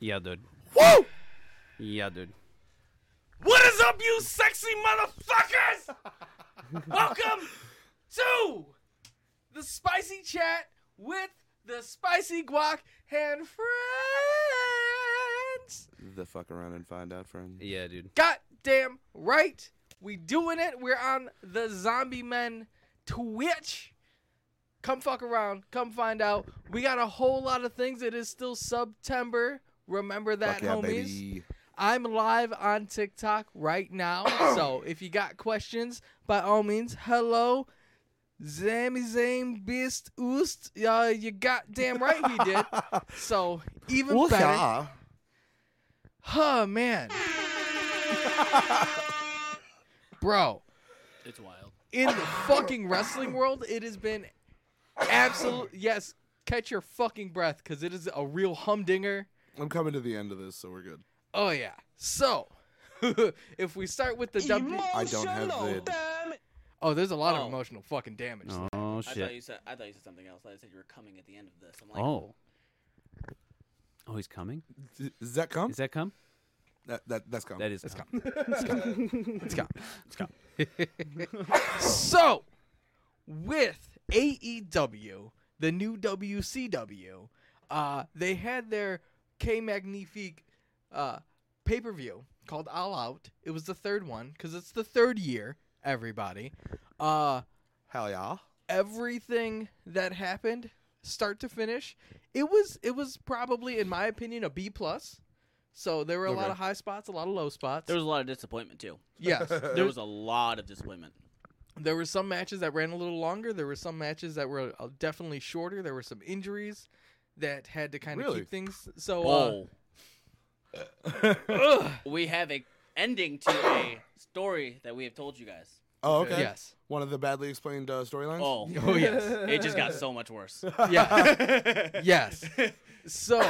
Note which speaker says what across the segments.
Speaker 1: Yeah, dude.
Speaker 2: Woo!
Speaker 1: Yeah, dude.
Speaker 2: What is up, you sexy motherfuckers? Welcome to the spicy chat with the spicy guac and friends.
Speaker 3: The fuck around and find out, friend.
Speaker 1: Yeah, dude.
Speaker 2: Goddamn right, we doing it. We're on the Zombie Men Twitch. Come fuck around. Come find out. We got a whole lot of things. It is still September. Remember that,
Speaker 3: fuck yeah,
Speaker 2: homies.
Speaker 3: baby.
Speaker 2: I'm live on TikTok right now. so if you got questions, by all means, hello. Zammy Zame Beast Oost. Uh, you goddamn right he did. So even
Speaker 3: Ooh,
Speaker 2: better.
Speaker 3: yeah.
Speaker 2: Huh, man. Bro,
Speaker 1: It's wild.
Speaker 2: in the fucking wrestling world, it has been absolute. Yes, catch your fucking breath because it is a real humdinger.
Speaker 3: I'm coming to the end of this, so we're good.
Speaker 2: Oh, yeah. So if we start with the W.
Speaker 3: I don't have the.
Speaker 2: Oh, there's a lot
Speaker 4: Oh.
Speaker 2: of emotional fucking damage.
Speaker 1: Oh
Speaker 4: I thought you
Speaker 1: shit.
Speaker 4: said I thought you said something else. I said you were coming at the end of this. I'm like,
Speaker 1: Oh. Oh, he's coming.
Speaker 3: D- Does that come?
Speaker 1: Is that come?
Speaker 3: That, that that's come.
Speaker 1: That is come.
Speaker 2: It's gone. It's gone. so, with AEW, the new WCW, uh, they had their K Magnifique uh, pay per view called All Out. It was the third one because it's the third year, everybody. Uh,
Speaker 3: Hell yeah.
Speaker 2: everything that happened start to finish it was it was probably in my opinion a b plus so there were a lot
Speaker 3: Okay.
Speaker 2: of high spots a lot of low spots
Speaker 4: there was a lot of disappointment too.
Speaker 2: yes
Speaker 4: There was a lot of disappointment.
Speaker 2: there were some matches that ran a little longer there were some matches that were uh, definitely shorter there were some injuries that had to kind of
Speaker 3: Really?
Speaker 2: keep things so uh,
Speaker 4: Oh, we have a ending to a story that we have told you guys.
Speaker 3: Oh, okay.
Speaker 2: yes
Speaker 3: One of the badly explained uh, storylines.
Speaker 4: Oh,
Speaker 2: oh yes
Speaker 4: it just got so much worse.
Speaker 2: yeah yes so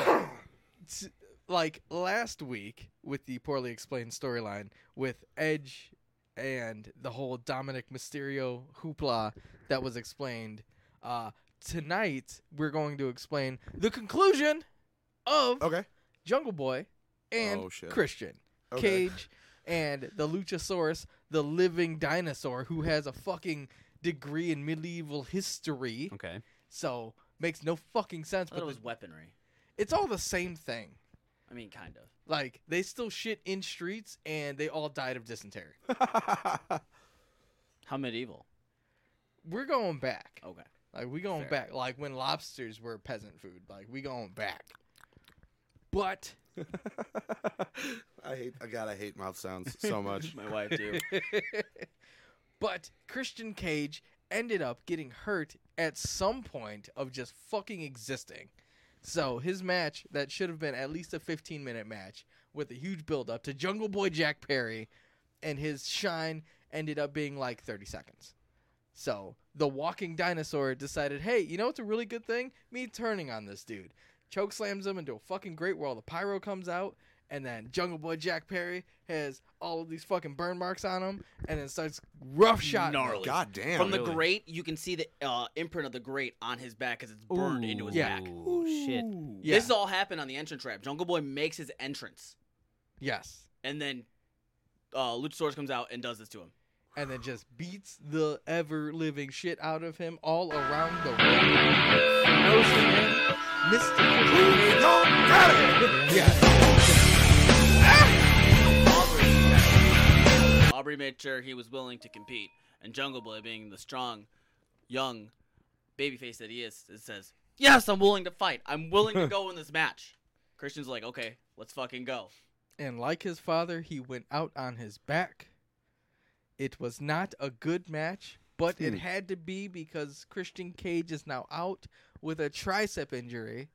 Speaker 2: t- like last week with the poorly explained storyline with edge and the whole dominic mysterio hoopla that was explained uh tonight we're going to explain the conclusion of
Speaker 3: Okay.
Speaker 2: jungle boy and
Speaker 3: Oh, shit.
Speaker 2: christian
Speaker 3: Okay.
Speaker 2: cage and the luchasaurus the living dinosaur who has a fucking degree in medieval history
Speaker 1: Okay.
Speaker 2: so makes no fucking sense.
Speaker 4: I thought
Speaker 2: But
Speaker 4: it was
Speaker 2: the-
Speaker 4: weaponry.
Speaker 2: it's all the same thing.
Speaker 4: I mean, kind of.
Speaker 2: Like they still shit in streets, and they all died of dysentery.
Speaker 4: How medieval?
Speaker 2: We're going back.
Speaker 4: Okay.
Speaker 2: Like we going
Speaker 4: Fair.
Speaker 2: back. Like when lobsters were peasant food. Like we going back. But
Speaker 3: I hate. I God, I hate mouth sounds so much.
Speaker 4: My wife too.
Speaker 2: but Christian Cage ended up getting hurt at some point of just fucking existing. So his match that should have been at least a 15 minute match with a huge build up to Jungle Boy Jack Perry and his shine ended up being like 30 seconds. So the walking dinosaur decided, hey, you know what's a really good thing? Me turning on this dude. Choke slams him into a fucking great wall. The pyro comes out, and then Jungle Boy Jack Perry has all of these fucking burn marks on him, and then starts rough shot.
Speaker 4: Gnarly.
Speaker 3: God damn.
Speaker 4: From the
Speaker 1: Really?
Speaker 4: grate, you can see the uh, imprint of the grate on his back as it's burned into his
Speaker 2: Yeah.
Speaker 4: back.
Speaker 1: Oh shit.
Speaker 2: Yeah.
Speaker 4: This all happened on the entrance trap. Jungle Boy makes his entrance.
Speaker 2: Yes.
Speaker 4: and then uh, Luchasaurus comes out and does this to him.
Speaker 2: and then just beats the ever living shit out of him all around the room. Mr. Yeah.
Speaker 4: Aubrey made sure he was willing to compete, and Jungle Boy, being the strong, young babyface that he is, it says, "Yes, I'm willing to fight. I'm willing to go in this match." Christian's like, "Okay, let's fucking go."
Speaker 2: And like his father, he went out on his back. It was not a good match, but it
Speaker 3: Hmm.
Speaker 2: had to be because Christian Cage is now out with a tricep injury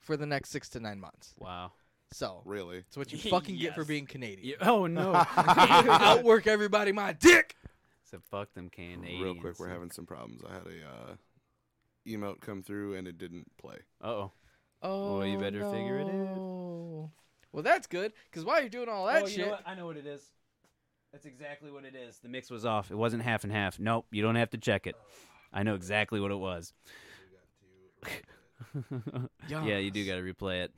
Speaker 2: for the next six to nine months.
Speaker 1: Wow.
Speaker 2: So
Speaker 3: Really.
Speaker 2: it's what you fucking get for
Speaker 4: Yes.
Speaker 2: being Canadian.
Speaker 1: Oh no.
Speaker 2: Outwork everybody, my dick.
Speaker 1: so fuck them Canadians.
Speaker 3: Real quick, we're having some problems. I had a uh, emote come through and it didn't play.
Speaker 1: Uh oh.
Speaker 2: Oh,
Speaker 1: Well, you better figure it out.
Speaker 2: no. Well, that's good because while you're doing all that
Speaker 1: oh, you know
Speaker 2: shit,
Speaker 1: what? I know what it is. That's exactly what it is. The mix was off. It wasn't half and half. Nope, you don't have to check it. I know exactly what it was. yeah, you do
Speaker 2: Yes.
Speaker 1: got to replay it.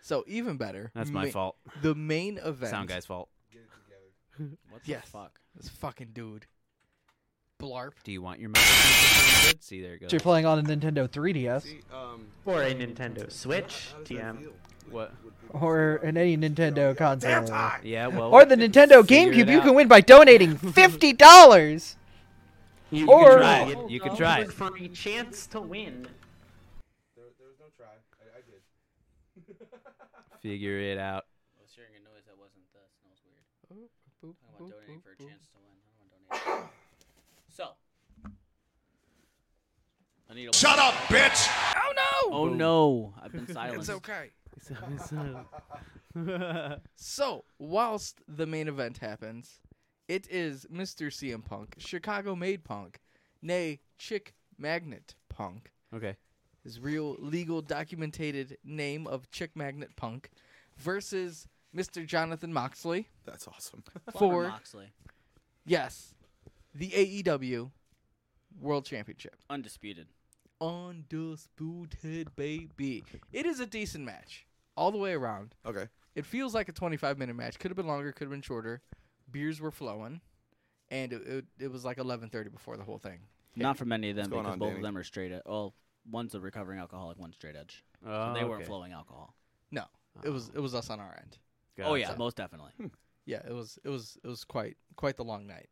Speaker 2: so even better.
Speaker 1: That's my
Speaker 2: ma-
Speaker 1: fault.
Speaker 2: The main event.
Speaker 1: Sound guy's fault.
Speaker 4: What the
Speaker 2: Yes.
Speaker 4: fuck?
Speaker 2: This fucking dude. Blarp.
Speaker 1: Do you want your microphone? See, there it goes.
Speaker 5: So you're playing on a Nintendo 3DS
Speaker 3: See, um,
Speaker 6: Or a Nintendo Switch,
Speaker 3: how does that
Speaker 6: TM.
Speaker 3: feel?
Speaker 1: What?
Speaker 5: or in any Nintendo console.
Speaker 1: Yeah, well.
Speaker 5: Or the
Speaker 1: figure
Speaker 5: Nintendo
Speaker 1: it
Speaker 5: GameCube you
Speaker 1: out.
Speaker 5: can win by donating $50.
Speaker 6: You, you
Speaker 5: Or-
Speaker 6: can try it.
Speaker 1: You can try
Speaker 6: Vote
Speaker 1: it.
Speaker 6: For a chance to win.
Speaker 3: There, there was no try. I, I did.
Speaker 1: Figure it out.
Speaker 4: I was hearing a noise that wasn't this. That was weird. Talking about donating for a chance to win. I don't want to donate. so. I need a Shut up!
Speaker 2: Oh no!
Speaker 4: Oh no! I've been silenced.
Speaker 2: It's okay.
Speaker 1: Whoa.
Speaker 2: So, whilst the main event happens, it is Mr. CM Punk, Chicago made punk, nay, chick magnet punk.
Speaker 1: okay.
Speaker 2: his real legal documented name of Chick Magnet Punk versus Mr. Jonathan Moxley
Speaker 3: That's awesome.
Speaker 4: Former
Speaker 2: for
Speaker 4: Moxley,
Speaker 2: yes, the AEW World Championship.
Speaker 4: undisputed.
Speaker 2: Undisputed baby. It is a decent match all the way around.
Speaker 3: Okay.
Speaker 2: It feels like a 25 minute match. Could have been longer, could have been shorter. Beers were flowing and it, it, it was like 11:30 before the whole thing.
Speaker 4: Not from any of them
Speaker 3: going
Speaker 4: because
Speaker 3: on,
Speaker 4: both
Speaker 3: Danny?
Speaker 4: of them are straight. Ed- well, one's a recovering alcoholic, one's straight edge. So
Speaker 1: Oh,
Speaker 4: they weren't
Speaker 1: okay.
Speaker 4: flowing alcohol.
Speaker 2: No, it was it was us on our end.
Speaker 1: Gotcha.
Speaker 4: Oh yeah, most definitely.
Speaker 2: yeah, it was it was it was quite quite the long night.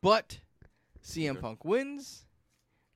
Speaker 2: But CM Punk wins,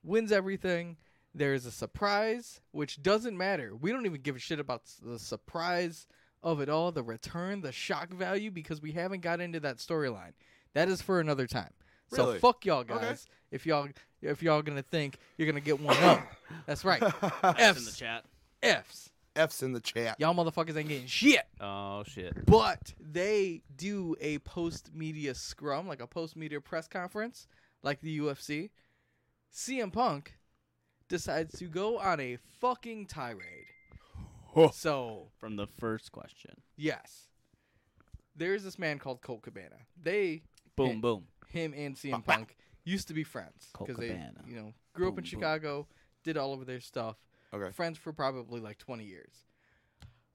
Speaker 2: wins everything. There is a surprise, which doesn't matter. We don't even give a shit about s- the surprise of it all, the return, the shock value, because we haven't got into that storyline. That is for another time. So
Speaker 3: Really?
Speaker 2: fuck y'all
Speaker 3: Okay.
Speaker 2: guys. If y'all if y'all gonna think you're gonna get one up, that's right. F's
Speaker 4: In the chat.
Speaker 2: F's.
Speaker 3: F's in the chat.
Speaker 2: Y'all motherfuckers ain't getting shit.
Speaker 1: Oh shit.
Speaker 2: But they do a post media scrum, like a post media press conference, like the UFC. CM Punk decides to go on a fucking tirade. So,
Speaker 4: From the first question.
Speaker 2: yes. There's this man called Colt Cabana. They,
Speaker 4: Boom,
Speaker 2: Yeah.
Speaker 4: boom.
Speaker 2: him and CM Punk, used to be friends.
Speaker 4: Colt
Speaker 2: Because they,
Speaker 4: Cabana.
Speaker 2: you know, grew up
Speaker 4: Boom,
Speaker 2: in
Speaker 4: boom.
Speaker 2: Chicago, did all of their stuff
Speaker 3: Okay.
Speaker 2: friends for probably like 20 years.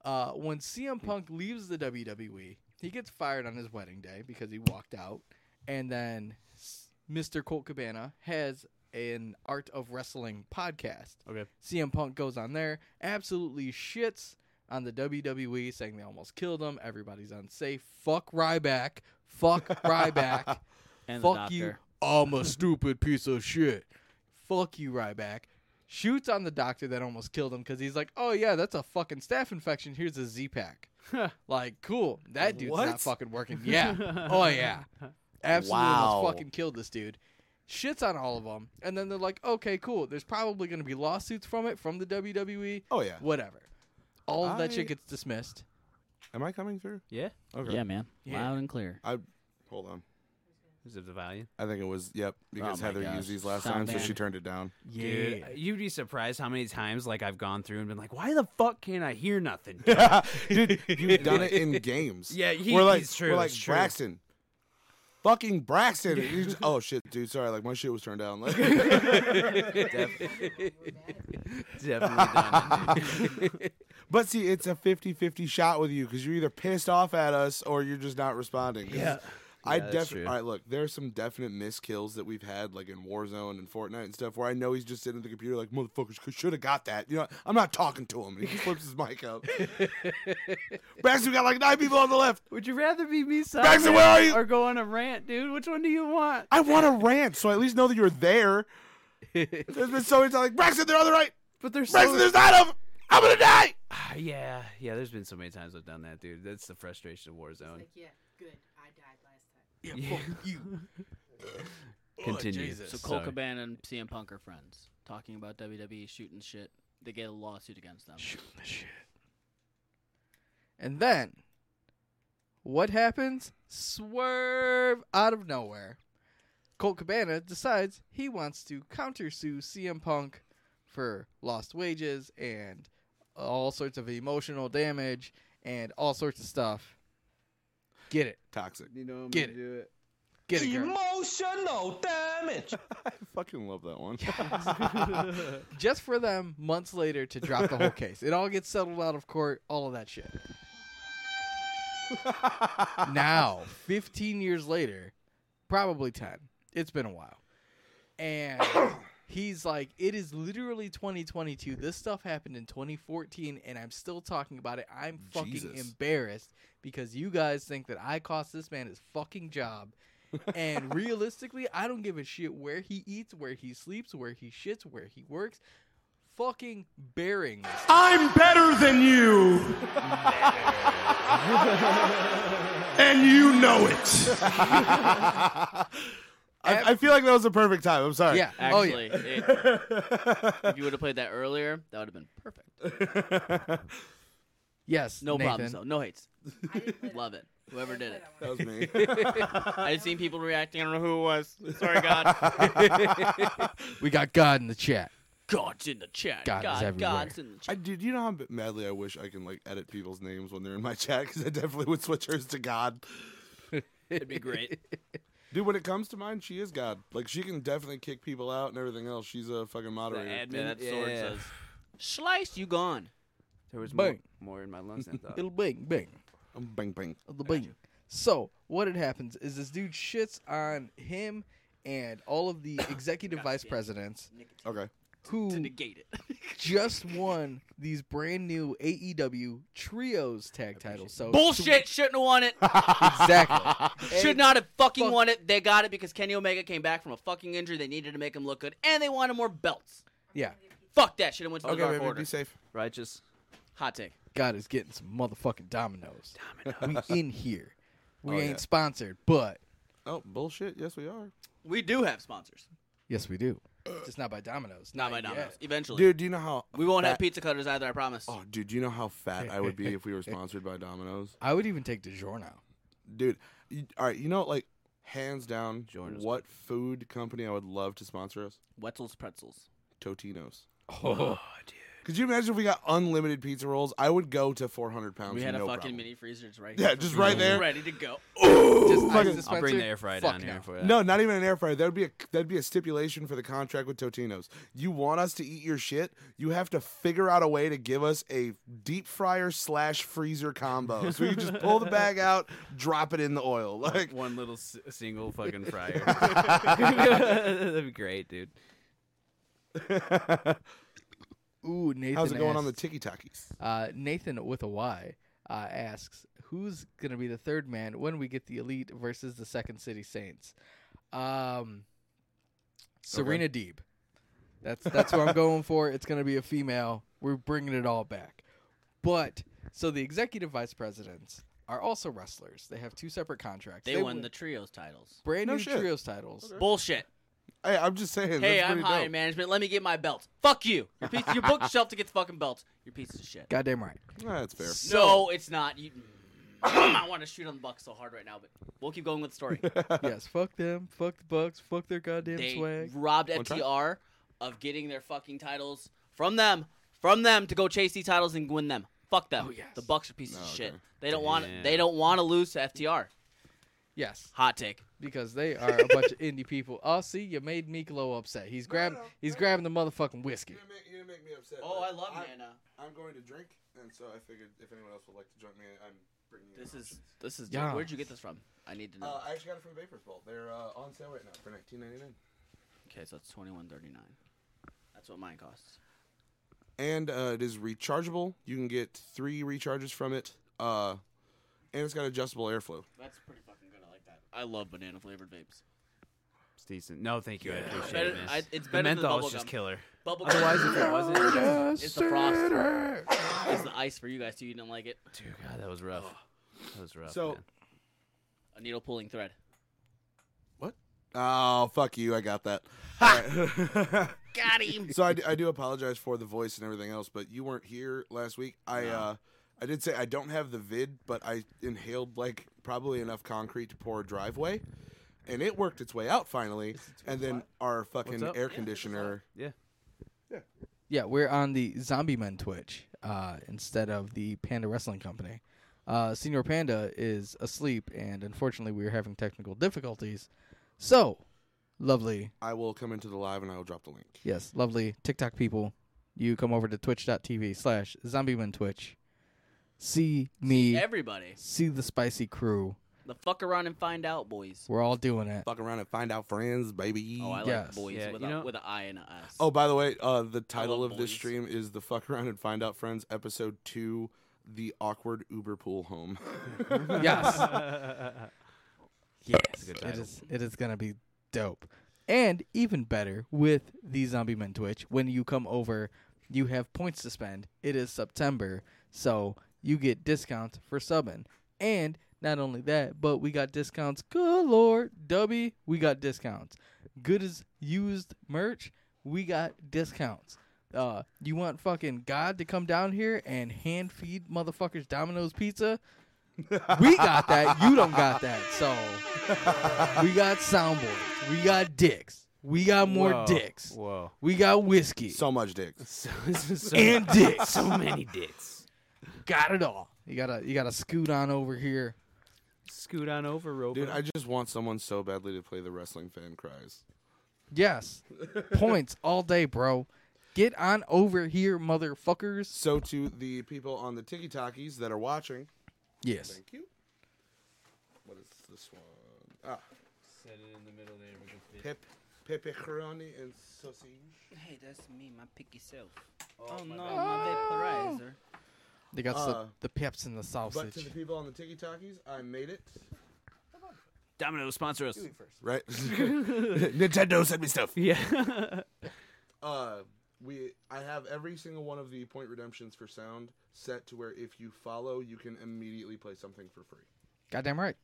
Speaker 2: Uh, when CM
Speaker 4: Hmm.
Speaker 2: Punk leaves the WWE, he gets fired on his wedding day because he walked out. And then s- Mr. Colt Cabana has an Art of Wrestling podcast.
Speaker 1: Okay.
Speaker 2: CM Punk goes on there, absolutely shits on the WWE, saying they almost killed him. Everybody's unsafe. Fuck Ryback. Fuck Ryback.
Speaker 4: And the
Speaker 2: Fuck
Speaker 4: doctor.
Speaker 2: you. I'm a stupid piece of shit. Fuck you, Ryback. Shoots on the doctor that almost killed him because he's like, oh yeah, that's a fucking staph infection. Here's a Z pack. like, cool. That dude's not
Speaker 3: What?
Speaker 2: fucking working. Yeah. oh yeah. Absolutely
Speaker 4: Wow.
Speaker 2: almost fucking killed this dude. Shits on all of them. And then they're like, okay, cool. There's probably going to be lawsuits from it from the WWE.
Speaker 3: Oh yeah.
Speaker 2: Whatever. All of that
Speaker 3: I-
Speaker 2: shit gets dismissed.
Speaker 3: Am I coming through?
Speaker 1: Yeah.
Speaker 3: Okay.
Speaker 4: Yeah, man.
Speaker 2: Yeah.
Speaker 4: Loud and clear.
Speaker 3: I hold on.
Speaker 1: Is it the value?
Speaker 3: I think it was yep
Speaker 1: Oh
Speaker 3: because
Speaker 4: my
Speaker 3: Heather
Speaker 4: gosh.
Speaker 3: used these last
Speaker 4: Sound
Speaker 3: time, so
Speaker 4: man.
Speaker 3: she turned it down.
Speaker 1: Dude, you'd be surprised how many times like I've gone through and been like, "Why the fuck can't I hear nothing?"
Speaker 3: Dude, you've done it in games.
Speaker 1: Yeah, he-
Speaker 3: we're like,
Speaker 1: he's true,
Speaker 3: We're like
Speaker 1: it's true.
Speaker 3: Braxton. Fucking Braxton. And you just- oh shit, dude. Sorry, like my shit was turned down. Like,
Speaker 1: Definitely done. it, dude.
Speaker 3: but see, it's a 50-50 shot with you because you're either pissed off at us or you're just not responding. 'Cause
Speaker 1: Yeah.
Speaker 3: I
Speaker 1: Yeah, that's
Speaker 3: definitely.
Speaker 1: true.
Speaker 3: All right, look, there's some definite miss kills that we've had, like in Warzone and Fortnite and stuff, where I know he's just sitting at the computer, like motherfuckers should have got that. You know, I'm not talking to him. And he just flips his mic up. Braxton we got like nine people on the left.
Speaker 1: Would you rather be me
Speaker 3: Braxton, where are you?
Speaker 1: or go on a rant, dude? Which one do you want?
Speaker 3: I want to rant, so I at least know that you're there. There's been so many times, like Braxton, they're on the right.
Speaker 1: But there's
Speaker 3: Braxton,
Speaker 1: so
Speaker 3: there's nine of them. I'm gonna die.
Speaker 1: Uh, yeah, yeah. There's been so many times I've done that, dude. That's the frustration of Warzone.
Speaker 7: Like, yeah, good. I died last time.
Speaker 2: Yeah,
Speaker 1: Yeah.
Speaker 2: fuck you. Oh,
Speaker 1: Continue.
Speaker 2: Jesus.
Speaker 4: So
Speaker 1: So-
Speaker 4: Cole Cabana and CM Punk are friends, talking about WWE, shooting shit. They get a lawsuit against them.
Speaker 2: Shooting the shit. And then, what happens? Swerve out of nowhere. Colt Cabana decides he wants to countersue CM Punk for lost wages and all sorts of emotional damage and all sorts of stuff. Get it.
Speaker 3: Toxic.
Speaker 8: You know I'm
Speaker 2: Get
Speaker 8: gonna do it.
Speaker 2: Get it, girl.
Speaker 9: Emotional damage.
Speaker 3: I fucking love that one.
Speaker 2: Just for them months later to drop the whole case. It all gets settled out of court, all of that shit. now, 15 years later, probably 10. It's been a while. And he's like, it is literally 2022. This stuff happened in 2014, and I'm still talking about it. I'm fucking
Speaker 3: Jesus.
Speaker 2: embarrassed because you guys think that I cost this man his fucking job. and realistically, I don't give a shit where he eats, where he sleeps, where he shits, where he works. Fucking bearing this
Speaker 9: I'm better than you. and you know it.
Speaker 3: I, I feel like that was the perfect time. I'm sorry.
Speaker 2: Yeah.
Speaker 4: Actually,
Speaker 2: oh,
Speaker 4: it- if you would have played that earlier, that would have been perfect.
Speaker 3: that
Speaker 2: Yes.
Speaker 4: No
Speaker 2: Nathan.
Speaker 4: problems though. No hates.
Speaker 7: I didn't play that
Speaker 4: Love it. Whoever did it.
Speaker 3: was me.
Speaker 4: I've seen people reacting. I don't know who it was. Sorry, God.
Speaker 2: We got God in the chat.
Speaker 4: God's in the chat.
Speaker 2: God is
Speaker 4: God,
Speaker 2: everywhere.
Speaker 4: God's in the
Speaker 3: I,
Speaker 4: chat.
Speaker 3: dude, you know how madly I wish I can like edit people's names when they're in my chat because I definitely would switch hers to God.
Speaker 4: It'd be great.
Speaker 3: Dude, when it comes to mine, she is God. Like she can definitely kick people out and everything else. She's a fucking
Speaker 4: The
Speaker 3: moderator.
Speaker 4: admin
Speaker 1: Yeah,
Speaker 4: yeah, sword
Speaker 1: yeah.
Speaker 4: says, "Slice, you gone."
Speaker 1: There was more,
Speaker 2: Bang.
Speaker 1: more in my lungs than I thought.
Speaker 2: Little bing bing.
Speaker 3: Um, bang bang.
Speaker 2: Little bing. So what had happens is this dude shits on him and all of the executive vice presidents
Speaker 3: Okay.
Speaker 4: To
Speaker 2: who
Speaker 4: negate it.
Speaker 2: just won these brand new AEW trios tag titles. So
Speaker 4: Bullshit. Shouldn't have won it.
Speaker 2: exactly.
Speaker 4: Should not have fucking
Speaker 2: fuck-
Speaker 4: won it. They got it because Kenny Omega came back from a fucking injury. They needed to make him look good, and they wanted more belts.
Speaker 2: Yeah,
Speaker 4: Fuck that. Should have went to the
Speaker 3: Okay,
Speaker 4: Dark
Speaker 3: baby,
Speaker 4: Order.
Speaker 3: be safe.
Speaker 1: Righteous.
Speaker 4: Hot take.
Speaker 2: God is getting some motherfucking dominoes. Dominoes. We in here. We
Speaker 3: Oh,
Speaker 2: ain't
Speaker 3: yeah.
Speaker 2: sponsored, but
Speaker 3: Oh bullshit! Yes, we are.
Speaker 4: We do have sponsors.
Speaker 2: yes, we do. Just not by Domino's.
Speaker 4: Not by
Speaker 2: yet.
Speaker 4: Domino's. Eventually,
Speaker 3: Dude, do you know how
Speaker 4: we won't have
Speaker 3: fat-
Speaker 4: pizza cutters either. I promise.
Speaker 3: Oh, dude, do you know how fat I would be if we were sponsored by Domino's?
Speaker 2: I would even take DiGiorno.
Speaker 3: Dude, you, all right, you know, like hands down,
Speaker 1: Jordan's
Speaker 3: what food company I would love to sponsor us?
Speaker 4: Wetzel's Pretzels.
Speaker 3: Totino's.
Speaker 2: Oh,
Speaker 3: Could you imagine if we got unlimited pizza rolls? I would go to 400 pounds.
Speaker 4: We had a
Speaker 3: no
Speaker 4: fucking
Speaker 3: problem.
Speaker 4: mini freezer just right.
Speaker 3: Yeah,
Speaker 4: here.
Speaker 3: just right there.
Speaker 4: ready to go.
Speaker 2: just ice
Speaker 3: fucking-
Speaker 1: I'll bring
Speaker 2: dispenser?
Speaker 1: the air fryer
Speaker 2: Fuck
Speaker 1: down
Speaker 2: no.
Speaker 1: here for that.
Speaker 3: No, not even an air fryer. That would be a that'd be a stipulation for the contract with Totino's. You want us to eat your shit? You have to figure out a way to give us a deep fryer slash freezer combo. So you just pull the bag out, drop it in the oil. Like
Speaker 1: one little s- single fucking fryer. That'd be great, dude.
Speaker 2: Ooh, Nathan.
Speaker 3: how's it going on the
Speaker 2: asks-
Speaker 3: tiki takis?
Speaker 2: uh, Nathan with a Y uh, asks, "Who's gonna be the third man when we get the Elite versus the Second City Saints?" Um, Serena Deeb. That's that's what I'm going for. It's gonna be a female. We're bringing it all back. But so the executive vice presidents are also wrestlers. They have two separate contracts.
Speaker 4: They won
Speaker 2: win
Speaker 4: the trios titles.
Speaker 2: brand
Speaker 3: No
Speaker 2: new
Speaker 3: shit.
Speaker 2: trios titles.
Speaker 4: Bullshit.
Speaker 3: Hey, I'm just saying.
Speaker 4: Hey,
Speaker 3: that's
Speaker 4: I'm
Speaker 3: pretty
Speaker 4: high
Speaker 3: dope.
Speaker 4: in management. Let me get my belts. Fuck you. Your piece, you booked yourself to get the fucking belts. You're pieces of shit.
Speaker 2: Goddamn right.
Speaker 3: Ah, that's fair.
Speaker 4: No, it's not. You, I want to shoot on the Bucks so hard right now, but we'll keep going with the story.
Speaker 2: yes, fuck them. Fuck the Bucks. Fuck their goddamn
Speaker 4: they
Speaker 2: swag.
Speaker 4: robbed
Speaker 3: time.
Speaker 4: FTR of getting their fucking titles from them, from them to go chase these titles and win them. Fuck
Speaker 1: Oh,
Speaker 4: them. The Bucks are pieces of
Speaker 3: okay.
Speaker 4: shit. They don't want.
Speaker 1: Damn.
Speaker 4: They don't want to lose to FTR.
Speaker 2: Yes.
Speaker 4: Hot take.
Speaker 2: because they are a bunch of indie people. Oh, see, you made Miklo upset. He's grab he's grabbing the motherfucking whiskey.
Speaker 3: You're gonna make me upset.
Speaker 4: Oh, Nana.
Speaker 3: I'm going to drink, and so I figured if anyone else would like to join me, I'm bringing
Speaker 4: This is this is.
Speaker 2: Yeah.
Speaker 4: Where'd you get this from? I need to know.
Speaker 3: Uh, I actually got it from Vapors Bowl. They're uh, on sale right now for 19.99.
Speaker 4: okay, so it's twenty one thirty nine. That's what mine costs.
Speaker 3: And uh, it is rechargeable. You can get three recharges from it. Uh, and it's got adjustable airflow.
Speaker 4: That's pretty fucking good. I like that. I love banana flavored vapes.
Speaker 1: It's decent. No, thank you. I appreciate
Speaker 4: Better-
Speaker 1: it, man.
Speaker 4: I- it's
Speaker 1: the
Speaker 4: better than
Speaker 1: menthol
Speaker 4: bubble
Speaker 1: is just
Speaker 4: gum.
Speaker 1: killer.
Speaker 4: Bubble
Speaker 1: Otherwise, if it wasn't,
Speaker 4: it's the frost. It's the ice for you guys too. You didn't like it.
Speaker 1: dude, God, that was rough.
Speaker 2: Oh.
Speaker 1: That was rough.
Speaker 3: So-
Speaker 1: man.
Speaker 4: A needle pulling thread.
Speaker 3: Oh, fuck you. I got that. Alright.
Speaker 4: Got him.
Speaker 3: so I, d- I do apologize for the voice and everything else, but you weren't here last week. I uh, I did say I don't have the vid, but I inhaled like probably enough concrete to pour a driveway, and it worked its way out finally. And then our fucking
Speaker 1: up?
Speaker 3: air conditioner.
Speaker 2: Yeah, we're on the Zombie Men Twitch uh, instead of the Panda Wrestling Company. Uh, Senior Panda is asleep, and unfortunately, we are having technical difficulties. So, lovely,
Speaker 3: I will come into the live and I will drop the link.
Speaker 2: yes, lovely TikTok people, you come over to twitch.tv slash zombieman twitch. See me,
Speaker 4: Everybody,
Speaker 2: see the spicy crew.
Speaker 4: the fuck around and find out, boys.
Speaker 2: We're all doing it.
Speaker 3: Fuck around and find out, friends, baby.
Speaker 4: Oh, I like
Speaker 2: Yes.
Speaker 4: boys
Speaker 1: Yeah,
Speaker 4: with,
Speaker 1: you
Speaker 4: a,
Speaker 1: know-
Speaker 4: with an I and a S.
Speaker 3: Oh, by the way, uh, the title
Speaker 4: love
Speaker 3: of this
Speaker 4: boys.
Speaker 3: stream is "The Fuck Around and Find Out Friends" episode two, "The Awkward Uber Pool Home."
Speaker 2: Yes. Yes,
Speaker 1: good
Speaker 2: it
Speaker 1: title.
Speaker 2: is. It is gonna be dope, and even better with the Zombie Men Twitch. When you come over, you have points to spend. It is September, so you get discounts for subbing, and not only that, but we got discounts. Good lord, Dubby, we got discounts. Good as used merch, we got discounts. Uh, you want fucking God to come down here and hand feed motherfuckers Domino's pizza? we got that. You don't got that. So we got soundboards. We got dicks. We got more
Speaker 1: Whoa.
Speaker 2: dicks.
Speaker 1: Whoa.
Speaker 2: We got whiskey
Speaker 3: so much dicks.
Speaker 1: So, so,
Speaker 2: and dicks.
Speaker 1: so many dicks.
Speaker 2: got it all. You gotta you gotta scoot on over here.
Speaker 1: Scoot on over, Robo.
Speaker 3: Dude, I just want someone so badly to play the wrestling fan cries.
Speaker 2: Yes, points all day, bro. Get on over here, motherfuckers.
Speaker 3: So to the people on the Tiki Talkies that are watching,
Speaker 2: Yes.
Speaker 3: thank you. What is this one? Ah,
Speaker 1: Set it in the middle there. We can fit.
Speaker 3: pep, pepperoni and sausage.
Speaker 4: Hey, that's me, my picky self. Oh, no, my vaporizer.
Speaker 2: They got
Speaker 3: Uh,
Speaker 2: the, the peps and the
Speaker 3: But to
Speaker 2: sausage.
Speaker 3: the people on the Tiki Talkies, I made it.
Speaker 1: Domino, sponsor us.
Speaker 3: Right? Nintendo sent me stuff.
Speaker 1: Yeah.
Speaker 3: uh we I have every single one of the point redemptions for sound set to where if you follow you can immediately play something for free.
Speaker 2: Goddamn right.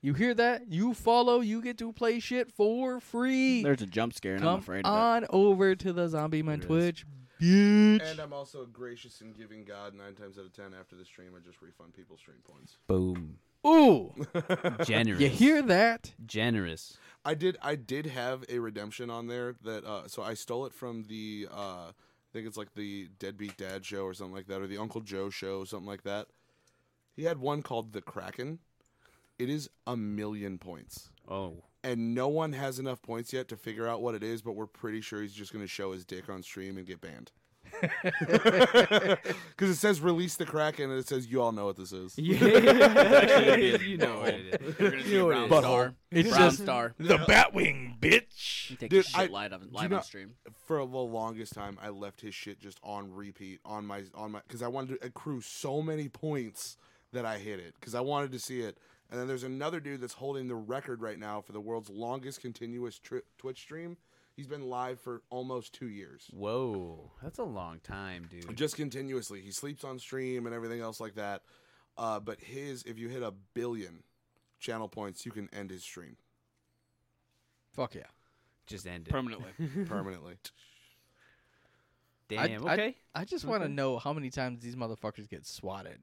Speaker 2: You hear that? You follow. You get to play shit for free.
Speaker 4: There's a jump scare, and I'm
Speaker 2: Come
Speaker 4: afraid of
Speaker 2: on over to the Zombie Man Twitch.
Speaker 3: And I'm also gracious in giving God nine times out of ten after the stream I just refund people stream points.
Speaker 1: Boom.
Speaker 2: Ooh,
Speaker 1: Generous.
Speaker 2: you hear that?
Speaker 1: Generous.
Speaker 3: I did I did have a redemption on there that uh so I stole it from the uh I think it's like the Deadbeat Dad show or something like that, or the Uncle Joe show, something like that. He had one called The Kraken. It is a million points.
Speaker 1: Oh.
Speaker 3: and no one has enough points yet to figure out what it is, but we're pretty sure he's just going to show his dick on stream and get banned. Because it says release the Kraken and it says you all know what this is.
Speaker 1: Yeah. you know what it is.
Speaker 4: that. You're gonna see a brown star.
Speaker 2: It's
Speaker 4: Brown
Speaker 2: just
Speaker 4: star.
Speaker 2: the Batwing, bitch.
Speaker 4: Take
Speaker 3: Dude,
Speaker 4: your
Speaker 3: I-
Speaker 4: shit live on live on
Speaker 3: not-
Speaker 4: stream.
Speaker 3: For the longest time, I left his shit just on repeat on my on my because I wanted to accrue so many points that I hit it because I wanted to see it. And then there's another dude that's holding the record right now for the world's longest continuous tri- Twitch stream. He's been live for almost two years.
Speaker 1: Whoa. That's a long time, dude.
Speaker 3: just continuously. He sleeps on stream and everything else like that. Uh, but his, if you hit a billion channel points, you can end his stream
Speaker 2: Fuck yeah.
Speaker 1: Just end it.
Speaker 4: Permanently.
Speaker 3: permanently.
Speaker 2: I-
Speaker 1: Damn.
Speaker 2: I,
Speaker 1: okay.
Speaker 2: I, just want to
Speaker 1: Okay.
Speaker 2: know how many times these motherfuckers get swatted.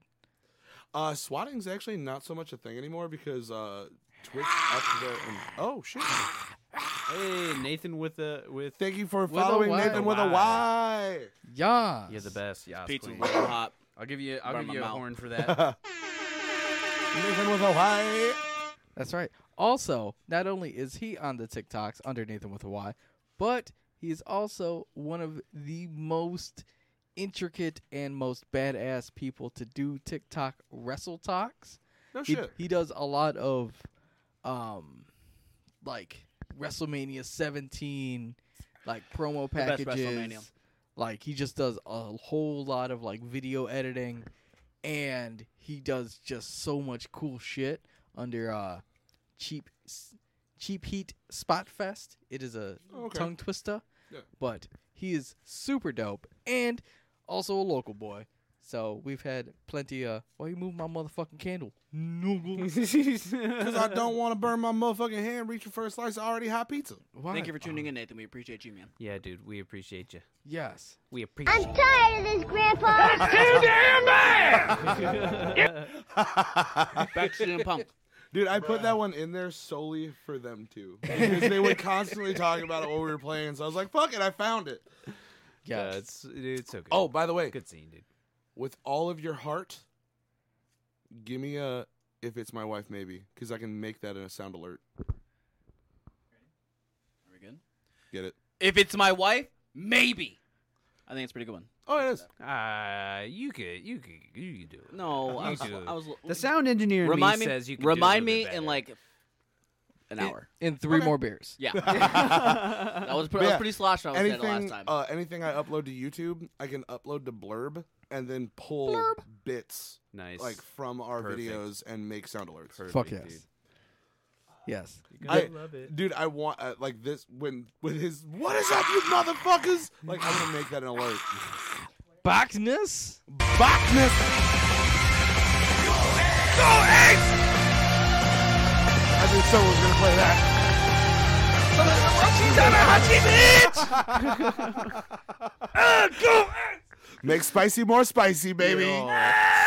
Speaker 3: uh, swatting's actually not so much a thing anymore because uh, Twitch up there. And, oh shit!
Speaker 1: hey, Nathan with the with.
Speaker 3: Thank you for
Speaker 2: a
Speaker 3: following
Speaker 2: Y.
Speaker 3: Nathan with a Y.
Speaker 2: Yeah.
Speaker 1: You're the best. Yeah.
Speaker 4: Pizza
Speaker 1: queen.
Speaker 4: was hot.
Speaker 1: I'll give you. I'll
Speaker 4: Burn
Speaker 1: give
Speaker 4: my
Speaker 1: you a
Speaker 4: mouth.
Speaker 1: horn for that.
Speaker 3: Nathan with a Y.
Speaker 2: That's right. Also, not only is he on the TikToks under Nathan with a Y, but he is also one of the most intricate and most badass people to do TikTok wrestle talks.
Speaker 3: No
Speaker 2: he,
Speaker 3: shit.
Speaker 2: he does a lot of um like WrestleMania 17 like promo
Speaker 4: best
Speaker 2: packages.
Speaker 4: WrestleMania.
Speaker 2: Like he just does a whole lot of like video editing and he does just so much cool shit under uh cheap cheap heat spot fest. It is a
Speaker 3: Oh, Okay.
Speaker 2: tongue twister.
Speaker 3: Yeah.
Speaker 2: But he is super dope and also a local boy. So we've had plenty of. Why you move my motherfucking candle? No.
Speaker 3: Because I don't want to burn my motherfucking hand reaching for a slice of already hot pizza.
Speaker 2: Why?
Speaker 4: Thank you for tuning in, Nathan. We appreciate you, man.
Speaker 1: yeah, dude. We appreciate you.
Speaker 2: Yes.
Speaker 1: We appreciate. you.
Speaker 8: tired of this, Grandpa.
Speaker 4: Back to CM Punk.
Speaker 3: Dude, I put that one in there solely for them too. Because they would constantly talk about it while we were playing. So I was like, fuck it, I found it.
Speaker 1: Yeah,
Speaker 2: Yes.
Speaker 1: it's dude, it's so good.
Speaker 3: Oh, by the way,
Speaker 1: good scene, dude.
Speaker 3: with all of your heart, Give me a if it's my wife maybe because I can make that in a sound alert.
Speaker 4: Are we good?
Speaker 3: Get it?
Speaker 4: If it's my wife, maybe. I think it's a pretty good one.
Speaker 3: Oh, it is.
Speaker 1: Uh, you could, you could, you could do it.
Speaker 4: No, I
Speaker 1: You
Speaker 4: was,
Speaker 1: do.
Speaker 4: I was
Speaker 1: The sound engineer in
Speaker 4: remind
Speaker 1: me,
Speaker 4: me,
Speaker 1: says you could
Speaker 4: remind
Speaker 1: do a little
Speaker 4: me
Speaker 1: bit
Speaker 4: in
Speaker 1: better.
Speaker 4: like an hour.
Speaker 2: in three more beers.
Speaker 4: Yeah, that was, pre- that was
Speaker 3: Yeah.
Speaker 4: pretty slosh. when I was there the last
Speaker 3: Anything,
Speaker 4: time.
Speaker 3: uh, anything I upload to YouTube, I can upload to Blurb and then pull bits
Speaker 1: nice.
Speaker 3: like from our
Speaker 1: Perfect.
Speaker 3: videos and make sound alerts.
Speaker 2: Fuck
Speaker 1: Perfect,
Speaker 2: yes. Yes.
Speaker 3: I love it, dude. I want uh, like this when with his what is up, you motherfuckers? Like I'm gonna make that an alert.
Speaker 2: Backness?
Speaker 3: Botness. I knew someone was gonna play that. Make spicy more spicy, baby.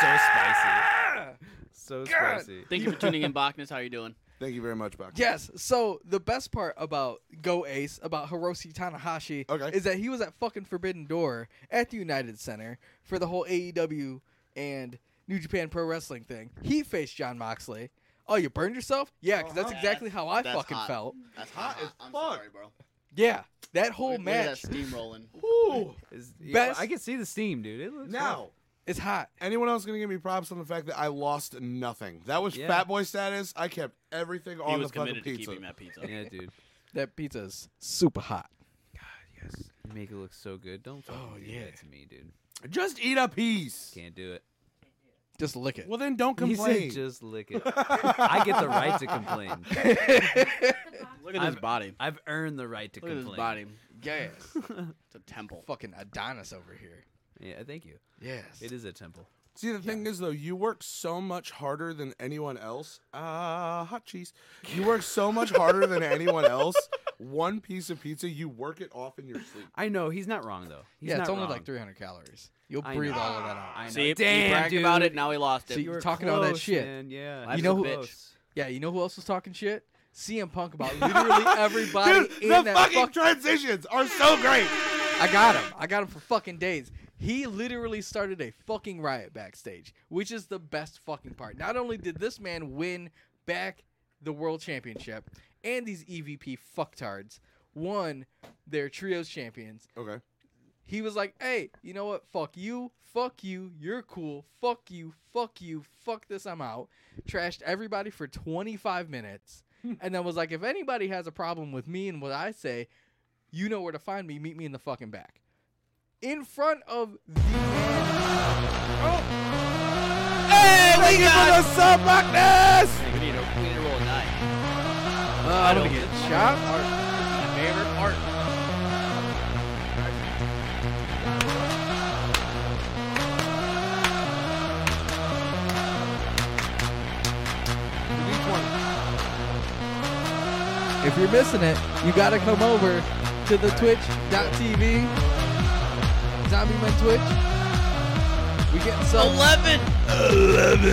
Speaker 1: So spicy. So
Speaker 2: God.
Speaker 1: spicy.
Speaker 4: Thank you for tuning in, Bacchus. How are you doing?
Speaker 3: Thank you very much, Bach.
Speaker 2: Yes. So the best part about Go Ace, about Hiroshi Tanahashi,
Speaker 3: Okay.
Speaker 2: is that he was at fucking Forbidden Door at the United Center for the whole AEW and New Japan Pro Wrestling thing. He faced John Moxley. Oh, you burned yourself? Yeah, because that's exactly how I
Speaker 4: that's
Speaker 2: fucking
Speaker 4: hot.
Speaker 2: felt.
Speaker 4: That's hot.
Speaker 3: as
Speaker 4: I'm
Speaker 3: fuck.
Speaker 4: sorry, bro.
Speaker 2: Yeah, that whole
Speaker 4: Look at that
Speaker 2: match
Speaker 4: steam rolling.
Speaker 1: Is-
Speaker 2: Best-
Speaker 1: I can see the steam, dude. It looks
Speaker 3: Now,
Speaker 2: is hot.
Speaker 3: anyone else gonna give me props on the fact that I lost nothing? That was
Speaker 1: Yeah.
Speaker 3: Fat Boy status. I kept everything
Speaker 4: He
Speaker 3: on
Speaker 4: was
Speaker 3: the fucking
Speaker 4: committed to
Speaker 3: pizza.
Speaker 4: keeping that pizza.
Speaker 1: good. yeah, dude.
Speaker 2: That pizza's super hot.
Speaker 1: You make it look so good. Don't fucking
Speaker 2: Oh,
Speaker 1: do
Speaker 2: yeah.
Speaker 1: that to me, dude.
Speaker 3: Just eat a piece.
Speaker 1: Can't do it.
Speaker 2: Just lick it.
Speaker 3: Well, then don't
Speaker 1: He
Speaker 3: complain.
Speaker 1: said just lick it. I get the right to complain.
Speaker 4: Look at his
Speaker 1: I've-
Speaker 4: body.
Speaker 1: I've earned the right to
Speaker 4: Look at his
Speaker 1: complain.
Speaker 4: body.
Speaker 2: Yes.
Speaker 4: It's a temple.
Speaker 2: fucking Adonis over here.
Speaker 1: Yeah, thank you.
Speaker 2: Yes.
Speaker 1: It is a temple.
Speaker 3: See, the thing is, though, you work so much harder than anyone else. Ah, hot cheese. You work so much harder than anyone else. One piece of pizza, you work it off in your sleep.
Speaker 1: I know he's not wrong though. He's
Speaker 2: yeah, it's
Speaker 1: not
Speaker 2: only
Speaker 1: wrong.
Speaker 2: like 300 calories. You'll
Speaker 1: I
Speaker 2: breathe
Speaker 1: know.
Speaker 2: all of that out.
Speaker 1: I know.
Speaker 4: See, he
Speaker 1: Damn,
Speaker 4: bragged about
Speaker 1: dude.
Speaker 4: it. Now he lost it.
Speaker 2: See,
Speaker 1: You were
Speaker 2: talking all that
Speaker 1: close,
Speaker 2: shit.
Speaker 1: Man. Yeah,
Speaker 4: Life's
Speaker 2: You know
Speaker 4: a
Speaker 2: who-
Speaker 4: bitch.
Speaker 2: Yeah, you know who else was talking shit? CM Punk about literally everybody
Speaker 3: Dude,
Speaker 2: in
Speaker 3: the
Speaker 2: that
Speaker 3: fucking
Speaker 2: fuck-
Speaker 3: transitions are so great.
Speaker 2: I got him. I got him for fucking days. He literally started a fucking riot backstage, which is the best fucking part. Not only did this man win back the world championship, and these EVP fucktards won their trios champions.
Speaker 3: Okay.
Speaker 2: He was like, "Hey, you know what? Fuck you. Fuck you. You're cool. Fuck you. Fuck you. Fuck this. I'm out." Trashed everybody for 25 minutes, and then was like, "If anybody has a problem with me and what I say, you know where to find me. Meet me in the fucking back." In front of the
Speaker 3: Oh.
Speaker 2: Oh.
Speaker 3: Thank you for the sub, Magnus!
Speaker 4: Hey, we need to we need to roll a die.
Speaker 2: Uh, I don't get shot. Favorite part. If you're missing it, you gotta come over to the twitch.tv. Zombie Men Twitch. We getting so
Speaker 4: Eleven. It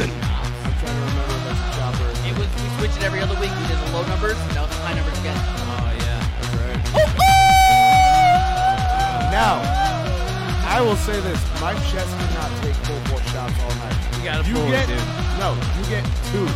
Speaker 4: was we switched it every other week. We did the low numbers. Now it's the high numbers again.
Speaker 1: Oh yeah.
Speaker 3: Now, I will say this: my chest cannot take full four shots all night. You
Speaker 1: gotta pull it,
Speaker 3: get,
Speaker 1: dude.
Speaker 3: No, you get two.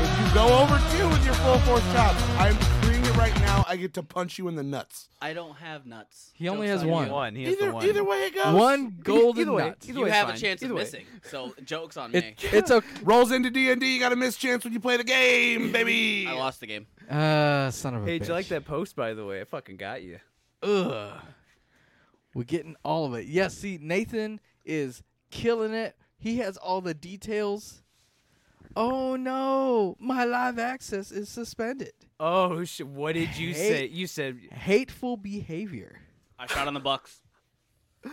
Speaker 3: If you go over two with your full four shots, I'm decreeing it right now. I get to punch you in the nuts.
Speaker 4: I don't have nuts.
Speaker 2: He only has
Speaker 4: Joke's on you.
Speaker 2: one.
Speaker 1: One. He has the
Speaker 3: Either
Speaker 1: one.
Speaker 3: either way it goes.
Speaker 2: One golden
Speaker 1: either way,
Speaker 2: nut.
Speaker 1: either
Speaker 4: You
Speaker 1: way,
Speaker 4: have
Speaker 1: fine.
Speaker 4: a chance of
Speaker 1: Either way.
Speaker 4: missing. So jokes on me.
Speaker 2: It, it's okay.
Speaker 3: rolls into D and D. You got a missed chance when you play the game, baby.
Speaker 4: I lost the game.
Speaker 2: Uh, son of a
Speaker 1: Hey,
Speaker 2: bitch.
Speaker 1: did you like that post by the way? I fucking got you.
Speaker 2: Ugh. We're getting all of it. Yes, see, Nathan is killing it. He has all the details. Oh no, my live access is suspended.
Speaker 1: Oh shit! What did you
Speaker 2: Hey.
Speaker 1: say? You said
Speaker 2: Hateful behavior.
Speaker 4: I shot on the Bucks.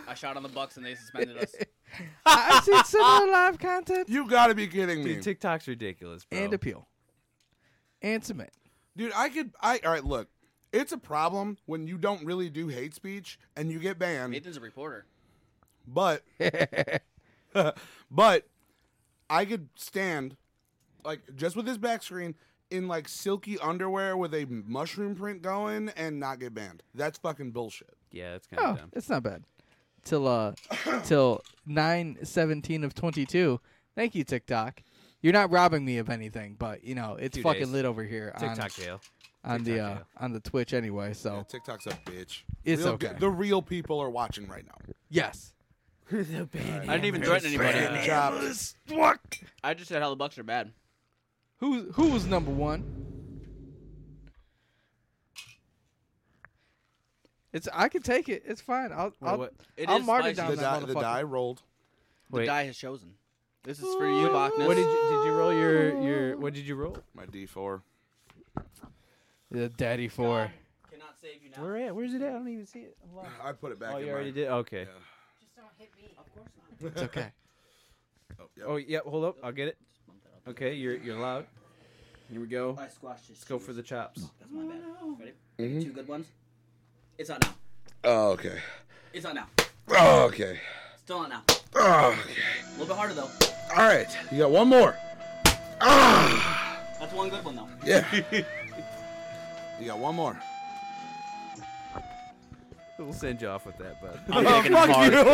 Speaker 4: I shot on the Bucks and they suspended us.
Speaker 2: I've seen similar live content
Speaker 3: You gotta be kidding me,
Speaker 1: Dude, TikTok's ridiculous, bro.
Speaker 2: and appeal and submit.
Speaker 3: dude. I could. I all right. Look, it's a problem when you don't really do hate speech and you get banned.
Speaker 4: Nathan's a reporter.
Speaker 3: But but I could stand like just with this back screen in like silky underwear with a mushroom print going and not get banned. That's fucking bullshit.
Speaker 1: yeah, that's kind of
Speaker 2: Oh,
Speaker 1: dumb.
Speaker 2: it's not bad. Till uh, till nine seventeen of twenty two. Thank you TikTok. You're not robbing me of anything, but you know it's
Speaker 1: Two
Speaker 2: fucking
Speaker 1: days.
Speaker 2: lit over here on,
Speaker 1: TikTok jail.
Speaker 2: on the
Speaker 1: TikTok
Speaker 2: uh,
Speaker 1: jail.
Speaker 2: on the Twitch anyway. So
Speaker 3: Yeah, TikTok's a bitch.
Speaker 2: It's
Speaker 3: Real
Speaker 2: okay.
Speaker 3: The real people are watching right now.
Speaker 2: yes,
Speaker 4: I didn't even threaten
Speaker 3: Bad
Speaker 4: anybody.
Speaker 3: job.
Speaker 4: I just said how the Bucks are bad.
Speaker 2: who who was number one? It's I can take it. It's fine. I'll I'll,
Speaker 1: what?
Speaker 4: It
Speaker 2: I'll
Speaker 4: is
Speaker 2: mark it down.
Speaker 3: The,
Speaker 4: spicy.
Speaker 2: that
Speaker 3: die, the
Speaker 2: motherfucker.
Speaker 3: die rolled.
Speaker 4: The
Speaker 1: Wait.
Speaker 4: die has chosen. This is for you, Bachnas.
Speaker 1: What did you, did you roll your your what did you roll?
Speaker 3: My D4.
Speaker 2: The daddy four.
Speaker 4: Cannot save you now.
Speaker 1: Where at? Where's it at? I don't even see it.
Speaker 3: I put it back
Speaker 1: Oh,
Speaker 3: in
Speaker 1: you
Speaker 3: my-
Speaker 1: already did. Okay.
Speaker 3: Yeah.
Speaker 7: Just don't hit me. Of course not.
Speaker 2: It's okay.
Speaker 3: Oh, yep.
Speaker 1: Oh yeah. Hold up. I'll get it. Okay. You're you're loud. Here we go.
Speaker 4: I squashed this.
Speaker 1: Let's go for the Mm-hmm. chops.
Speaker 4: That's my bad.
Speaker 7: Mm-hmm.
Speaker 4: Ready? Two good ones. It's on now.
Speaker 3: Oh, okay.
Speaker 4: It's on now.
Speaker 3: Oh, okay.
Speaker 4: Still on now.
Speaker 3: Oh, okay.
Speaker 4: A little bit harder though.
Speaker 3: All right. You got one more. Ah!
Speaker 4: That's one good one though.
Speaker 3: Yeah. you got one more.
Speaker 1: We'll send you off with that, bud.
Speaker 4: I'm
Speaker 2: Oh,
Speaker 4: taking them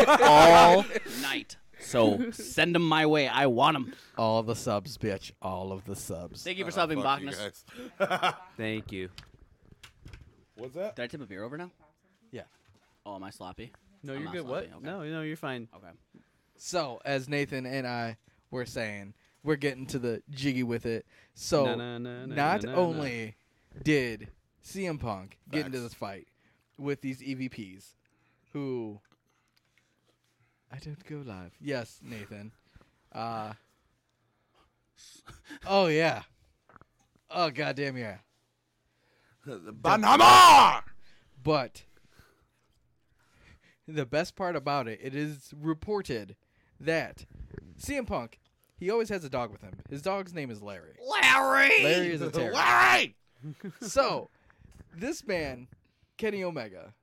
Speaker 4: hard all night. So send them my way. I want them.
Speaker 2: All the subs, bitch. All of the subs.
Speaker 4: Thank you for stopping,
Speaker 3: Oh, Fuck you
Speaker 4: Bachnas. Did
Speaker 3: guys.
Speaker 1: Thank you.
Speaker 3: What's that?
Speaker 4: I tip a beer over now?
Speaker 2: Yeah.
Speaker 4: Oh, am I sloppy?
Speaker 1: No,
Speaker 4: I'm
Speaker 1: you're
Speaker 4: not
Speaker 1: good. What?
Speaker 4: sloppy, okay.
Speaker 1: No, no, you're fine.
Speaker 4: Okay.
Speaker 2: So, as Nathan and I were saying, we're getting to the jiggy with it. So,
Speaker 1: Na, na, na, na,
Speaker 2: not
Speaker 1: na, na, na.
Speaker 2: only did CM Punk get into
Speaker 3: Facts.
Speaker 2: this fight with these EVPs, who I don't go live. Yes, Nathan. Uh, oh yeah. Oh goddamn yeah.
Speaker 3: Banama!
Speaker 2: But the best part about it, it is reported that CM Punk, he always has a dog with him. His dog's name is Larry.
Speaker 3: Larry!
Speaker 2: Larry is a terror.
Speaker 3: Larry!
Speaker 2: so, this man, Kenny Omega,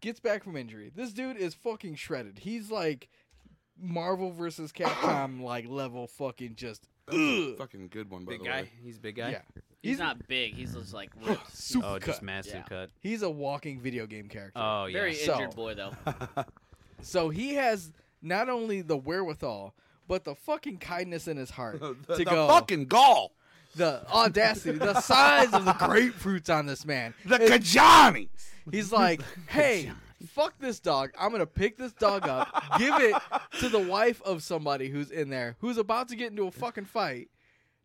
Speaker 2: gets back from injury. This dude is fucking shredded. He's like Marvel versus Capcom like level fucking just
Speaker 3: That was a fucking good one, by
Speaker 1: Big
Speaker 3: the
Speaker 1: guy.
Speaker 3: way.
Speaker 1: He's a big guy.
Speaker 2: yeah.
Speaker 4: He's, not big. He's just like ripped. He's
Speaker 2: super
Speaker 1: Oh, just
Speaker 2: cut.
Speaker 1: massive
Speaker 4: Yeah.
Speaker 1: cut.
Speaker 2: He's a walking video game character.
Speaker 1: Oh yeah.
Speaker 4: very
Speaker 2: So-
Speaker 4: injured boy though.
Speaker 2: So he has not only the wherewithal, but the fucking kindness in his heart
Speaker 3: The,
Speaker 2: to
Speaker 3: the
Speaker 2: go.
Speaker 3: fucking gall.
Speaker 2: the audacity, the size of the grapefruits on this man.
Speaker 3: The Kajani.
Speaker 2: He's like, hey, fuck this dog. I'm going to pick this dog up, give it to the wife of somebody who's in there, who's about to get into a fucking fight,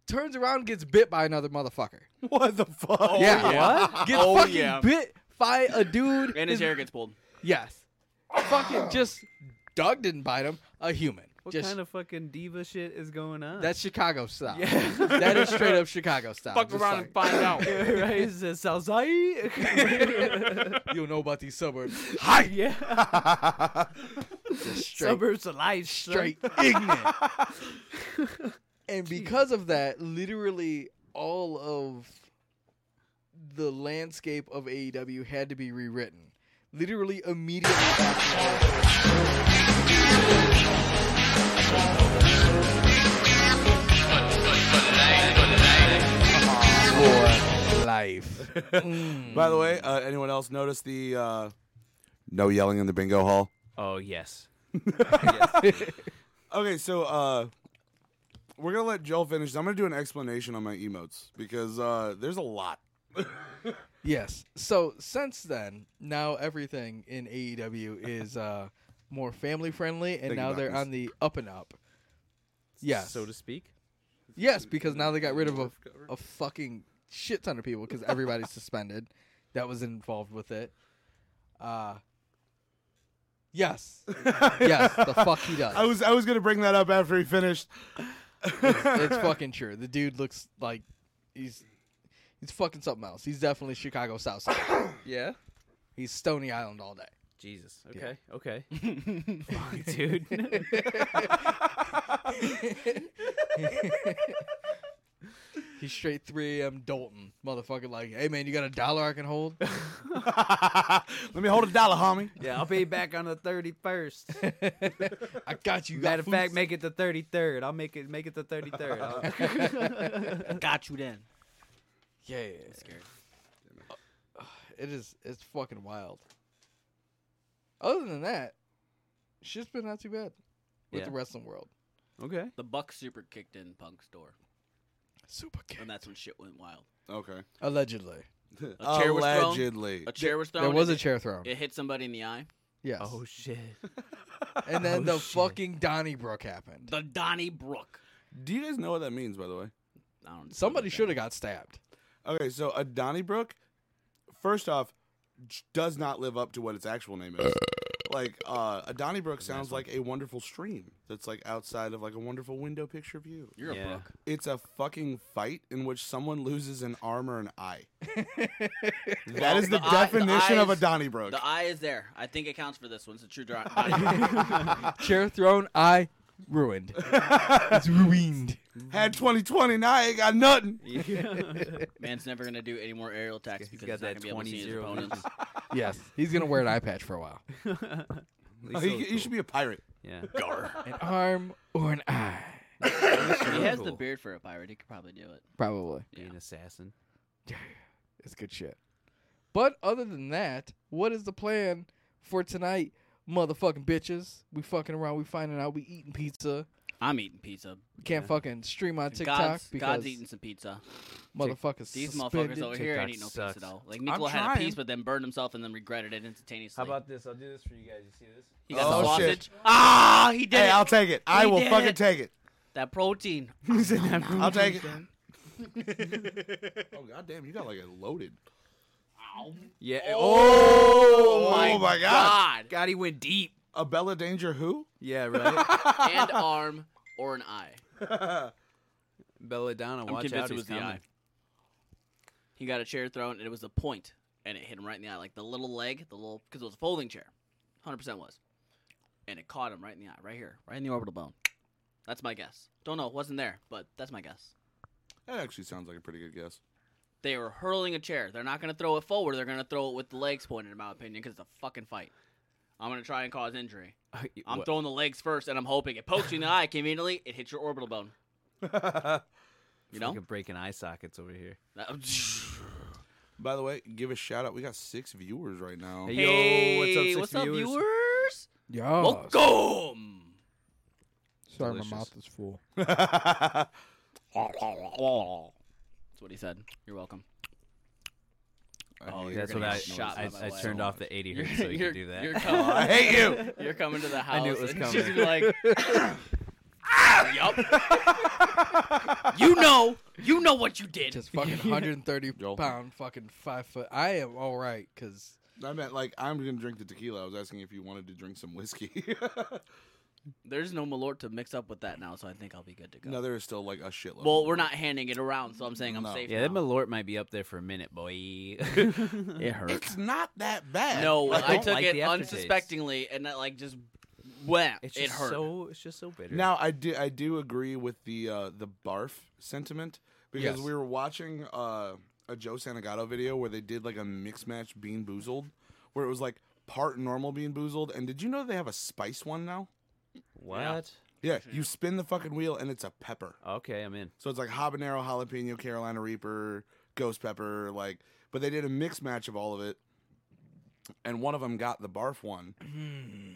Speaker 2: turns around and gets bit by another motherfucker.
Speaker 3: What the fuck?
Speaker 2: yeah.
Speaker 4: What?
Speaker 2: Gets
Speaker 4: oh
Speaker 2: fucking
Speaker 4: yeah.
Speaker 2: bit by a dude.
Speaker 4: And his hair gets pulled.
Speaker 2: Yes. fucking just, dog didn't bite him, a human.
Speaker 1: What
Speaker 2: just
Speaker 1: kind of fucking diva shit is going on?
Speaker 2: That's Chicago style. that is straight up Chicago style. Just like,
Speaker 4: find out.
Speaker 1: right. Is it Southside?
Speaker 2: You'll know about these suburbs.
Speaker 1: Hi. Yeah.
Speaker 2: Straight,
Speaker 1: Suburbs of life. son.
Speaker 2: straight ignorant. and because of that, literally all of the landscape of AEW had to be rewritten. Literally immediately. For life.
Speaker 3: By the way, uh, anyone else notice the uh, no yelling in the bingo hall?
Speaker 1: Oh yes.
Speaker 3: Okay, so uh, we're gonna let Joel finish. I'm gonna do an explanation on my emotes because uh, there's a lot.
Speaker 2: Yes. So since then, now everything in AEW is uh, more family friendly, and
Speaker 3: Thank you,
Speaker 2: now they're
Speaker 3: Marcus.
Speaker 2: on the up and up. Yes.
Speaker 1: So to speak.
Speaker 2: yes, because now they got rid of a, a fucking shit ton of people because everybody's suspended that was involved with it. Uh, yes. yes, the fuck he does.
Speaker 3: I was I was gonna bring that up after he finished.
Speaker 2: it's fucking true. The dude looks like he's he's fucking something else. He's definitely Chicago South Side.
Speaker 1: Yeah.
Speaker 2: he's Stony Island all day.
Speaker 1: Jesus. Okay. Okay. Fuck, dude.
Speaker 2: He's straight 3 a.m. Dalton. Motherfucker, like, hey man, you got a dollar I can hold?
Speaker 3: let me hold a dollar, homie.
Speaker 1: yeah, I'll be back on the thirty first.
Speaker 2: I got you. you
Speaker 1: Matter
Speaker 2: got
Speaker 1: of fact,
Speaker 2: food?"
Speaker 1: make it the thirty third. I'll make it make it the thirty third.
Speaker 4: Got you then.
Speaker 2: Yeah, yeah, yeah. It is, it's fucking wild. Other than that, shit's been not too bad with
Speaker 1: Yeah.
Speaker 2: the wrestling world.
Speaker 1: Okay.
Speaker 4: The buck super kicked in Punk's door,
Speaker 2: Super
Speaker 4: and that's when shit went wild.
Speaker 3: Okay.
Speaker 2: Allegedly.
Speaker 4: chair was thrown.
Speaker 3: Allegedly.
Speaker 4: A chair was thrown.
Speaker 2: There was
Speaker 4: it
Speaker 2: a chair thrown.
Speaker 4: It hit somebody in the eye.
Speaker 2: Yes.
Speaker 1: shit.
Speaker 2: and then
Speaker 1: oh,
Speaker 2: the
Speaker 1: shit.
Speaker 2: fucking Donnybrook happened.
Speaker 4: The Donnie Brook.
Speaker 3: Do you guys know what that means, by the way?
Speaker 4: I don't
Speaker 2: Somebody should have got stabbed.
Speaker 3: Okay, so a Donnybrook, first off, j- does not live up to what its actual name is. Like uh, a Donnybrook sounds like a wonderful stream that's like outside of like a wonderful window picture view.
Speaker 4: You're
Speaker 1: Yeah.
Speaker 4: a Brook.
Speaker 3: It's a fucking fight in which someone loses an arm or an eye. that is the,
Speaker 4: Oh, the eye- the
Speaker 3: definition of a
Speaker 4: eyes-
Speaker 3: Donnybrook.
Speaker 4: The eye is there. I think it counts for this one. It's a true dro- Donnie Brook.
Speaker 2: Chair thrown, I ruined. it's ruined.
Speaker 3: Had 2020, now I ain't got nothing.
Speaker 4: Man's never gonna do any more aerial attacks because
Speaker 1: got
Speaker 4: he's not
Speaker 1: that
Speaker 4: gonna be able to see his
Speaker 1: 20-0
Speaker 4: opponents.
Speaker 2: Yes. He's gonna wear an eye patch for a while.
Speaker 3: Oh, he, he should be a pirate.
Speaker 1: Yeah.
Speaker 2: An arm or an eye.
Speaker 4: he has the
Speaker 1: cool.
Speaker 4: beard for a pirate. He could probably do it.
Speaker 2: Probably.
Speaker 1: Be an assassin.
Speaker 2: It's good shit. But other than that, what is the plan for tonight, motherfucking bitches? We fucking around. We finding out. We eating pizza.
Speaker 4: I'm eating pizza.
Speaker 2: We can't fucking stream on TikTok
Speaker 4: God's,
Speaker 2: because
Speaker 4: God's eating some pizza.
Speaker 2: motherfuckers.
Speaker 4: These
Speaker 2: suspended.
Speaker 4: motherfuckers over here
Speaker 1: TikTok
Speaker 4: ain't eating no
Speaker 1: sucks.
Speaker 4: pizza though. Like Nicolo had a
Speaker 3: trying.
Speaker 4: piece, but then burned himself and then regretted it instantaneously.
Speaker 1: How about this? I'll do this for you guys. You see this?
Speaker 4: he got the
Speaker 3: Oh,
Speaker 4: sausage?
Speaker 3: shit.
Speaker 4: Ah, he did
Speaker 3: Hey,
Speaker 4: it.
Speaker 3: I'll take it. I
Speaker 4: He
Speaker 3: will
Speaker 4: did
Speaker 3: fucking
Speaker 4: it.
Speaker 3: take it.
Speaker 4: that protein.
Speaker 3: I'll take it. oh goddamn, you got like a loaded.
Speaker 1: Yeah.
Speaker 3: Oh,
Speaker 4: my
Speaker 3: my god.
Speaker 4: God.
Speaker 1: God, he went deep.
Speaker 3: A Bella Danger who?
Speaker 1: Yeah, right.
Speaker 4: and arm or an eye.
Speaker 1: Belladonna,
Speaker 4: I'm
Speaker 1: watch
Speaker 4: convinced
Speaker 1: out.
Speaker 4: it was
Speaker 1: He's
Speaker 4: the eye.
Speaker 1: coming.
Speaker 4: He got a chair thrown, and it was a point, and it hit him right in the eye, like the little leg, the little because it was a folding chair, hundred percent was, and it caught him right in the eye, right here, right in the orbital bone. That's my guess. Don't know, wasn't there, but that's my guess.
Speaker 3: That actually sounds like a pretty good guess.
Speaker 4: They were hurling a chair. They're not gonna throw it forward. They're gonna throw it with the legs pointed, in my opinion, because it's a fucking fight. I'm gonna try and cause injury. I'm
Speaker 1: What?
Speaker 4: throwing the legs first, and I'm hoping it pokes you in the eye conveniently. It hits your orbital bone. you know,
Speaker 1: Fucking breaking eye sockets over here.
Speaker 4: That-
Speaker 3: By the way, give a shout out. We got six viewers right now.
Speaker 1: Hey.
Speaker 4: Hey,
Speaker 1: Yo, what's up, six
Speaker 4: what's up,
Speaker 1: viewers?
Speaker 4: viewers?
Speaker 2: Yeah.
Speaker 4: Welcome.
Speaker 2: Sorry,
Speaker 1: Delicious.
Speaker 2: my mouth is full.
Speaker 4: That's what he said. You're welcome.
Speaker 3: I
Speaker 4: Oh,
Speaker 3: hate
Speaker 4: you're
Speaker 1: That's
Speaker 3: that
Speaker 1: what
Speaker 4: gonna
Speaker 1: I,
Speaker 4: get shot
Speaker 1: I,
Speaker 4: by
Speaker 1: I
Speaker 4: my
Speaker 1: turned
Speaker 4: wife.
Speaker 1: off the 80 hertz so you
Speaker 4: You're-
Speaker 1: could do that.
Speaker 4: You're
Speaker 3: noise. I
Speaker 4: coming,
Speaker 3: hate you.
Speaker 4: you're coming to the house.
Speaker 1: I knew it was
Speaker 4: and
Speaker 1: coming.
Speaker 4: She's gonna be like, ah, yup. you know, you know what you did.
Speaker 2: Just fucking 130
Speaker 3: Joel.
Speaker 2: pound fucking five foot. I am all right because
Speaker 3: I meant like I'm gonna drink the tequila. I was asking if you wanted to drink some whiskey.
Speaker 4: There's no Malort to mix up with that now, so I think I'll be good to go.
Speaker 3: no, there is still like a shitload.
Speaker 4: well, we're not handing it around, so I'm saying I'm
Speaker 3: No.
Speaker 4: safe.
Speaker 1: yeah, that
Speaker 4: now.
Speaker 1: Malort might be up there for a minute, boy.
Speaker 4: it hurts.
Speaker 3: it's not that bad.
Speaker 4: No,
Speaker 1: I
Speaker 4: I,
Speaker 1: don't
Speaker 4: took
Speaker 1: like
Speaker 4: it
Speaker 1: the aftertaste.
Speaker 4: unsuspectingly, and that like just went.
Speaker 1: It's
Speaker 4: it
Speaker 1: just
Speaker 4: hurt.
Speaker 1: so it's just so bitter.
Speaker 3: Now I do I do agree with the uh, the barf sentiment because
Speaker 2: Yes.
Speaker 3: we were watching uh, a Joe Santagato video where they did like a mix match Bean Boozled, where it was like part normal Bean Boozled, and did you know they have a spice one now?
Speaker 1: what?
Speaker 3: Yeah, you spin the fucking wheel and it's a pepper.
Speaker 1: Okay, I'm in.
Speaker 3: So it's like habanero, jalapeno, Carolina Reaper, ghost pepper, like. But they did a mix match of all of it, and one of them got the barf one,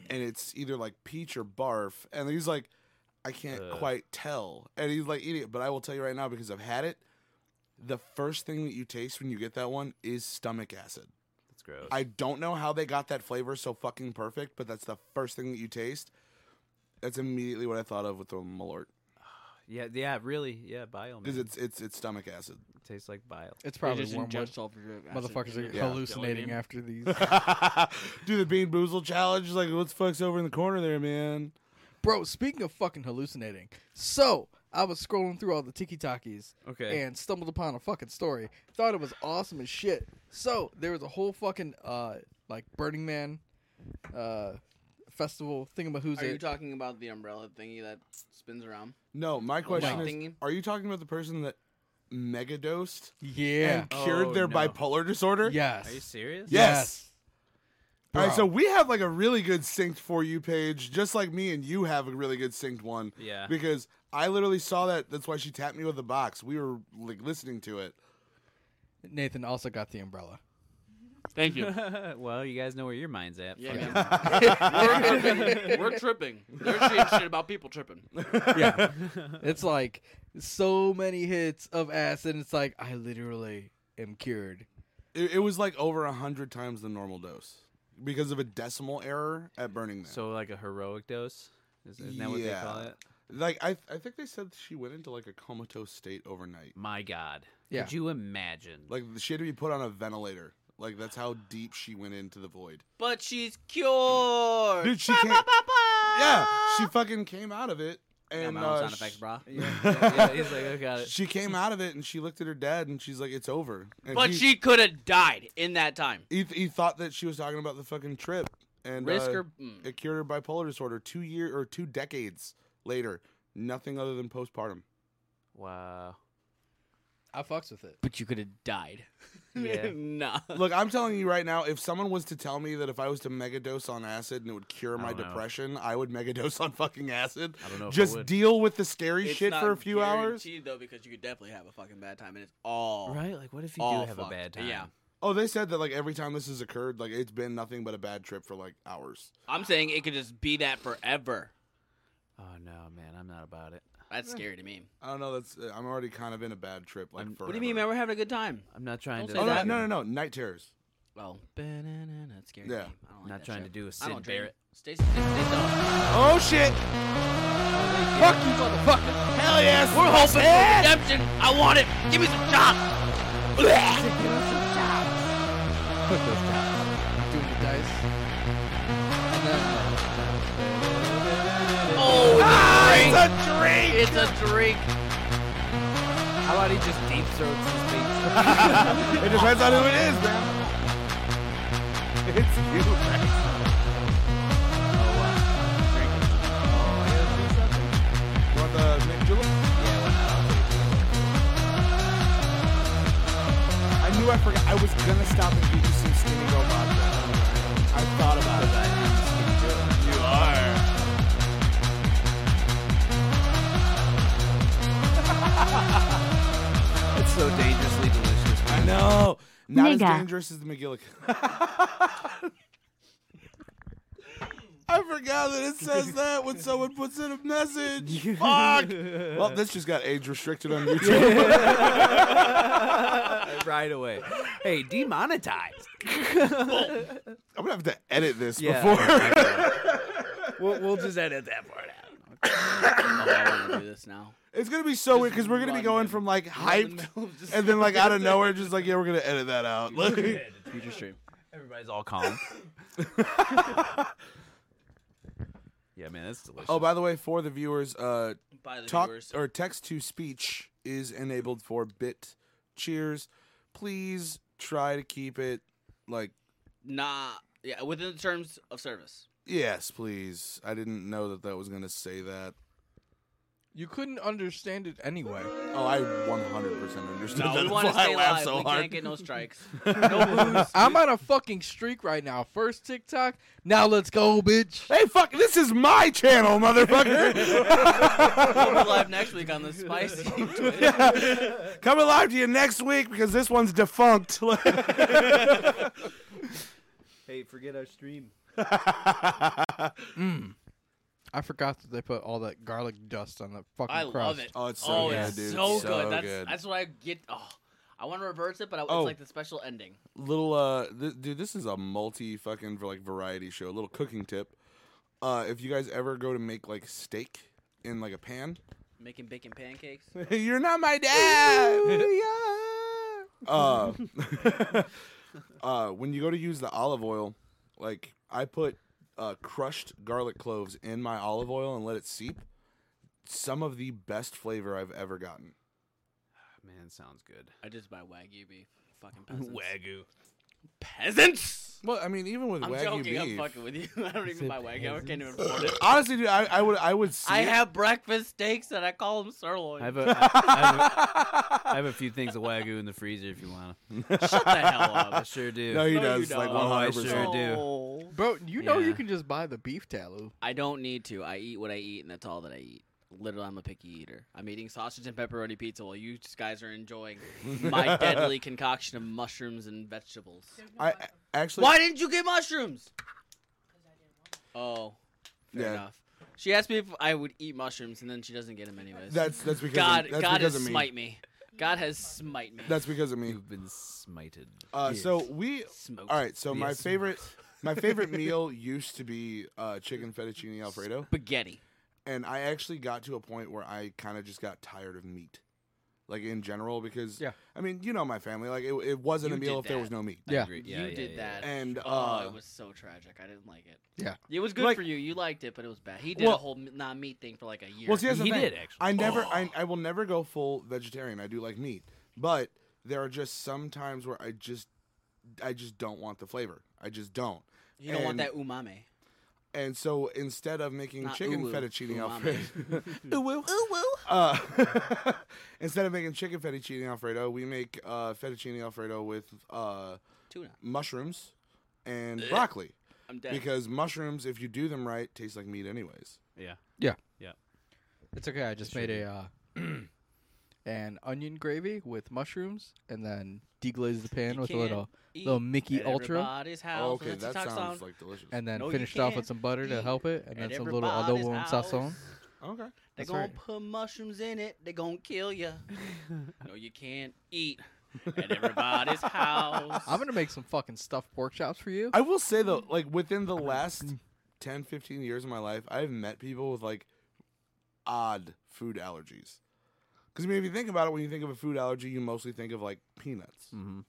Speaker 3: and it's either like peach or barf, and he's like, I can't
Speaker 1: Ugh.
Speaker 3: quite tell, and he's like, idiot. But I will tell you right now because I've had it. The first thing that you taste when you get that one is stomach acid.
Speaker 1: That's gross.
Speaker 3: I don't know how they got that flavor so fucking perfect, but that's the first thing that you taste. That's immediately what I thought of with the Malort
Speaker 1: yeah, yeah, really, yeah. Bile
Speaker 3: because
Speaker 1: man.
Speaker 3: it's it's it's stomach acid.
Speaker 1: It tastes like bile.
Speaker 2: it's
Speaker 4: They
Speaker 2: probably
Speaker 4: just
Speaker 2: one
Speaker 4: ingest
Speaker 2: much.
Speaker 4: sulfuric acid.
Speaker 2: Motherfuckers are
Speaker 3: Yeah.
Speaker 2: hallucinating after these.
Speaker 3: Do the Bean Boozle challenge. Like, what the fuck's over in the corner there, man?
Speaker 2: Bro, speaking of fucking hallucinating, so I was scrolling through all the Tiki Takis
Speaker 1: Okay.
Speaker 2: and stumbled upon a fucking story. Thought it was awesome as shit. So there was a whole fucking uh like Burning Man uh festival
Speaker 4: Are you
Speaker 2: thingamahoozy.
Speaker 4: talking about the umbrella thingy that spins around?
Speaker 3: No, my question
Speaker 4: Wow.
Speaker 3: is:
Speaker 4: Thingy.
Speaker 3: Are you talking about the person that megadosed
Speaker 2: yeah.
Speaker 3: and cured
Speaker 1: Oh,
Speaker 3: their
Speaker 1: no.
Speaker 3: bipolar disorder?
Speaker 2: yes.
Speaker 1: Are you serious?
Speaker 3: Yeah. Yes. All right,
Speaker 2: Bro.
Speaker 3: so we have like a really good synced for you page, just like me and you have a really good synced one.
Speaker 1: Yeah.
Speaker 3: Because I literally saw that. That's why she tapped me with the box. We were like listening to it.
Speaker 2: Nathan also got the umbrella.
Speaker 4: Thank you.
Speaker 1: well, you guys know where your mind's at.
Speaker 4: Yeah,
Speaker 1: Fucking-
Speaker 4: We're tripping. We're tripping. They're saying shit about people tripping.
Speaker 2: yeah. It's like so many hits of acid. It's like I literally am cured.
Speaker 3: It, it was like over a hundred times the normal dose because of a decimal error at Burning Man.
Speaker 1: So like a heroic dose. Is, isn't that what they call
Speaker 3: Yeah.
Speaker 1: it?
Speaker 3: like I, I think they said she went into like a comatose state overnight.
Speaker 1: My God.
Speaker 2: Yeah.
Speaker 1: Could you imagine?
Speaker 3: Like she had to be put on a ventilator. Like that's how deep she went into the void.
Speaker 4: But she's cured.
Speaker 3: Dude, she can't. Yeah, she fucking came out of it,
Speaker 1: yeah,
Speaker 3: and
Speaker 1: my own
Speaker 3: uh,
Speaker 1: sound
Speaker 3: sh-
Speaker 1: effects, brah.
Speaker 3: yeah,
Speaker 1: he's like, I got it.
Speaker 3: she came out of it, and she looked at her dad, and she's like, "It's over." And
Speaker 4: But
Speaker 3: he-
Speaker 4: she could have died in that time.
Speaker 3: he, he thought that she was talking about the fucking trip, and
Speaker 4: Risk
Speaker 3: uh,
Speaker 4: her. mm.
Speaker 3: it cured her bipolar disorder two year or two decades later. Nothing other than postpartum.
Speaker 1: Wow.
Speaker 2: I fucks with it.
Speaker 4: But you could have died.
Speaker 1: Yeah.
Speaker 4: nah.
Speaker 3: Look, I'm telling you right now, if someone was to tell me that if I was to megadose on acid and it would cure my
Speaker 1: don't know.
Speaker 3: depression, I would megadose on fucking acid.
Speaker 1: I don't know if I
Speaker 3: Just
Speaker 1: would.
Speaker 3: deal with the scary
Speaker 4: It's
Speaker 3: shit
Speaker 4: not
Speaker 3: for a few hours.
Speaker 4: guaranteed, though, because you could definitely have a fucking bad time, and it's all
Speaker 1: Right? Like, what if you
Speaker 4: all
Speaker 1: do have
Speaker 4: fucked.
Speaker 1: a bad time?
Speaker 4: Yeah.
Speaker 3: Oh, they said that like every time this has occurred, like it's been nothing but a bad trip for like hours.
Speaker 4: I'm saying it could just be that forever.
Speaker 1: Oh no, man, I'm not about it.
Speaker 4: That's scary to me.
Speaker 3: I don't know. That's uh, I'm already kind of in a bad trip. Like, forever.
Speaker 4: What do you mean, man? We're having a good time.
Speaker 1: I'm not trying
Speaker 4: Don't
Speaker 1: to.
Speaker 4: say
Speaker 3: Oh
Speaker 4: that.
Speaker 3: no, no, no, no! Night terrors.
Speaker 4: Well, banana, that's scary.
Speaker 3: Yeah.
Speaker 4: to me. I don't like
Speaker 1: Not
Speaker 4: that
Speaker 1: trying
Speaker 4: shit.
Speaker 1: to do a
Speaker 4: I
Speaker 1: Sid
Speaker 4: don't drink.
Speaker 1: Barrett.
Speaker 4: Stay, stay, stay still.
Speaker 3: Oh shit!
Speaker 2: Fuck you, motherfucker.
Speaker 3: Hell yes!
Speaker 4: We're hoping for redemption. I want it. Give me some chops.
Speaker 2: Doing the dice. And then,
Speaker 4: Oh, it's a drink.
Speaker 3: Ah, It's a drink.
Speaker 4: It's a drink.
Speaker 1: How about he just deep throats his face?
Speaker 3: It depends on who it is, man. It's you, man. Oh, You want the mint julep? I knew I forgot. I was gonna stop and get you some skinny girl vodka. I thought about it. You are.
Speaker 1: It's so dangerously delicious.
Speaker 3: I know. Not as
Speaker 8: Nigga.
Speaker 3: dangerous as the McGillic. I forgot that it says that when someone puts in a message. Fuck. Well, this just got age restricted on YouTube.
Speaker 1: right away. Hey, demonetized.
Speaker 3: I'm gonna have to edit this
Speaker 1: Yeah.
Speaker 3: before.
Speaker 1: we'll, we'll just edit that part out.
Speaker 4: Oh, I want to do this now.
Speaker 3: it's gonna be so weird because we're gonna be
Speaker 4: run
Speaker 3: going
Speaker 4: in.
Speaker 3: from like
Speaker 4: In
Speaker 3: hyped
Speaker 4: the middle of just-
Speaker 3: and then like out of nowhere, just like yeah, we're gonna edit that out. Like,
Speaker 4: Future stream.
Speaker 1: Everybody's all calm. yeah, man, that's delicious.
Speaker 3: oh, by the way, for the viewers, uh,
Speaker 4: By the
Speaker 3: talk
Speaker 4: viewers.
Speaker 3: or text to speech is enabled for bit. Cheers. Please try to keep it like
Speaker 4: Nah. Yeah, within the terms of service.
Speaker 3: yes, please. I didn't know that that was gonna say that.
Speaker 2: you couldn't understand it anyway.
Speaker 3: Oh, I 100% understood that.
Speaker 4: No, we
Speaker 3: That's
Speaker 4: want to
Speaker 3: why
Speaker 4: stay
Speaker 3: I laughed
Speaker 4: live.
Speaker 3: so
Speaker 4: we
Speaker 3: hard.
Speaker 4: can't get no strikes. No booze.
Speaker 2: I'm on a fucking streak right now. First TikTok, now let's go, bitch.
Speaker 3: Hey, fuck! This is my channel, motherfucker.
Speaker 4: We'll be live next week on the spicy. Twitch.
Speaker 3: Coming live to you next week because this one's defunct.
Speaker 1: hey, forget our stream.
Speaker 2: I forgot that they put all that garlic dust on the fucking
Speaker 4: I
Speaker 2: crust.
Speaker 4: love it.
Speaker 3: Oh, it's so
Speaker 4: oh,
Speaker 3: good,
Speaker 4: it's
Speaker 3: dude.
Speaker 4: so
Speaker 3: It's
Speaker 4: good.
Speaker 3: so
Speaker 4: that's
Speaker 3: good.
Speaker 4: that's what I get. Oh, I want to reverse it, but I,
Speaker 3: Oh.
Speaker 4: it's like the special ending.
Speaker 3: little uh, th- dude, this is a multi fucking like variety show. A little cooking tip. Uh, if you guys ever go to make like steak in like a pan,
Speaker 4: Making bacon pancakes.
Speaker 3: You're not my dad. uh, uh, when you go to use the olive oil, like I put uh, crushed garlic cloves in my olive oil and let it seep. Some of the best flavor I've ever gotten.
Speaker 1: Man, sounds good.
Speaker 4: I just buy wagyu beef. Fucking peasants.
Speaker 1: Wagyu.
Speaker 4: peasants.
Speaker 3: Well, I mean, even with
Speaker 4: I'm
Speaker 3: wagyu
Speaker 4: joking. I'm
Speaker 3: beef.
Speaker 4: fucking with you. I don't even buy wagyu. I can't even afford it.
Speaker 3: Honestly, dude, I, I would I would see.
Speaker 4: I
Speaker 3: it.
Speaker 4: have breakfast steaks and I call them sirloin.
Speaker 1: I have a, I, I have a, I have a few things of wagyu in the freezer if you want.
Speaker 4: Shut the hell
Speaker 1: I
Speaker 4: up.
Speaker 1: sure do.
Speaker 3: No, he
Speaker 4: No, you
Speaker 3: does. Like
Speaker 4: don't.
Speaker 1: Oh, I
Speaker 3: 100.
Speaker 1: sure do.
Speaker 4: No.
Speaker 2: Bro, you know
Speaker 1: Yeah.
Speaker 2: you can just buy the beef tallow.
Speaker 4: I don't need to. I eat what I eat, and that's all that I eat. literally, I'm a picky eater. I'm eating sausage and pepperoni pizza while you guys are enjoying my deadly concoction of mushrooms and vegetables.
Speaker 3: I a- actually.
Speaker 4: Why didn't you get mushrooms? Oh, fair
Speaker 3: Yeah.
Speaker 4: enough. She asked me if I would eat mushrooms, and then she doesn't get them anyways.
Speaker 3: That's that's because
Speaker 4: God,
Speaker 3: of, that's
Speaker 4: God
Speaker 3: because
Speaker 4: has
Speaker 3: of me.
Speaker 4: smite me. God has smite me.
Speaker 3: That's because of me.
Speaker 1: You've been smited.
Speaker 3: Uh, so we
Speaker 4: Smoked.
Speaker 3: all right. So my
Speaker 1: Yes.
Speaker 3: favorite my favorite meal used to be uh, chicken fettuccine alfredo,
Speaker 4: Spaghetti.
Speaker 3: and I actually got to a point where I kind of just got tired of meat, like in general, because
Speaker 2: Yeah.
Speaker 3: I mean you know my family like it, it wasn't
Speaker 4: You
Speaker 3: a meal
Speaker 4: did
Speaker 3: if there
Speaker 4: that.
Speaker 3: was no meat.
Speaker 2: Yeah.
Speaker 1: Agreed. Yeah,
Speaker 4: you
Speaker 1: yeah,
Speaker 4: did
Speaker 1: yeah,
Speaker 4: that,
Speaker 3: And,
Speaker 4: oh,
Speaker 3: uh,
Speaker 4: it was so tragic. I didn't like it.
Speaker 2: Yeah.
Speaker 4: it was good
Speaker 3: Like-
Speaker 4: for you. You liked it, but it was bad. He did
Speaker 3: Well-
Speaker 4: a whole non meat thing for like a year.
Speaker 3: Well, see,
Speaker 1: yeah.
Speaker 3: that's the
Speaker 1: He
Speaker 3: thing.
Speaker 1: did actually.
Speaker 3: I never,
Speaker 4: Oh.
Speaker 3: I, I will never go full vegetarian. I do like meat, but there are just some times where I just, I just don't want the flavor. I just don't.
Speaker 4: you don't want
Speaker 3: and-
Speaker 4: that umami.
Speaker 3: And so instead of making
Speaker 4: Not
Speaker 3: chicken
Speaker 4: uwu,
Speaker 3: fettuccine
Speaker 4: umami.
Speaker 3: alfredo, uwu, uwu. Uh, instead of making chicken fettuccine alfredo, we make uh, fettuccine alfredo with uh,
Speaker 4: Tuna.
Speaker 3: mushrooms and broccoli
Speaker 4: I'm dead.
Speaker 3: because mushrooms, if you do them right, taste like meat anyways.
Speaker 1: Yeah.
Speaker 2: It's okay. I just made a uh, an onion gravy with mushrooms, and then deglaze the pan
Speaker 4: You
Speaker 2: with a
Speaker 4: can't
Speaker 2: little
Speaker 4: eat
Speaker 2: little Mickey
Speaker 4: at
Speaker 2: Ultra,
Speaker 4: everybody's house.
Speaker 3: okay,
Speaker 4: Let's
Speaker 3: that
Speaker 4: talk
Speaker 3: sounds
Speaker 4: some-
Speaker 3: like delicious.
Speaker 2: and then
Speaker 4: No, you
Speaker 2: finished off
Speaker 4: can't
Speaker 2: with some butter to
Speaker 4: eat
Speaker 2: help it, and
Speaker 4: at
Speaker 2: then some little
Speaker 4: everybody's
Speaker 2: adobo and
Speaker 4: house.
Speaker 2: sazon.
Speaker 3: okay.
Speaker 4: They
Speaker 2: That's
Speaker 4: gonna
Speaker 2: right.
Speaker 4: put mushrooms in it. They gonna kill you. no, you can't eat at everybody's house.
Speaker 2: I'm gonna make some fucking stuffed pork chops for you.
Speaker 3: I will say though, like within the last 10, 15 years of my life, I've met people with like odd food allergies. Because I mean, if you think about it, when you think of a food allergy, you mostly think of like peanuts.
Speaker 1: Mhm.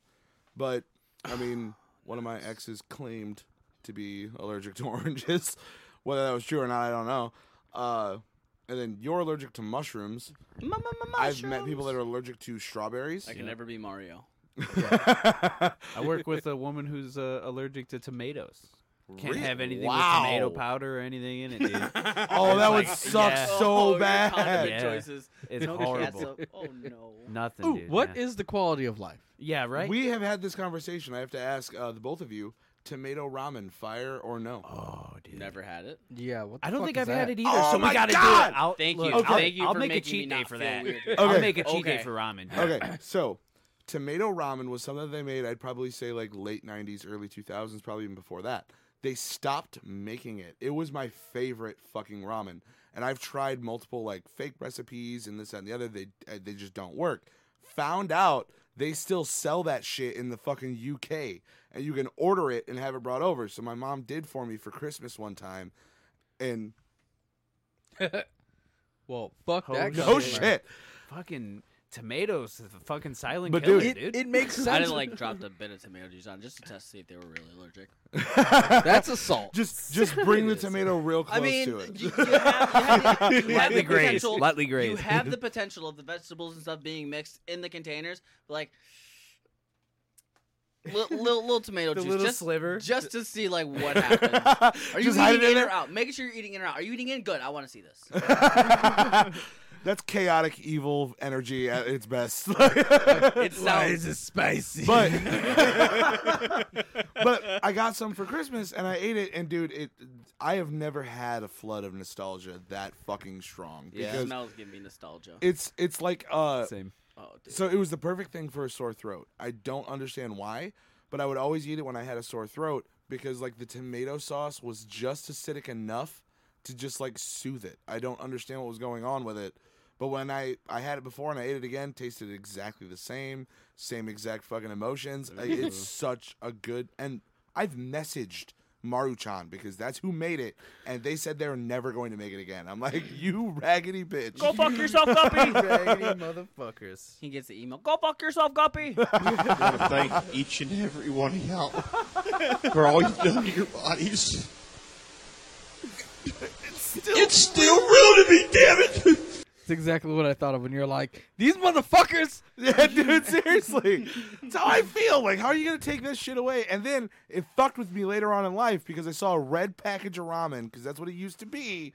Speaker 3: But I mean, one of my exes claimed to be allergic to oranges. Whether that was true or not, I don't know. Uh, and then you're allergic to mushrooms. I've met people that are allergic to strawberries.
Speaker 4: I can never be Mario. Oh.
Speaker 1: I work with a woman who's uh, allergic to tomatoes. Can't
Speaker 3: Really?
Speaker 1: have anything
Speaker 3: Wow.
Speaker 1: with tomato powder or anything in it, dude.
Speaker 3: oh, that
Speaker 1: like-
Speaker 3: would suck
Speaker 1: yeah. Oh,
Speaker 3: so
Speaker 4: your
Speaker 3: bad.
Speaker 4: condiment
Speaker 1: Yeah.
Speaker 4: choices.
Speaker 1: It's
Speaker 4: No
Speaker 1: horrible.
Speaker 4: catsup. Oh no.
Speaker 1: Nothing,
Speaker 2: Ooh,
Speaker 1: dude.
Speaker 2: what is
Speaker 1: yeah.
Speaker 2: the quality of life?
Speaker 1: Yeah, right?
Speaker 3: We have had this conversation. I have to ask uh, the both of you: tomato ramen, fire or no?
Speaker 1: oh, dude.
Speaker 4: Never had it.
Speaker 2: Yeah, what the
Speaker 1: I don't
Speaker 2: fuck
Speaker 1: think
Speaker 2: is
Speaker 1: I've
Speaker 2: that?
Speaker 1: had it either,
Speaker 3: Oh
Speaker 1: so we
Speaker 3: my
Speaker 1: gotta
Speaker 3: God!
Speaker 1: do it. I'll,
Speaker 4: Thank
Speaker 1: look,
Speaker 4: you.
Speaker 1: I'll,
Speaker 4: Thank you
Speaker 1: I'll
Speaker 4: for
Speaker 1: make a
Speaker 4: making me
Speaker 1: cheat day
Speaker 4: not
Speaker 1: for
Speaker 4: feel
Speaker 1: that.
Speaker 4: weird.
Speaker 1: I'll
Speaker 3: Okay.
Speaker 1: make a cheat
Speaker 4: Okay.
Speaker 1: day for ramen. dude.
Speaker 3: Okay, so tomato ramen was something they made. I'd probably say like late '90s, early 2000s, probably even before that. They stopped making it. It was my favorite fucking ramen, and I've tried multiple like fake recipes and this that, and the other. They uh, they just don't work. Found out they still sell that shit in the fucking UK, and you can order it and have it brought over. So my mom did for me for Christmas one time, and
Speaker 2: Well, fuck
Speaker 1: Oh,
Speaker 2: that.
Speaker 3: oh
Speaker 2: customer.
Speaker 1: shit.
Speaker 3: shit.
Speaker 1: Fucking tomatoes, is a fucking silent
Speaker 3: But
Speaker 1: killer,
Speaker 3: dude-
Speaker 1: dude.
Speaker 2: It, it makes sense.
Speaker 4: I didn't like dropped a bit of tomato juice on just to test to see if they were really allergic.
Speaker 2: That's assault.
Speaker 3: Just just bring the tomato real close
Speaker 4: I mean,
Speaker 3: to it.
Speaker 4: you, you have, you have, the- you have
Speaker 1: Lightly
Speaker 4: the
Speaker 1: grazed,
Speaker 4: potential.
Speaker 1: lightly
Speaker 4: You
Speaker 1: grazed.
Speaker 4: have the potential of the vegetables and stuff being mixed in the containers, but like little little, little tomato
Speaker 1: The
Speaker 4: juice,
Speaker 1: little
Speaker 4: just,
Speaker 1: sliver.
Speaker 4: just to see like what happens. Are you
Speaker 3: Just hide
Speaker 4: eating
Speaker 3: it
Speaker 4: in
Speaker 3: in
Speaker 4: or
Speaker 3: there.
Speaker 4: out? Making sure you're eating in or out. Are you eating in? Good. I want to see this.
Speaker 3: That's chaotic evil energy at its best.
Speaker 4: It sounds
Speaker 2: spicy.
Speaker 3: but but I got some for Christmas and I ate it and dude it I have never had a flood of nostalgia that fucking strong
Speaker 4: yeah.
Speaker 3: because
Speaker 4: smells give me nostalgia.
Speaker 3: it's it's like uh
Speaker 1: Same.
Speaker 4: oh, dude.
Speaker 3: so it was the perfect thing for a sore throat. I don't understand why, but I would always eat it when I had a sore throat because like the tomato sauce was just acidic enough to just like soothe it. I don't understand what was going on with it. But when I I had it before and I ate it again, tasted exactly the same, same exact fucking emotions. Like, it's such a good and I've messaged Maruchan because that's who made it, and they said they're never going to make it again. I'm like, you raggedy bitch.
Speaker 1: Go fuck yourself, Guppy! Raggedy motherfuckers.
Speaker 4: he gets the email. Go fuck yourself, Guppy.
Speaker 9: I want to thank each and every one of y'all for all you've done to your bodies. It's still real to me, damn it!
Speaker 2: That's exactly what I thought of when you're like, these motherfuckers.
Speaker 3: Yeah, dude, seriously. That's how I feel. Like, how are you gonna take this shit away? And then it fucked with me later on in life because I saw a red package of ramen because that's what it used to be.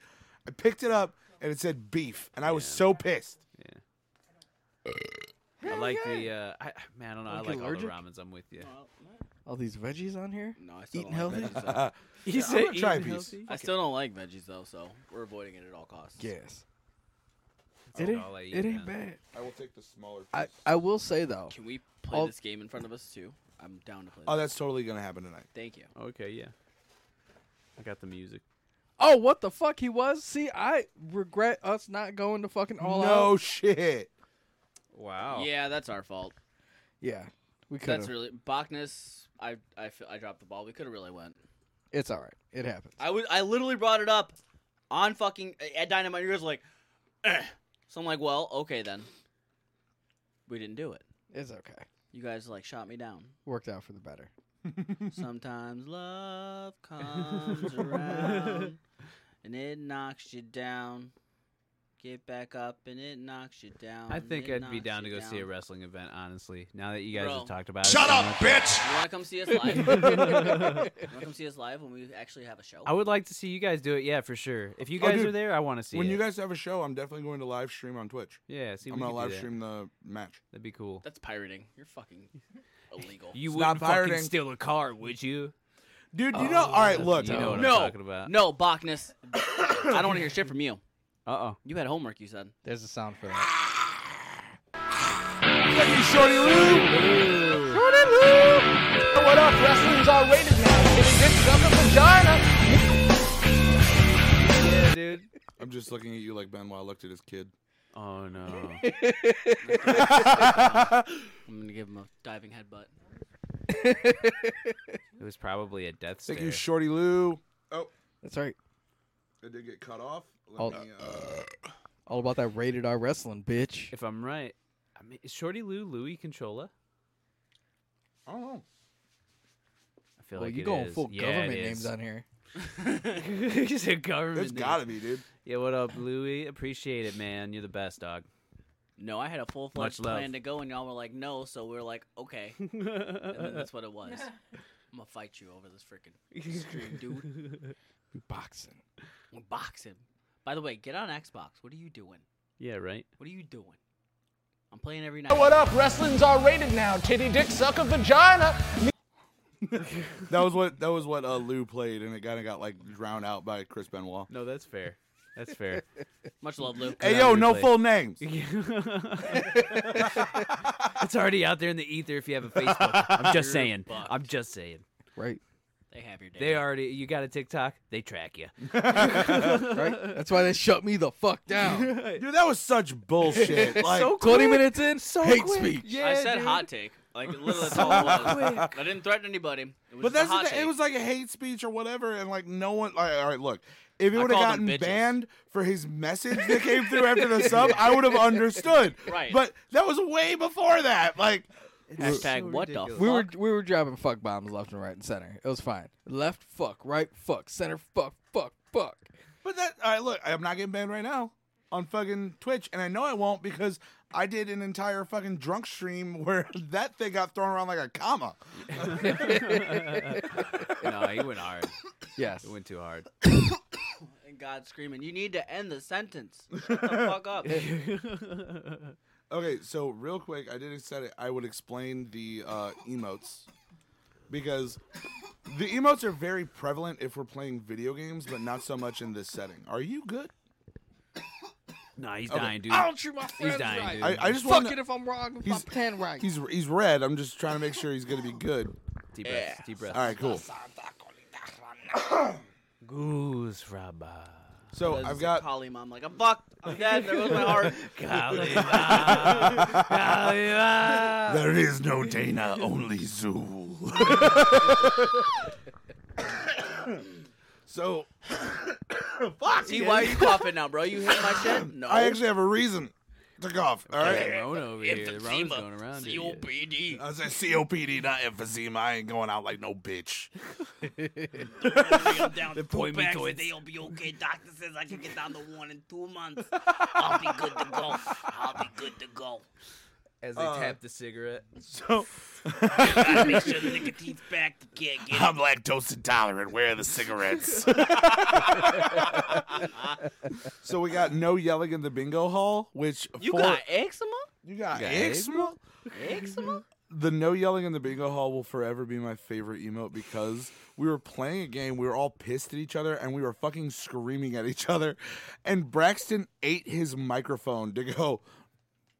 Speaker 3: I picked it up and it said beef, and I was so pissed.
Speaker 1: I like the, uh, I, man, I don't know. I
Speaker 2: Like
Speaker 1: like
Speaker 2: allergic?
Speaker 1: all the ramens. I'm with you.
Speaker 2: All these veggies on here.
Speaker 4: No, I still
Speaker 2: Eating
Speaker 4: don't
Speaker 2: healthy?
Speaker 4: like veggies. Though.
Speaker 1: He
Speaker 3: said gonna try a eating piece. healthy?
Speaker 4: I still don't like veggies though, so we're avoiding it at all costs.
Speaker 2: Yes. It ain't,
Speaker 1: I'll let you
Speaker 2: it ain't
Speaker 1: know.
Speaker 2: bad.
Speaker 3: I will take the smaller.
Speaker 2: I, I will say though,
Speaker 4: Can we play
Speaker 2: I'll-
Speaker 4: this game in front of us too? I'm down to play.
Speaker 3: Oh,
Speaker 4: This.
Speaker 3: that's totally gonna happen tonight.
Speaker 4: Thank you.
Speaker 1: Okay, yeah. I got the music.
Speaker 2: oh what the fuck he was? See, I regret us not going to fucking all
Speaker 3: no
Speaker 2: out.
Speaker 3: shit.
Speaker 1: Wow.
Speaker 4: Yeah, that's our fault.
Speaker 2: Yeah, we could.
Speaker 4: That's
Speaker 2: have
Speaker 4: really Bacchus. I I fe- I dropped the ball. We could have really went.
Speaker 2: it's all right. It happens.
Speaker 4: I would. I literally brought it up on fucking at Dynamite. You guys were like, "Eh." so I'm like, well, okay then. We didn't do it.
Speaker 2: It's okay.
Speaker 4: You guys like shot me down.
Speaker 2: Worked out for the better.
Speaker 4: Sometimes love comes around and it knocks you down. Get back up and it knocks you down.
Speaker 1: I
Speaker 4: and
Speaker 1: think
Speaker 4: it
Speaker 1: I'd be
Speaker 4: knocks
Speaker 1: down to
Speaker 4: you
Speaker 1: go see a
Speaker 4: down.
Speaker 1: wrestling event, honestly. Now that you guys
Speaker 4: Bro.
Speaker 1: have talked about it. so much.
Speaker 9: bitch!
Speaker 4: You want to come see us live? you want to come see us live when we actually have a show?
Speaker 1: I would like to see you guys do it, yeah, for sure. If you
Speaker 3: Oh,
Speaker 1: guys
Speaker 3: dude,
Speaker 1: are there, I want to see
Speaker 3: when
Speaker 1: it.
Speaker 3: you guys have a show, I'm definitely going to live stream on Twitch.
Speaker 1: yeah, see,
Speaker 3: I'm
Speaker 1: we
Speaker 3: gonna
Speaker 1: could do
Speaker 3: live
Speaker 1: that.
Speaker 3: stream the match.
Speaker 1: That'd be cool.
Speaker 4: That's pirating. You're fucking illegal.
Speaker 1: You
Speaker 3: It's
Speaker 1: wouldn't
Speaker 3: not
Speaker 1: fucking
Speaker 3: pirating.
Speaker 1: steal a car, would you?
Speaker 3: Dude, you know? All right, look.
Speaker 1: You know what
Speaker 4: No.
Speaker 1: I'm talking about.
Speaker 4: no, Bacchus. I don't want to hear shit from you.
Speaker 1: Uh oh.
Speaker 4: You had homework, you said.
Speaker 2: There's a sound for that.
Speaker 3: Hey, Shorty Lou.
Speaker 5: What up? Wrestling's all rated now. Getting good from the vagina.
Speaker 1: Yeah, dude.
Speaker 3: I'm just looking at you like Benoit looked at his kid.
Speaker 1: Oh no.
Speaker 4: I'm going to give him a diving headbutt.
Speaker 1: it was probably a death stare.
Speaker 3: Thank you, Shorty Lou. Oh,
Speaker 2: That's right.
Speaker 3: I did get cut off. Let
Speaker 2: Oh.
Speaker 3: me, uh,
Speaker 2: All about that rated R wrestling, bitch.
Speaker 1: if I'm right, I mean, is Shorty Lou Louis Controla?
Speaker 3: I don't know.
Speaker 1: I feel
Speaker 2: Well,
Speaker 1: like
Speaker 2: you
Speaker 1: it
Speaker 2: going
Speaker 1: is.
Speaker 2: full
Speaker 1: Yeah, it
Speaker 2: government
Speaker 1: is.
Speaker 2: names on here.
Speaker 1: you said government.
Speaker 3: There's
Speaker 1: name.
Speaker 3: gotta be, dude.
Speaker 1: Yeah, what up, Louis? Appreciate it, man. You're the best, dog.
Speaker 4: No, I had a full fledged
Speaker 1: Much love.
Speaker 4: plan to go, and y'all were like, no. So we are like, okay. And then that's what it was. I'm gonna fight you over this freaking stream, dude.
Speaker 2: We boxing.
Speaker 4: I'm boxing. By the way, get on Xbox. What are you doing?
Speaker 1: yeah, right.
Speaker 4: What are you doing? I'm playing every night.
Speaker 5: Oh, What up? Wrestling's all rated now. Titty dick suck a vagina.
Speaker 3: That was what that was what uh, Lou played, and it kind of got like drowned out by Chris Benoit.
Speaker 1: No, that's fair. That's fair.
Speaker 4: Much love, Luke.
Speaker 3: Hey
Speaker 1: on
Speaker 3: yo, no
Speaker 1: replay.
Speaker 3: full names.
Speaker 1: it's already out there in the ether if you have a Facebook. I'm just saying.
Speaker 4: fucked.
Speaker 1: I'm just saying.
Speaker 2: Right.
Speaker 4: They have your day.
Speaker 1: They already you got a TikTok, they track you.
Speaker 2: Right. That's why they shut me the fuck down.
Speaker 3: Dude, that was such bullshit. Like,
Speaker 2: 20 minutes in, hate speech.
Speaker 1: Yeah,
Speaker 4: I said
Speaker 1: dude.
Speaker 4: hot take. Like literally, that's all it was. I didn't threaten anybody. It was
Speaker 3: but
Speaker 4: just a
Speaker 3: that's
Speaker 4: hot
Speaker 3: the thing.
Speaker 4: take.
Speaker 3: it was like a hate speech or whatever, and like no one. Like, all right, look, if he
Speaker 4: I
Speaker 3: would have
Speaker 4: called them
Speaker 3: gotten
Speaker 4: bitches.
Speaker 3: banned for his message that came through after the sub, I would have understood.
Speaker 4: Right.
Speaker 3: But that was way before that. Like,
Speaker 4: hashtag what the fuck.
Speaker 2: We were we were dropping fuck bombs left and right and center. It was fine. Left fuck, right fuck, center fuck, fuck, fuck.
Speaker 3: but that. All right, look, I'm not getting banned right now on fucking Twitch, and I know I won't because I did an entire fucking drunk stream where that thing got thrown around like a comma.
Speaker 1: No, he went hard.
Speaker 2: Yes.
Speaker 1: It went too hard.
Speaker 4: and God screaming, "You need to end the sentence. Shut the fuck up."
Speaker 3: Okay, so real quick, I didn't said it. I would explain the uh, emotes because the emotes are very prevalent if we're playing video games, but not so much in this setting. Are you good?
Speaker 1: Nah, he's dying, dude.
Speaker 2: I don't treat my friends
Speaker 1: dying,
Speaker 2: right.
Speaker 1: dude.
Speaker 3: I, I just
Speaker 2: fuck
Speaker 3: want
Speaker 2: it if I'm wrong, if my
Speaker 3: He's-
Speaker 2: pen right.
Speaker 3: he's he's red. I'm just trying to make sure he's gonna be good.
Speaker 1: Deep breaths. Deep breaths.
Speaker 3: All right, cool.
Speaker 1: Goose rubber.
Speaker 3: So I've got
Speaker 4: Kali mom. Like I'm fucked. I'm dead. There goes my heart.
Speaker 3: there is no Dana, only Zool. so fuck.
Speaker 4: See why are you coughing now, bro? You hit my shit? No.
Speaker 3: I actually have a reason to cough. All right.
Speaker 1: Rona over here. The Rona's going around. dude.
Speaker 4: COPD.
Speaker 3: I said COPD, not emphysema. I ain't going out like no bitch.
Speaker 4: I'm down to two
Speaker 1: me
Speaker 4: packs
Speaker 1: towards-
Speaker 4: a day. I'll be okay. Doctor says I can get down to one in two months. I'll be good to go. I'll be good to go.
Speaker 1: As they
Speaker 3: Uh,
Speaker 1: tap the cigarette.
Speaker 3: So
Speaker 4: Gotta make sure the nicotine's back. You can't get it.
Speaker 3: I'm lactose intolerant. Where are the cigarettes? so we got no yelling in the bingo hall, which
Speaker 4: You
Speaker 3: for,
Speaker 4: got eczema?
Speaker 3: you got
Speaker 1: got
Speaker 3: eczema?
Speaker 4: Eczema?
Speaker 3: the no yelling in the bingo hall will forever be my favorite emote because we were playing a game, we were all pissed at each other, and we were fucking screaming at each other. And Braxton ate his microphone to go,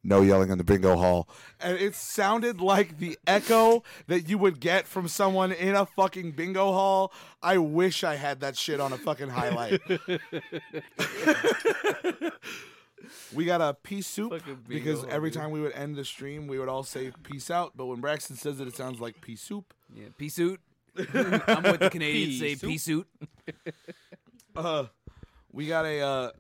Speaker 3: no yelling in the bingo hall. And it sounded like the echo that you would get from someone in a fucking bingo hall. I wish I had that shit on a fucking highlight. we got a peace soup
Speaker 1: Fucking bingo
Speaker 3: because
Speaker 1: hall,
Speaker 3: every
Speaker 1: dude.
Speaker 3: time we would end the stream, we would all say peace out. But when Braxton says it, it sounds like peace soup.
Speaker 1: Yeah, pea suit. I'm with the Canadians. Say
Speaker 2: Pea
Speaker 1: pea suit.
Speaker 3: Uh, we got a uh,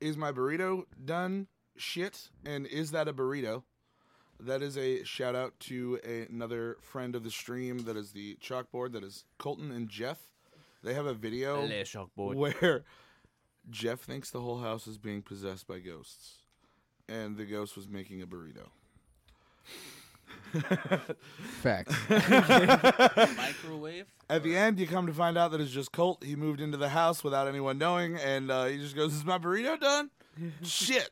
Speaker 3: is my burrito done shit and is that a burrito? That is a shout out to a- another friend of the stream that is the chalkboard that is Colton and Jeff. They have a video
Speaker 1: Hello, shock boy.
Speaker 3: Oh, where Jeff thinks the whole house is being possessed by ghosts and the ghost was making a burrito.
Speaker 2: Fact.
Speaker 4: Microwave.
Speaker 3: At the end, you come to find out that it's just Colt. He moved into the house without anyone knowing, and uh, he just goes, "Is my burrito done?" Shit,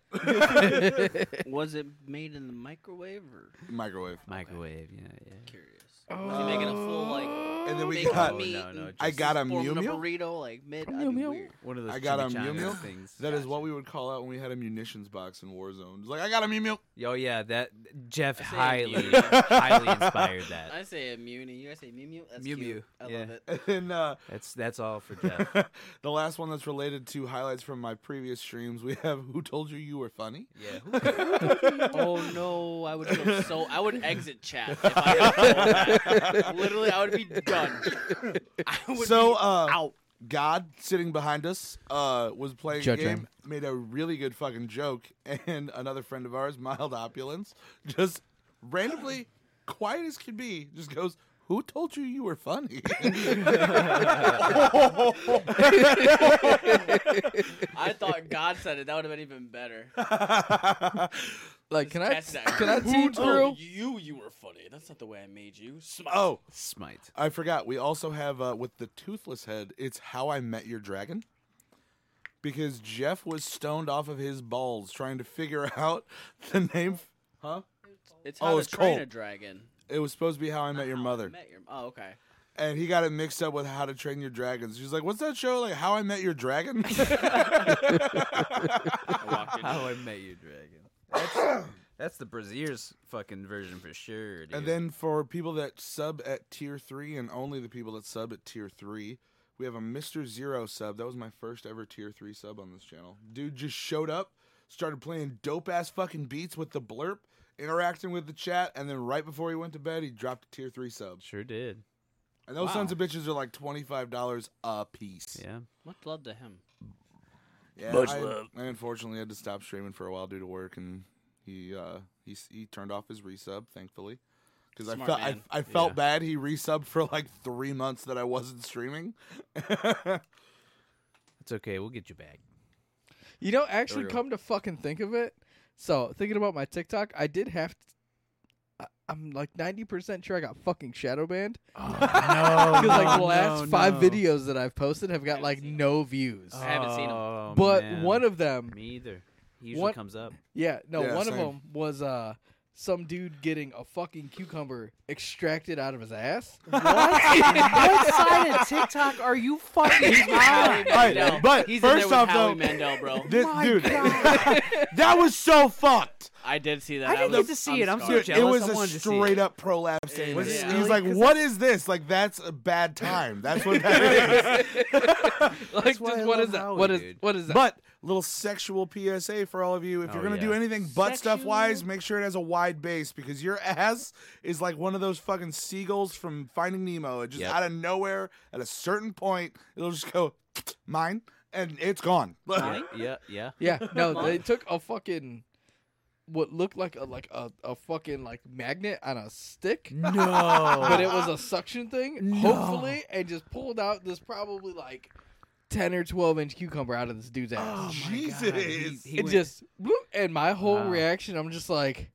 Speaker 4: Was it made in the microwave or
Speaker 3: microwave.
Speaker 1: Microwave. Yeah, yeah.
Speaker 4: curious? Was he making a full like?
Speaker 3: And then we
Speaker 4: bacon
Speaker 3: got
Speaker 1: Oh,
Speaker 4: meat
Speaker 1: no, no,
Speaker 4: and
Speaker 3: I got a Mew
Speaker 4: forming
Speaker 3: Mew?
Speaker 4: burrito like mid. That'd be weird.
Speaker 1: One of those.
Speaker 3: I got a
Speaker 1: chimichangas
Speaker 3: Mew Mew.
Speaker 1: things.
Speaker 3: That is what we would call out when we had a munitions box in Warzone. It's like I got a Mew Mew.
Speaker 1: Oh yeah, that Jeff
Speaker 4: say
Speaker 1: highly,
Speaker 4: Mew.
Speaker 1: highly inspired that.
Speaker 4: I say a Mew and you guys say Mew Mew. That's
Speaker 1: Mew
Speaker 4: cute.
Speaker 1: Mew,
Speaker 4: I
Speaker 1: yeah.
Speaker 4: love it.
Speaker 3: And then uh,
Speaker 1: That's that's all for Jeff.
Speaker 3: the last one that's related to highlights from my previous streams, we have "Who told you you were funny?"
Speaker 1: Yeah.
Speaker 4: Oh no, I would feel so. I would exit chat. If I got told that. Literally, I would be done. I would
Speaker 3: So,
Speaker 4: be
Speaker 3: uh,
Speaker 4: out.
Speaker 3: God sitting behind us uh, was playing
Speaker 2: Judge
Speaker 3: a game,
Speaker 2: him.
Speaker 3: made a really good fucking joke, and another friend of ours, Mild Opulence, just randomly, quiet as can be, just goes, "Who told you you were funny?"
Speaker 4: I thought God said it. That would have been even better.
Speaker 2: like, can I
Speaker 4: That's not-
Speaker 2: can I team
Speaker 4: Oh,
Speaker 2: through?
Speaker 4: you, you were funny. That's not the way I made you. Smile.
Speaker 3: oh,
Speaker 1: Smite.
Speaker 3: I forgot. We also have uh, with the toothless head. It's how I met your dragon. Because Jeff was stoned off of his balls trying to figure out the name. f- Huh?
Speaker 4: It's
Speaker 3: Oh,
Speaker 4: how to
Speaker 3: it's
Speaker 4: train a
Speaker 3: cold.
Speaker 4: dragon.
Speaker 3: It was supposed to be How I Met Your
Speaker 4: How I
Speaker 3: Mother.
Speaker 4: Met your, oh, okay.
Speaker 3: And he got it mixed up with How to Train Your Dragons. She's like, What's that show? Like, How I Met Your Dragon?
Speaker 4: I walked in.
Speaker 1: How I Met You, Dragon. That's, that's the Brazier's fucking version for sure. Dude.
Speaker 3: and then for people that sub at tier three and only the people that sub at tier three, we have a Mr. Zero sub. That was my first ever tier three sub on this channel. Dude just showed up, started playing dope ass fucking beats with the blurp, interacting with the chat, and then right before he went to bed, he dropped a tier three sub.
Speaker 1: sure did.
Speaker 3: And those
Speaker 1: Wow.
Speaker 3: sons of bitches are like $25 a piece.
Speaker 1: Yeah.
Speaker 4: Much love to him.
Speaker 3: Yeah, Much I, love. I unfortunately had to stop streaming for a while due to work, and he uh, he s- he turned off his resub, thankfully, because I
Speaker 4: Smart
Speaker 3: felt I,
Speaker 4: man.
Speaker 3: I felt
Speaker 1: Yeah.
Speaker 3: bad. He resubbed for like three months that I wasn't streaming.
Speaker 1: It's okay. We'll get you back.
Speaker 2: You know, actually,
Speaker 1: There we go.
Speaker 2: come to fucking think of it. So thinking about my TikTok, I did have. To, I, I'm like ninety percent sure I got fucking shadow banned
Speaker 1: Oh, no.
Speaker 2: because like the last five videos that I've posted have got like no views.
Speaker 1: Oh,
Speaker 4: I haven't seen 'em.
Speaker 1: Uh,
Speaker 2: but one of them,
Speaker 1: me either. He usually
Speaker 2: What-
Speaker 1: comes up.
Speaker 2: yeah, no,
Speaker 3: Yeah,
Speaker 2: one of
Speaker 3: same.
Speaker 2: them was uh some dude getting a fucking cucumber extracted out of his ass.
Speaker 1: what side of TikTok are you fucking
Speaker 4: Howie Mandel.
Speaker 3: but
Speaker 4: He's
Speaker 3: first
Speaker 4: in there
Speaker 3: off,
Speaker 4: with
Speaker 3: though-
Speaker 4: Howie Mandel, bro.
Speaker 3: Thi- dude, that was so fucked.
Speaker 4: I did see that.
Speaker 1: I didn't
Speaker 4: was-
Speaker 1: get to see it. I'm
Speaker 4: scarred.
Speaker 1: so
Speaker 3: Dude,
Speaker 1: jealous.
Speaker 3: it was
Speaker 1: I
Speaker 3: a
Speaker 1: wanted to see
Speaker 3: straight
Speaker 1: it.
Speaker 3: up prolapse. Yeah.
Speaker 4: Was it
Speaker 3: He's
Speaker 1: really?
Speaker 3: like,
Speaker 1: 'Cause
Speaker 3: "What is this? Like, that's a bad time. That's what that is."
Speaker 2: like, just
Speaker 1: why I
Speaker 2: what
Speaker 1: love
Speaker 2: is that?
Speaker 1: Howie,
Speaker 2: What is
Speaker 1: dude.
Speaker 2: what is that?
Speaker 3: But little sexual PSA for all of you: if
Speaker 1: Oh,
Speaker 3: you're gonna do
Speaker 1: yeah.
Speaker 3: anything butt stuff wise, make sure it has a wide base because your ass is like one of those fucking seagulls from Finding Nemo. It just
Speaker 1: Yep.
Speaker 3: out of nowhere, at a certain point, it'll just go mine, and it's gone.
Speaker 1: Yeah, yeah, yeah.
Speaker 2: Yeah, no, they took a fucking what looked like a like a, a fucking like magnet on a stick,
Speaker 1: No.
Speaker 2: but it was a suction thing, hopefully, and just pulled out this probably like ten or twelve inch cucumber out of this dude's ass.
Speaker 3: Jesus!
Speaker 1: Oh, he
Speaker 2: it
Speaker 1: went-
Speaker 2: just bloop, and my whole
Speaker 1: Wow.
Speaker 2: reaction, I'm just like,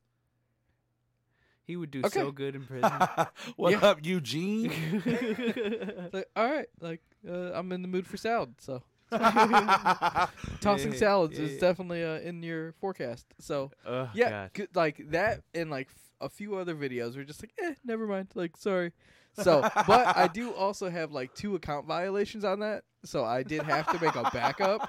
Speaker 1: He would do
Speaker 2: Okay.
Speaker 1: so good in prison.
Speaker 3: what
Speaker 2: Yeah.
Speaker 3: up, Eugene?
Speaker 2: like all right, like uh, I'm in the mood for salad, so Tossing
Speaker 1: Yeah,
Speaker 2: salads
Speaker 1: yeah,
Speaker 2: is
Speaker 1: yeah.
Speaker 2: definitely uh, in your forecast. So
Speaker 1: Oh,
Speaker 2: yeah,
Speaker 1: God.
Speaker 2: good, like that and like f- a few other videos were just like, eh, never mind. Like, sorry. So, but I do also have like two account violations on that. So I did have to make a backup.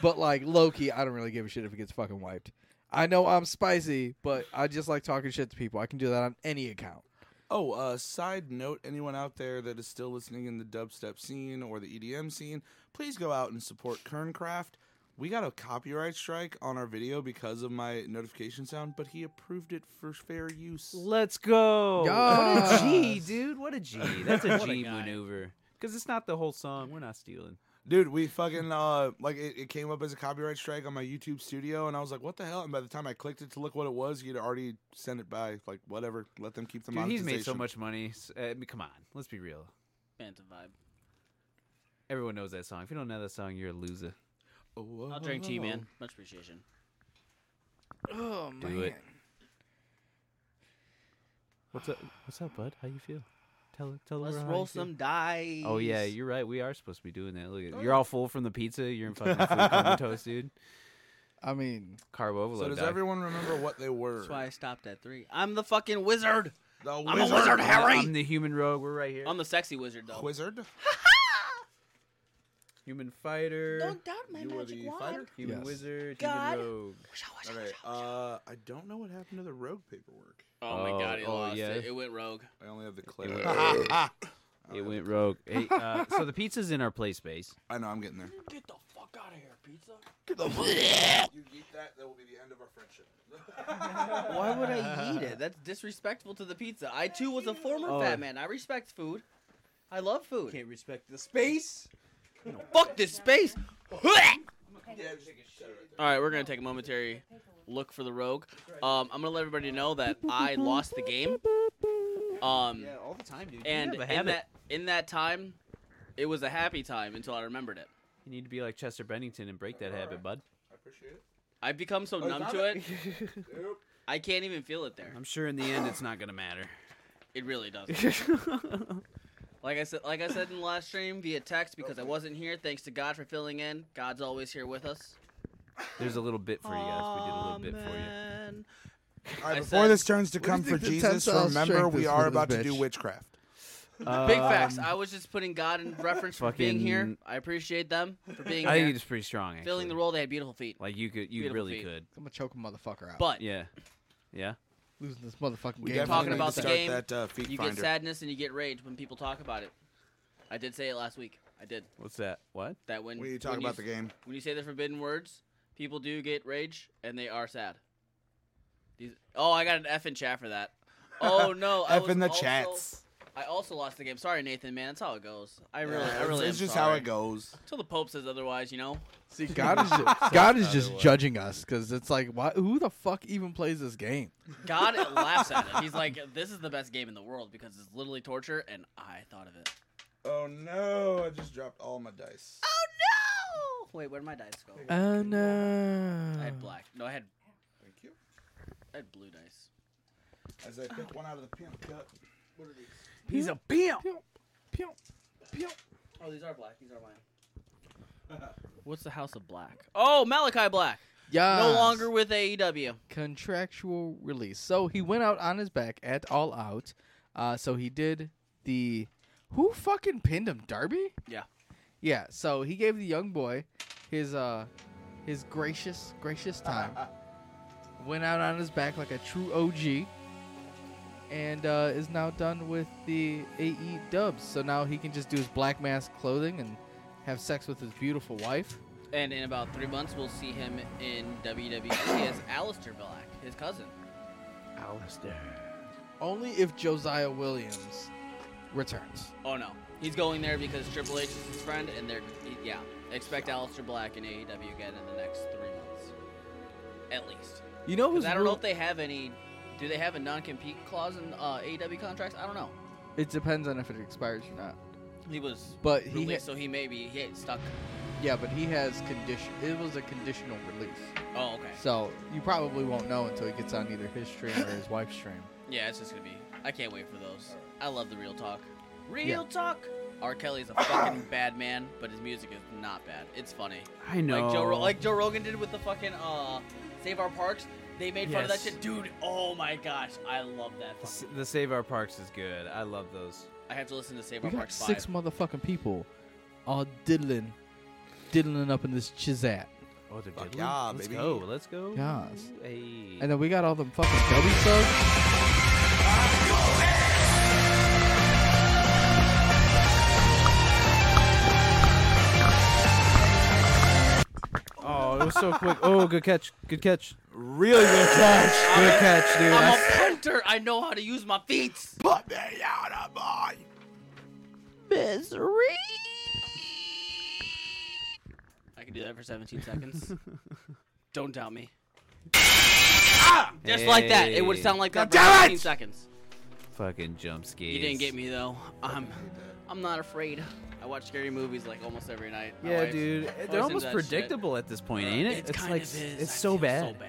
Speaker 2: But like Loki, I don't really give a shit if it gets fucking wiped. I know I'm spicy, but I just like talking shit to people. I can do that on any account.
Speaker 3: Oh, uh, side note: anyone out there that is still listening in the dubstep scene or the EDM scene, please go out and support Kerncraft. We got a copyright strike on our video because of my notification sound, but he approved it for fair use.
Speaker 1: Let's go. Oh, What a G,
Speaker 2: Yes.
Speaker 1: dude. What a G. That's a
Speaker 4: What a
Speaker 1: G
Speaker 4: guy.
Speaker 1: maneuver. Because it's not the whole song. We're not stealing.
Speaker 3: Dude, we fucking uh like it, it came up as a copyright strike on my YouTube studio and I was like, what the hell? And by the time I clicked it to look what it was, you'd already sent it by. Like whatever. Let them keep the
Speaker 1: Dude, he's
Speaker 3: monetization.
Speaker 1: made so much money. S- uh, I mean, come on. Let's be real.
Speaker 4: Phantom vibe.
Speaker 1: Everyone knows that song. If you don't know that song, you're a loser.
Speaker 4: I'll drink tea, man. Much appreciation.
Speaker 2: Oh
Speaker 1: Do it. What's up? What's up, bud? How you feel? Tell tell
Speaker 4: Let's
Speaker 1: her how
Speaker 4: roll
Speaker 1: you feel.
Speaker 4: some dice.
Speaker 1: Oh yeah, you're right. We are supposed to be doing that. Look, at, you're all full from the pizza. You're in fucking food comatose, dude.
Speaker 2: I mean,
Speaker 1: Carb overload.
Speaker 3: So does
Speaker 1: dog.
Speaker 3: everyone remember what they were?
Speaker 4: That's why I stopped at three. I'm the fucking wizard.
Speaker 3: The
Speaker 4: I'm a wizard, Harry.
Speaker 1: I'm the human rogue. We're right here.
Speaker 4: I'm the sexy wizard though.
Speaker 3: Wizard?
Speaker 1: human fighter.
Speaker 4: Don't doubt my
Speaker 3: You were
Speaker 4: magic
Speaker 3: the
Speaker 4: wand.
Speaker 3: fighter?
Speaker 1: Human
Speaker 2: Yes.
Speaker 1: wizard.
Speaker 4: God.
Speaker 1: Human rogue.
Speaker 3: Okay. Uh I don't know what happened to the rogue paperwork.
Speaker 4: Oh my
Speaker 1: Oh,
Speaker 4: god, he
Speaker 1: oh,
Speaker 4: lost
Speaker 1: yeah.
Speaker 4: it. It went rogue.
Speaker 3: I only have the clip. I
Speaker 1: It went rogue. Hey, uh, so the pizza's in our play space.
Speaker 3: know I'm getting there.
Speaker 4: Get the fuck out of here, pizza.
Speaker 3: You eat that, that will be the end of our friendship.
Speaker 4: Why would I eat it? That's disrespectful to the pizza. I too was a former
Speaker 1: Oh.
Speaker 4: fat man. I respect food. I love food.
Speaker 5: Can't respect the space.
Speaker 4: Fuck this space. All right, we're gonna take a momentary look for the rogue. Um, I'm gonna let everybody know that I lost the game. Um,
Speaker 1: all the time, dude.
Speaker 4: and in that in that time, it was a happy time until I remembered it.
Speaker 1: you need to be like Chester Bennington and break that habit, bud.
Speaker 3: I appreciate it.
Speaker 4: I've become
Speaker 1: Oh,
Speaker 4: so numb to it. I can't even feel it there.
Speaker 1: I'm sure in the end it's not gonna matter.
Speaker 4: It really doesn't. like I said, like I said in the last stream via text because I wasn't here. Thanks to God for filling in. God's always here with us.
Speaker 1: There's a little bit for you guys. We did a little bit for you.
Speaker 4: Amen.
Speaker 3: All right,
Speaker 4: I
Speaker 3: before
Speaker 4: said-
Speaker 3: this turns to come for
Speaker 2: think the
Speaker 3: Jesus,
Speaker 2: tensile
Speaker 3: remember
Speaker 2: strength
Speaker 3: we
Speaker 2: is
Speaker 3: are
Speaker 2: for
Speaker 3: about
Speaker 2: this
Speaker 3: to do
Speaker 2: bitch?
Speaker 3: witchcraft.
Speaker 4: Big
Speaker 1: Um,
Speaker 4: facts. I was just putting God in reference for being here.
Speaker 1: fucking-
Speaker 4: I appreciate them for being
Speaker 1: I
Speaker 4: here.
Speaker 1: think it's pretty strong. Actually.
Speaker 4: Filling the role, they had beautiful feet.
Speaker 1: Like you could, you
Speaker 4: Beautiful
Speaker 1: really
Speaker 4: feet.
Speaker 1: could.
Speaker 2: I'm gonna choke a motherfucker out.
Speaker 4: But
Speaker 1: Yeah, yeah.
Speaker 2: losing this motherfucking
Speaker 3: We
Speaker 2: game.
Speaker 3: definitely need
Speaker 4: Talking
Speaker 3: to
Speaker 4: about the
Speaker 3: start
Speaker 4: game,
Speaker 3: that uh, feet
Speaker 4: you
Speaker 3: finder.
Speaker 4: get sadness and you get rage when people talk about it. I did say it last week. I did
Speaker 1: What's that? What?
Speaker 4: that when
Speaker 3: When you talk
Speaker 4: when
Speaker 3: about the game,
Speaker 4: when you say the forbidden words, people do get rage and they are sad. These, oh, I got an F in chat for that. Oh no, I
Speaker 3: F
Speaker 4: was
Speaker 3: in the
Speaker 4: also-
Speaker 3: chats.
Speaker 4: I also lost the game. Sorry, Nathan, man. That's how it goes. I really, I
Speaker 3: Yeah,
Speaker 4: really.
Speaker 3: it's
Speaker 4: am
Speaker 3: just
Speaker 4: sorry.
Speaker 3: how it goes.
Speaker 4: Till the Pope says otherwise, you know.
Speaker 2: See, God is just, God is just judging us because it's like, why? Who the fuck even plays this game?
Speaker 4: God laughs at it. He's like, "This is the best game in the world because it's literally torture," and I thought of it.
Speaker 3: Oh no! I just dropped all my dice.
Speaker 4: Ah! Oh no! Wait, where'd my dice go?
Speaker 2: Oh no!
Speaker 1: Uh.
Speaker 4: I had black. No, I had
Speaker 3: Thank you.
Speaker 4: I had blue dice.
Speaker 3: As I pick one out of the pimp cup. What are these?
Speaker 1: He's a pimp.
Speaker 4: Oh, these are black. These are mine. What's the House of Black? Oh, Malachi Black,
Speaker 2: Yeah.
Speaker 1: Uh.
Speaker 4: no longer with E AEW.
Speaker 2: contractual release. So he went out on his back at All Out. Uh, so he did the. Who fucking pinned him? Darby.
Speaker 4: Yeah.
Speaker 2: Yeah. So he gave the young boy his uh his gracious gracious time. went out on his back like a true OG. And uh, is now done with the AE dubs. So now he can just do his black mask clothing and have sex with his beautiful wife.
Speaker 4: And in about three months, we'll see him in WWE as Alistair Black, his cousin.
Speaker 2: Only if Josiah Williams returns.
Speaker 4: Oh no, he's going there because Triple H is his friend, and they're he- yeah. Expect Alistair Black in AEW again in the next three months, at least.
Speaker 2: You know
Speaker 4: 'Cause
Speaker 2: who's
Speaker 4: I don't know
Speaker 2: real-
Speaker 4: if they have any. Do they have a non-compete clause in uh, AEW contracts? I don't know.
Speaker 2: It depends on if it expires or not.
Speaker 4: He was
Speaker 2: But he
Speaker 4: released,
Speaker 2: ha-
Speaker 4: so he may be he ain't stuck.
Speaker 2: yeah, but he has condition. It was a conditional release,
Speaker 4: Oh okay.
Speaker 2: so you probably won't know until he gets on either his stream or his wife's stream.
Speaker 4: Yeah, it's just gonna be. I can't wait for those. I love the real talk. Real talk. R. Kelly's a fucking bad man, but his music is not bad. It's funny.
Speaker 1: I know.
Speaker 4: Like Joe, Ro- like Joe Rogan did with the fucking uh, Save Our Parks. They made fun of that
Speaker 1: Yes.
Speaker 4: shit, dude. Oh my gosh, I love that. fuck-
Speaker 1: S- the Save Our Parks is good. I love those.
Speaker 4: I have to listen to Save
Speaker 2: We
Speaker 4: Our
Speaker 2: got
Speaker 4: Parks
Speaker 2: six
Speaker 4: Five.
Speaker 2: motherfucking people all diddling, diddling up in this chizat.
Speaker 1: Oh, they're
Speaker 3: Fuck
Speaker 1: good.
Speaker 3: yeah,
Speaker 1: let's
Speaker 3: baby.
Speaker 1: go. Let's go.
Speaker 2: Yes.
Speaker 1: Hey.
Speaker 2: And then we got all them fucking dubby subs.
Speaker 1: oh, it was so quick. Oh, good catch. Good catch.
Speaker 3: Really good catch.
Speaker 1: Good catch, dude.
Speaker 4: I'm
Speaker 1: I-
Speaker 4: a punter. I know how to use my feet.
Speaker 3: Put me out of my.
Speaker 4: I can do that for 17 seconds. Don't doubt me. Just
Speaker 1: Hey.
Speaker 4: like that, it would sound like that for
Speaker 3: God damn
Speaker 4: 17
Speaker 3: it!
Speaker 4: seconds.
Speaker 1: Fucking jump scares.
Speaker 4: You didn't get me though. I'm, I'm not afraid. I watch scary movies like almost every night. My
Speaker 1: Yeah,
Speaker 4: wife
Speaker 1: dude.
Speaker 4: always
Speaker 1: They're
Speaker 4: into
Speaker 1: almost
Speaker 4: that shit.
Speaker 1: predictable at this point, ain't it?
Speaker 4: It's, kind
Speaker 1: like
Speaker 4: of
Speaker 1: s-
Speaker 4: is.
Speaker 1: it's
Speaker 4: I
Speaker 1: so
Speaker 4: feel
Speaker 1: bad.
Speaker 4: So bad.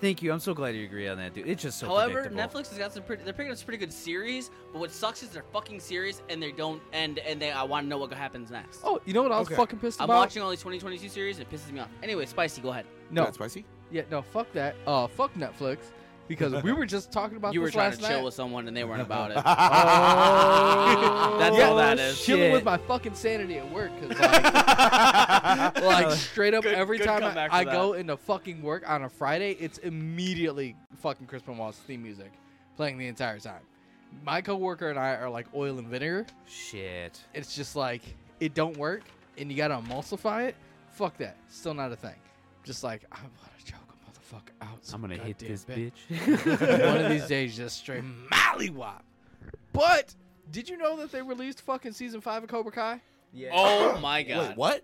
Speaker 1: Thank you. I'm so glad you agree on that, dude. It's just so
Speaker 4: However,
Speaker 1: predictable.
Speaker 4: Netflix has got some pretty. They're picking up some pretty good series, but what sucks is they're fucking serious and they don't end. And they, I want to know what happens next.
Speaker 2: Oh, you know what I was
Speaker 3: Okay.
Speaker 2: fucking pissed
Speaker 4: I'm
Speaker 2: about?
Speaker 4: watching all these 2022 series. It pisses me off. Anyway, Spicy, go ahead.
Speaker 2: no,
Speaker 3: Not spicy.
Speaker 2: yeah, no, fuck that. Uh, fuck Netflix, because we were just talking about
Speaker 4: You were
Speaker 2: this
Speaker 4: trying
Speaker 2: last
Speaker 4: to chill
Speaker 2: night.
Speaker 4: with someone and they weren't about it.
Speaker 2: Oh,
Speaker 4: That's all that is.
Speaker 2: Chilling with
Speaker 1: Shit.
Speaker 2: my fucking sanity at work, cause like, like straight up
Speaker 4: Good-
Speaker 2: every
Speaker 4: good
Speaker 2: time
Speaker 4: comeback
Speaker 2: I, I
Speaker 4: for
Speaker 2: go into fucking work on a Friday, it's immediately fucking Crispin Wallace theme music playing the entire time. My coworker and I are like oil and vinegar.
Speaker 1: Shit.
Speaker 2: It's just like it don't work, and you gotta emulsify it. Fuck that. Still not a thing. Just like I want to choke a motherfucker out.
Speaker 1: I'm
Speaker 2: some
Speaker 1: gonna hit
Speaker 2: goddamn
Speaker 1: this
Speaker 2: bit
Speaker 1: bitch.
Speaker 2: one of these days just straight mollywop. But did you know that they released fucking season five of Cobra Kai?
Speaker 1: yeah.
Speaker 4: Oh my god.
Speaker 3: Wait, what?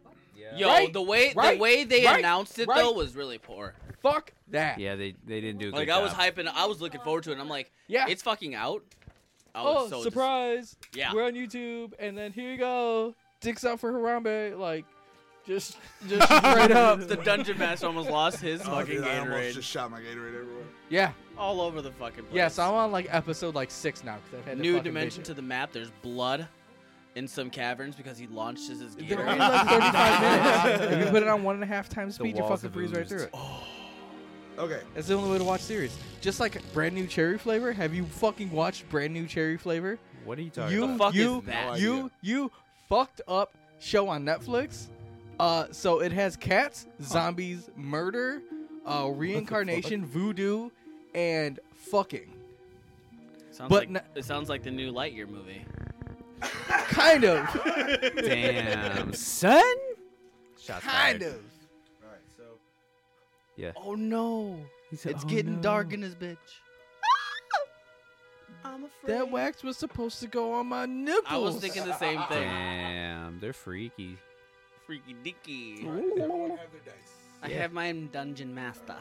Speaker 4: Yo,
Speaker 2: Right,
Speaker 4: the way
Speaker 2: right,
Speaker 4: the way they
Speaker 2: right,
Speaker 4: announced it
Speaker 2: right.
Speaker 4: though was really poor.
Speaker 2: Fuck that.
Speaker 1: Yeah, they they didn't do a good
Speaker 4: Like I was
Speaker 1: job.
Speaker 4: hyping, I was looking forward to it. and I'm like,
Speaker 2: Yeah.
Speaker 4: it's fucking out. I
Speaker 2: oh,
Speaker 4: was so dis-
Speaker 2: surprise.
Speaker 4: Yeah.
Speaker 2: We're on YouTube, and then here you go. Dicks out for Harambe. Like, just, just straight up.
Speaker 4: the dungeon master almost lost his
Speaker 3: Oh,
Speaker 4: fucking
Speaker 3: dude, I
Speaker 4: Gatorade
Speaker 3: almost just shot my Gatorade everywhere.
Speaker 2: Yeah.
Speaker 4: all over the fucking place.
Speaker 2: Yeah, so I'm on like episode like six now because I've had
Speaker 4: new dimension to the map. There's blood in some caverns because he launched his his
Speaker 2: They're
Speaker 4: Gatorade.
Speaker 2: only like 35 minutes. If you put it on one and a half times
Speaker 1: The
Speaker 2: speed, you
Speaker 1: walls
Speaker 2: fucking
Speaker 1: have
Speaker 2: breeze right
Speaker 1: oozed.
Speaker 2: through it.
Speaker 3: Okay.
Speaker 2: That's the only way to watch series. Just like brand new cherry flavor. Have you fucking watched brand new cherry flavor?
Speaker 1: What are you talking
Speaker 2: You
Speaker 1: about?
Speaker 4: the fuck
Speaker 2: you
Speaker 4: is that?
Speaker 2: you
Speaker 3: idea.
Speaker 2: you fucked up show on Netflix. Uh, so it has cats, zombies, murder, uh, reincarnation, voodoo, and fucking.
Speaker 4: Sounds
Speaker 2: But
Speaker 4: like,
Speaker 2: n-
Speaker 4: it sounds like the new Lightyear movie.
Speaker 2: Kind of,
Speaker 1: Damn, son. Shots fired.
Speaker 2: kind of.
Speaker 1: Yeah.
Speaker 4: Oh no,
Speaker 1: He said,
Speaker 4: it's
Speaker 1: "Oh,
Speaker 4: getting
Speaker 1: no."
Speaker 4: dark in this bitch. I'm afraid.
Speaker 2: That wax was supposed to go on my nipples.
Speaker 4: I was thinking the same thing.
Speaker 1: Damn, they're freaky.
Speaker 4: Freaky dicky. I have my own dungeon master.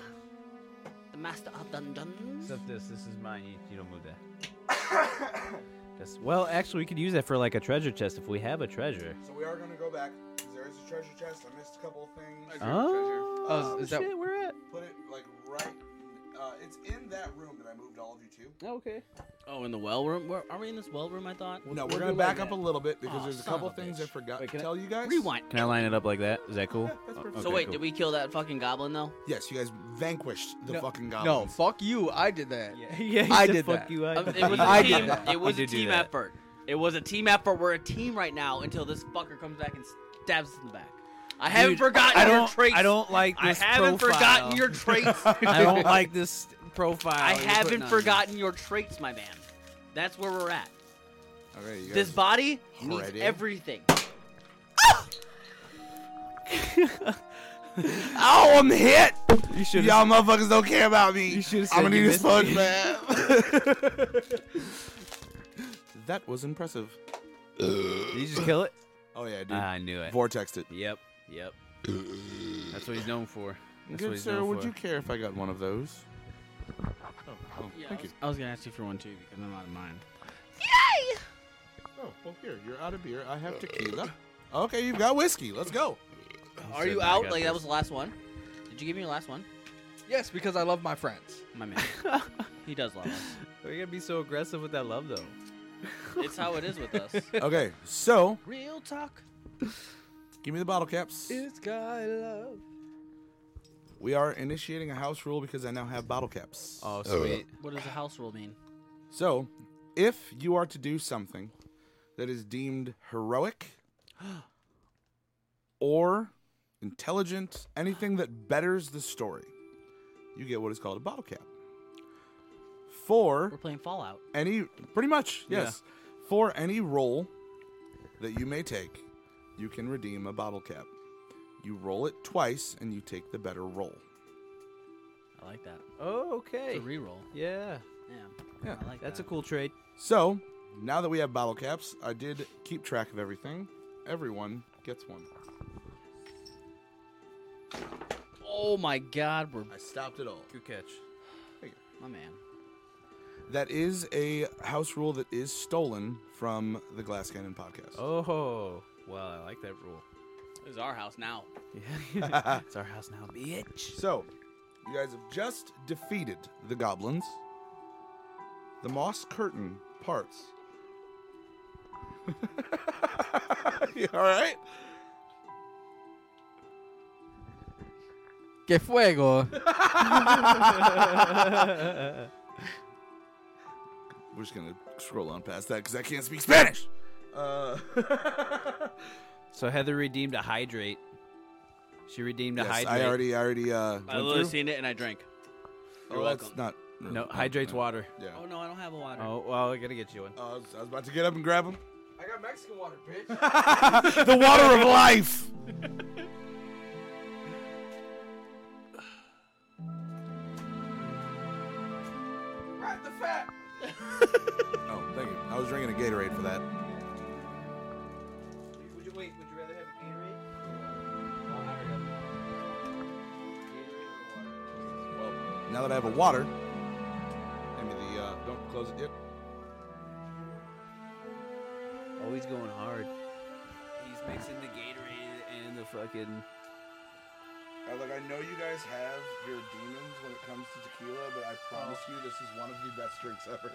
Speaker 4: The master of dungeons.
Speaker 1: Except this, this is mine. You, you don't move that. That's, well, actually, we could use that for like a treasure chest if we have a treasure.
Speaker 3: So we are gonna go back. 'cause There is a treasure chest. I missed a couple of things. Um,
Speaker 1: Oh,
Speaker 3: Ah.
Speaker 2: Oh, is- is that-
Speaker 1: shit, we're at?
Speaker 3: Put it like right. Uh, it's in that room that I moved all of you to.
Speaker 1: Okay.
Speaker 4: Oh, in the well room? Where, are we in this well room, I thought?
Speaker 3: No,
Speaker 4: We'll
Speaker 3: we're gonna
Speaker 4: do
Speaker 3: back
Speaker 4: like
Speaker 3: up a
Speaker 4: that.
Speaker 3: little bit because
Speaker 4: Aw,
Speaker 3: there's a
Speaker 4: son
Speaker 3: couple
Speaker 4: of a
Speaker 3: things I
Speaker 4: bitch.
Speaker 3: forgot
Speaker 1: Wait,
Speaker 3: to
Speaker 1: can I-
Speaker 3: tell you guys.
Speaker 4: Rewind.
Speaker 1: Can I line it up like that? Is that cool?
Speaker 3: Yeah, that's
Speaker 1: Oh,
Speaker 3: perfect.
Speaker 4: So
Speaker 1: okay,
Speaker 4: wait,
Speaker 1: cool.
Speaker 4: did we kill that fucking goblin, though?
Speaker 3: Yes, you guys vanquished the
Speaker 2: No-
Speaker 3: fucking
Speaker 2: No,
Speaker 3: goblins.
Speaker 2: fuck you. I did that.
Speaker 1: Yeah, yeah he
Speaker 2: I
Speaker 1: said,
Speaker 2: did
Speaker 1: fuck
Speaker 2: that.
Speaker 1: you. I,
Speaker 4: Um, it was a
Speaker 2: I did
Speaker 4: team,
Speaker 2: that.
Speaker 4: it was
Speaker 1: You
Speaker 4: a
Speaker 1: did do
Speaker 4: team
Speaker 1: that.
Speaker 4: effort. It was a team effort. We're a team right now until this fucker comes back and stabs us in the back. I haven't forgotten
Speaker 1: I
Speaker 4: your
Speaker 1: don't,
Speaker 4: traits.
Speaker 1: I don't like
Speaker 4: I
Speaker 1: this
Speaker 4: haven't
Speaker 1: profile.
Speaker 4: forgotten your traits.
Speaker 1: I don't like this profile.
Speaker 4: I
Speaker 1: you're putting
Speaker 4: haven't
Speaker 1: on
Speaker 4: forgotten your traits, my man. That's where we're at.
Speaker 3: Okay, you guys.
Speaker 4: This body needs
Speaker 3: ready?
Speaker 4: everything.
Speaker 3: oh, I'm hit.
Speaker 1: me. You should.
Speaker 3: Y'all motherfuckers don't care about me.
Speaker 1: You should've said
Speaker 3: I'm gonna
Speaker 1: you
Speaker 3: need a
Speaker 1: missed
Speaker 3: sponge, man. that was impressive.
Speaker 1: Did you just kill it? Ah,
Speaker 3: Oh yeah, dude.
Speaker 1: I knew it.
Speaker 3: Vortexed it.
Speaker 1: Yep. Yep. That's what he's known for. That's what
Speaker 3: Good
Speaker 1: he's
Speaker 3: sir,
Speaker 1: known
Speaker 3: would
Speaker 1: for.
Speaker 3: you care if I got one of those? Oh, oh, thank you.
Speaker 4: I was gonna ask you for one too because I'm out of mine.
Speaker 3: Oh, well, here, you're out of beer. I have tequila. Okay, you've got whiskey. Let's go.
Speaker 4: Are you out? Like that was the last one. Did you give me your last one?
Speaker 2: Yes, because I love my friends.
Speaker 4: My man. he does love us.
Speaker 1: We're gonna be so aggressive with that love, though.
Speaker 4: It's how it is with us.
Speaker 3: Okay, so
Speaker 4: Real talk.
Speaker 3: give me the bottle caps.
Speaker 2: It's got love.
Speaker 3: We are initiating a house rule because I now have bottle caps.
Speaker 1: Oh, sweet.
Speaker 4: What does a house rule mean?
Speaker 3: So, if you are to do something that is deemed heroic or intelligent, anything that betters the story, you get what is called a bottle cap. For
Speaker 4: We're playing Fallout.
Speaker 3: any, pretty much, yes. For any roll that you may take, you can redeem a bottle cap. You roll it twice and you take the better roll.
Speaker 4: I like that. It's
Speaker 1: Oh, okay.
Speaker 4: a reroll.
Speaker 1: Yeah.
Speaker 4: Yeah.
Speaker 3: Yeah,
Speaker 4: I like
Speaker 1: That's a
Speaker 4: that.
Speaker 1: cool trade.
Speaker 3: So, now that we have bottle caps, I did keep track of everything. Everyone gets one.
Speaker 4: Oh my God, we're
Speaker 3: I stopped it all.
Speaker 1: Good catch.
Speaker 4: my man.
Speaker 3: That is a house rule that is stolen from the Glass Cannon podcast.
Speaker 1: Oh, well, I like that rule.
Speaker 4: This is our house now.
Speaker 1: Yeah. it's our house now, bitch.
Speaker 3: So, you guys have just defeated the goblins. The moss curtain parts. You all right?
Speaker 2: Que fuego.
Speaker 3: We're just gonna scroll on past that because I can't speak Spanish. Uh,
Speaker 1: So Heather redeemed a hydrate. She redeemed a
Speaker 3: yes,
Speaker 1: hydrate.
Speaker 3: I already, I already. Uh,
Speaker 4: I
Speaker 3: went
Speaker 4: literally
Speaker 3: through.
Speaker 4: seen it and I drank.
Speaker 3: Oh,
Speaker 4: You're
Speaker 3: that's
Speaker 4: welcome.
Speaker 3: not.
Speaker 1: No, hydrates water.
Speaker 3: Yeah.
Speaker 4: Oh no, I don't have a water.
Speaker 1: Oh, well, I gotta get you one.
Speaker 3: Uh, I was- I was about to get up and grab him.
Speaker 5: I got Mexican water, bitch.
Speaker 3: the water of life.
Speaker 5: Right the fat.
Speaker 3: Oh, thank you. I was drinking a Gatorade for that.
Speaker 1: Would you wait? Would you rather have a Gatorade?
Speaker 3: Well, now that I have a water, give me the. Uh, don't close it yet.
Speaker 1: Always going hard. He's mixing the Gatorade and the fucking.
Speaker 3: Uh, like I know you guys have your demons when it comes to tequila, but I promise you this is one of the best drinks ever.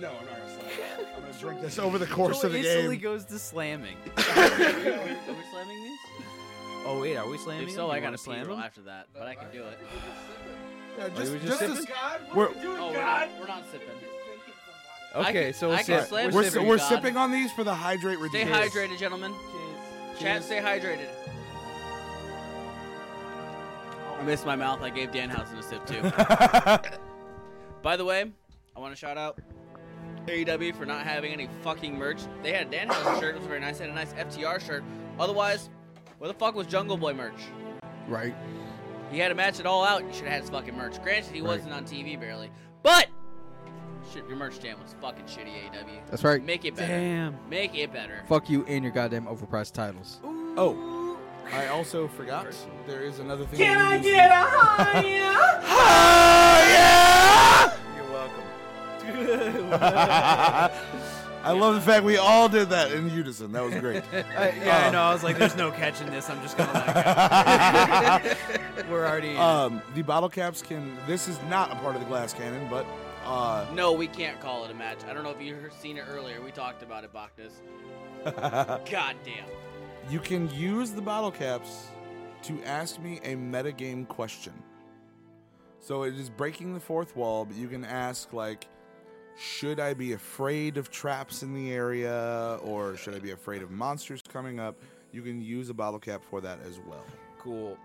Speaker 3: No, I'm not gonna slap. I'm gonna drink this over the course of the
Speaker 1: instantly
Speaker 3: game.
Speaker 1: goes to slamming.
Speaker 4: Are we slamming these?
Speaker 1: Oh wait, are we slamming?
Speaker 4: If
Speaker 1: them?
Speaker 4: so,
Speaker 1: You
Speaker 4: I
Speaker 1: wanna
Speaker 4: gotta pee
Speaker 1: slam
Speaker 4: roll
Speaker 1: them?
Speaker 4: after that, but I can do it.
Speaker 3: Yeah,
Speaker 1: we just
Speaker 3: just, just
Speaker 1: sipping?
Speaker 3: this-
Speaker 5: God, what
Speaker 3: We're-
Speaker 5: are you doing,
Speaker 4: Oh, we're not,
Speaker 5: God?
Speaker 4: we're not sipping. I
Speaker 1: Okay,
Speaker 4: can-
Speaker 1: so we're
Speaker 4: I can
Speaker 1: sip-
Speaker 4: slam
Speaker 3: we're,
Speaker 4: We're
Speaker 3: si-
Speaker 4: sipping,
Speaker 3: we're
Speaker 4: God.
Speaker 3: sipping on these for the hydrate
Speaker 4: Stay
Speaker 3: redeem.
Speaker 4: hydrated, gentlemen. Chat, stay hydrated. I missed my mouth. I gave Danhausen a sip too. By the way, I want to shout out AEW for not having any fucking merch. They had a Danhausen shirt. It was very nice. They had a nice FTR shirt. Otherwise, where the fuck was Jungle Boy merch?
Speaker 2: Right.
Speaker 4: He had a match it all out. You should have had his fucking merch. Granted, he wasn't on TV barely, but shit, your merch stand was fucking shitty. AEW.
Speaker 2: That's right.
Speaker 4: Make it better.
Speaker 1: Damn.
Speaker 4: Make it better.
Speaker 2: Fuck you and your goddamn overpriced titles.
Speaker 3: Oh, I also forgot. There is another thing.
Speaker 5: Can I get a higher?
Speaker 1: You're welcome.
Speaker 3: I love the fact we all did that in unison. That was great. Um,
Speaker 1: yeah, I know. I was like, "There's no catching this. I'm just gonna like, we're already."
Speaker 3: um, the bottle caps can. This is not a part of the glass cannon, but uh,
Speaker 4: No, we can't call it a match. I don't know if you heard- seen it earlier. We talked about it, Bacchus. God damn.
Speaker 3: you can use the bottle caps to ask me a metagame question. So it is breaking the fourth wall, but you can ask like, should I be afraid of traps in the area, or should I be afraid of monsters coming up? You can use a bottle cap for that as well.
Speaker 1: cool.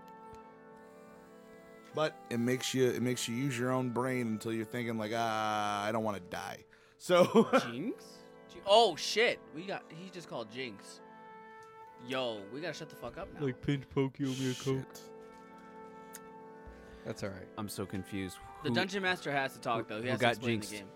Speaker 3: But it makes you it makes you use your own brain until you're thinking like, ah, I don't want to die. So
Speaker 4: Jinx? Ji- Oh shit. We got he just called Jinx. Yo, we gotta shut the fuck up now.
Speaker 2: pinch poke you me a
Speaker 3: Shit.
Speaker 2: That's all right.
Speaker 1: I'm so confused.
Speaker 4: The
Speaker 1: Who-
Speaker 4: dungeon master has to talk though. He
Speaker 1: who
Speaker 4: has
Speaker 1: got
Speaker 4: to explain
Speaker 1: jinxed?
Speaker 4: the game.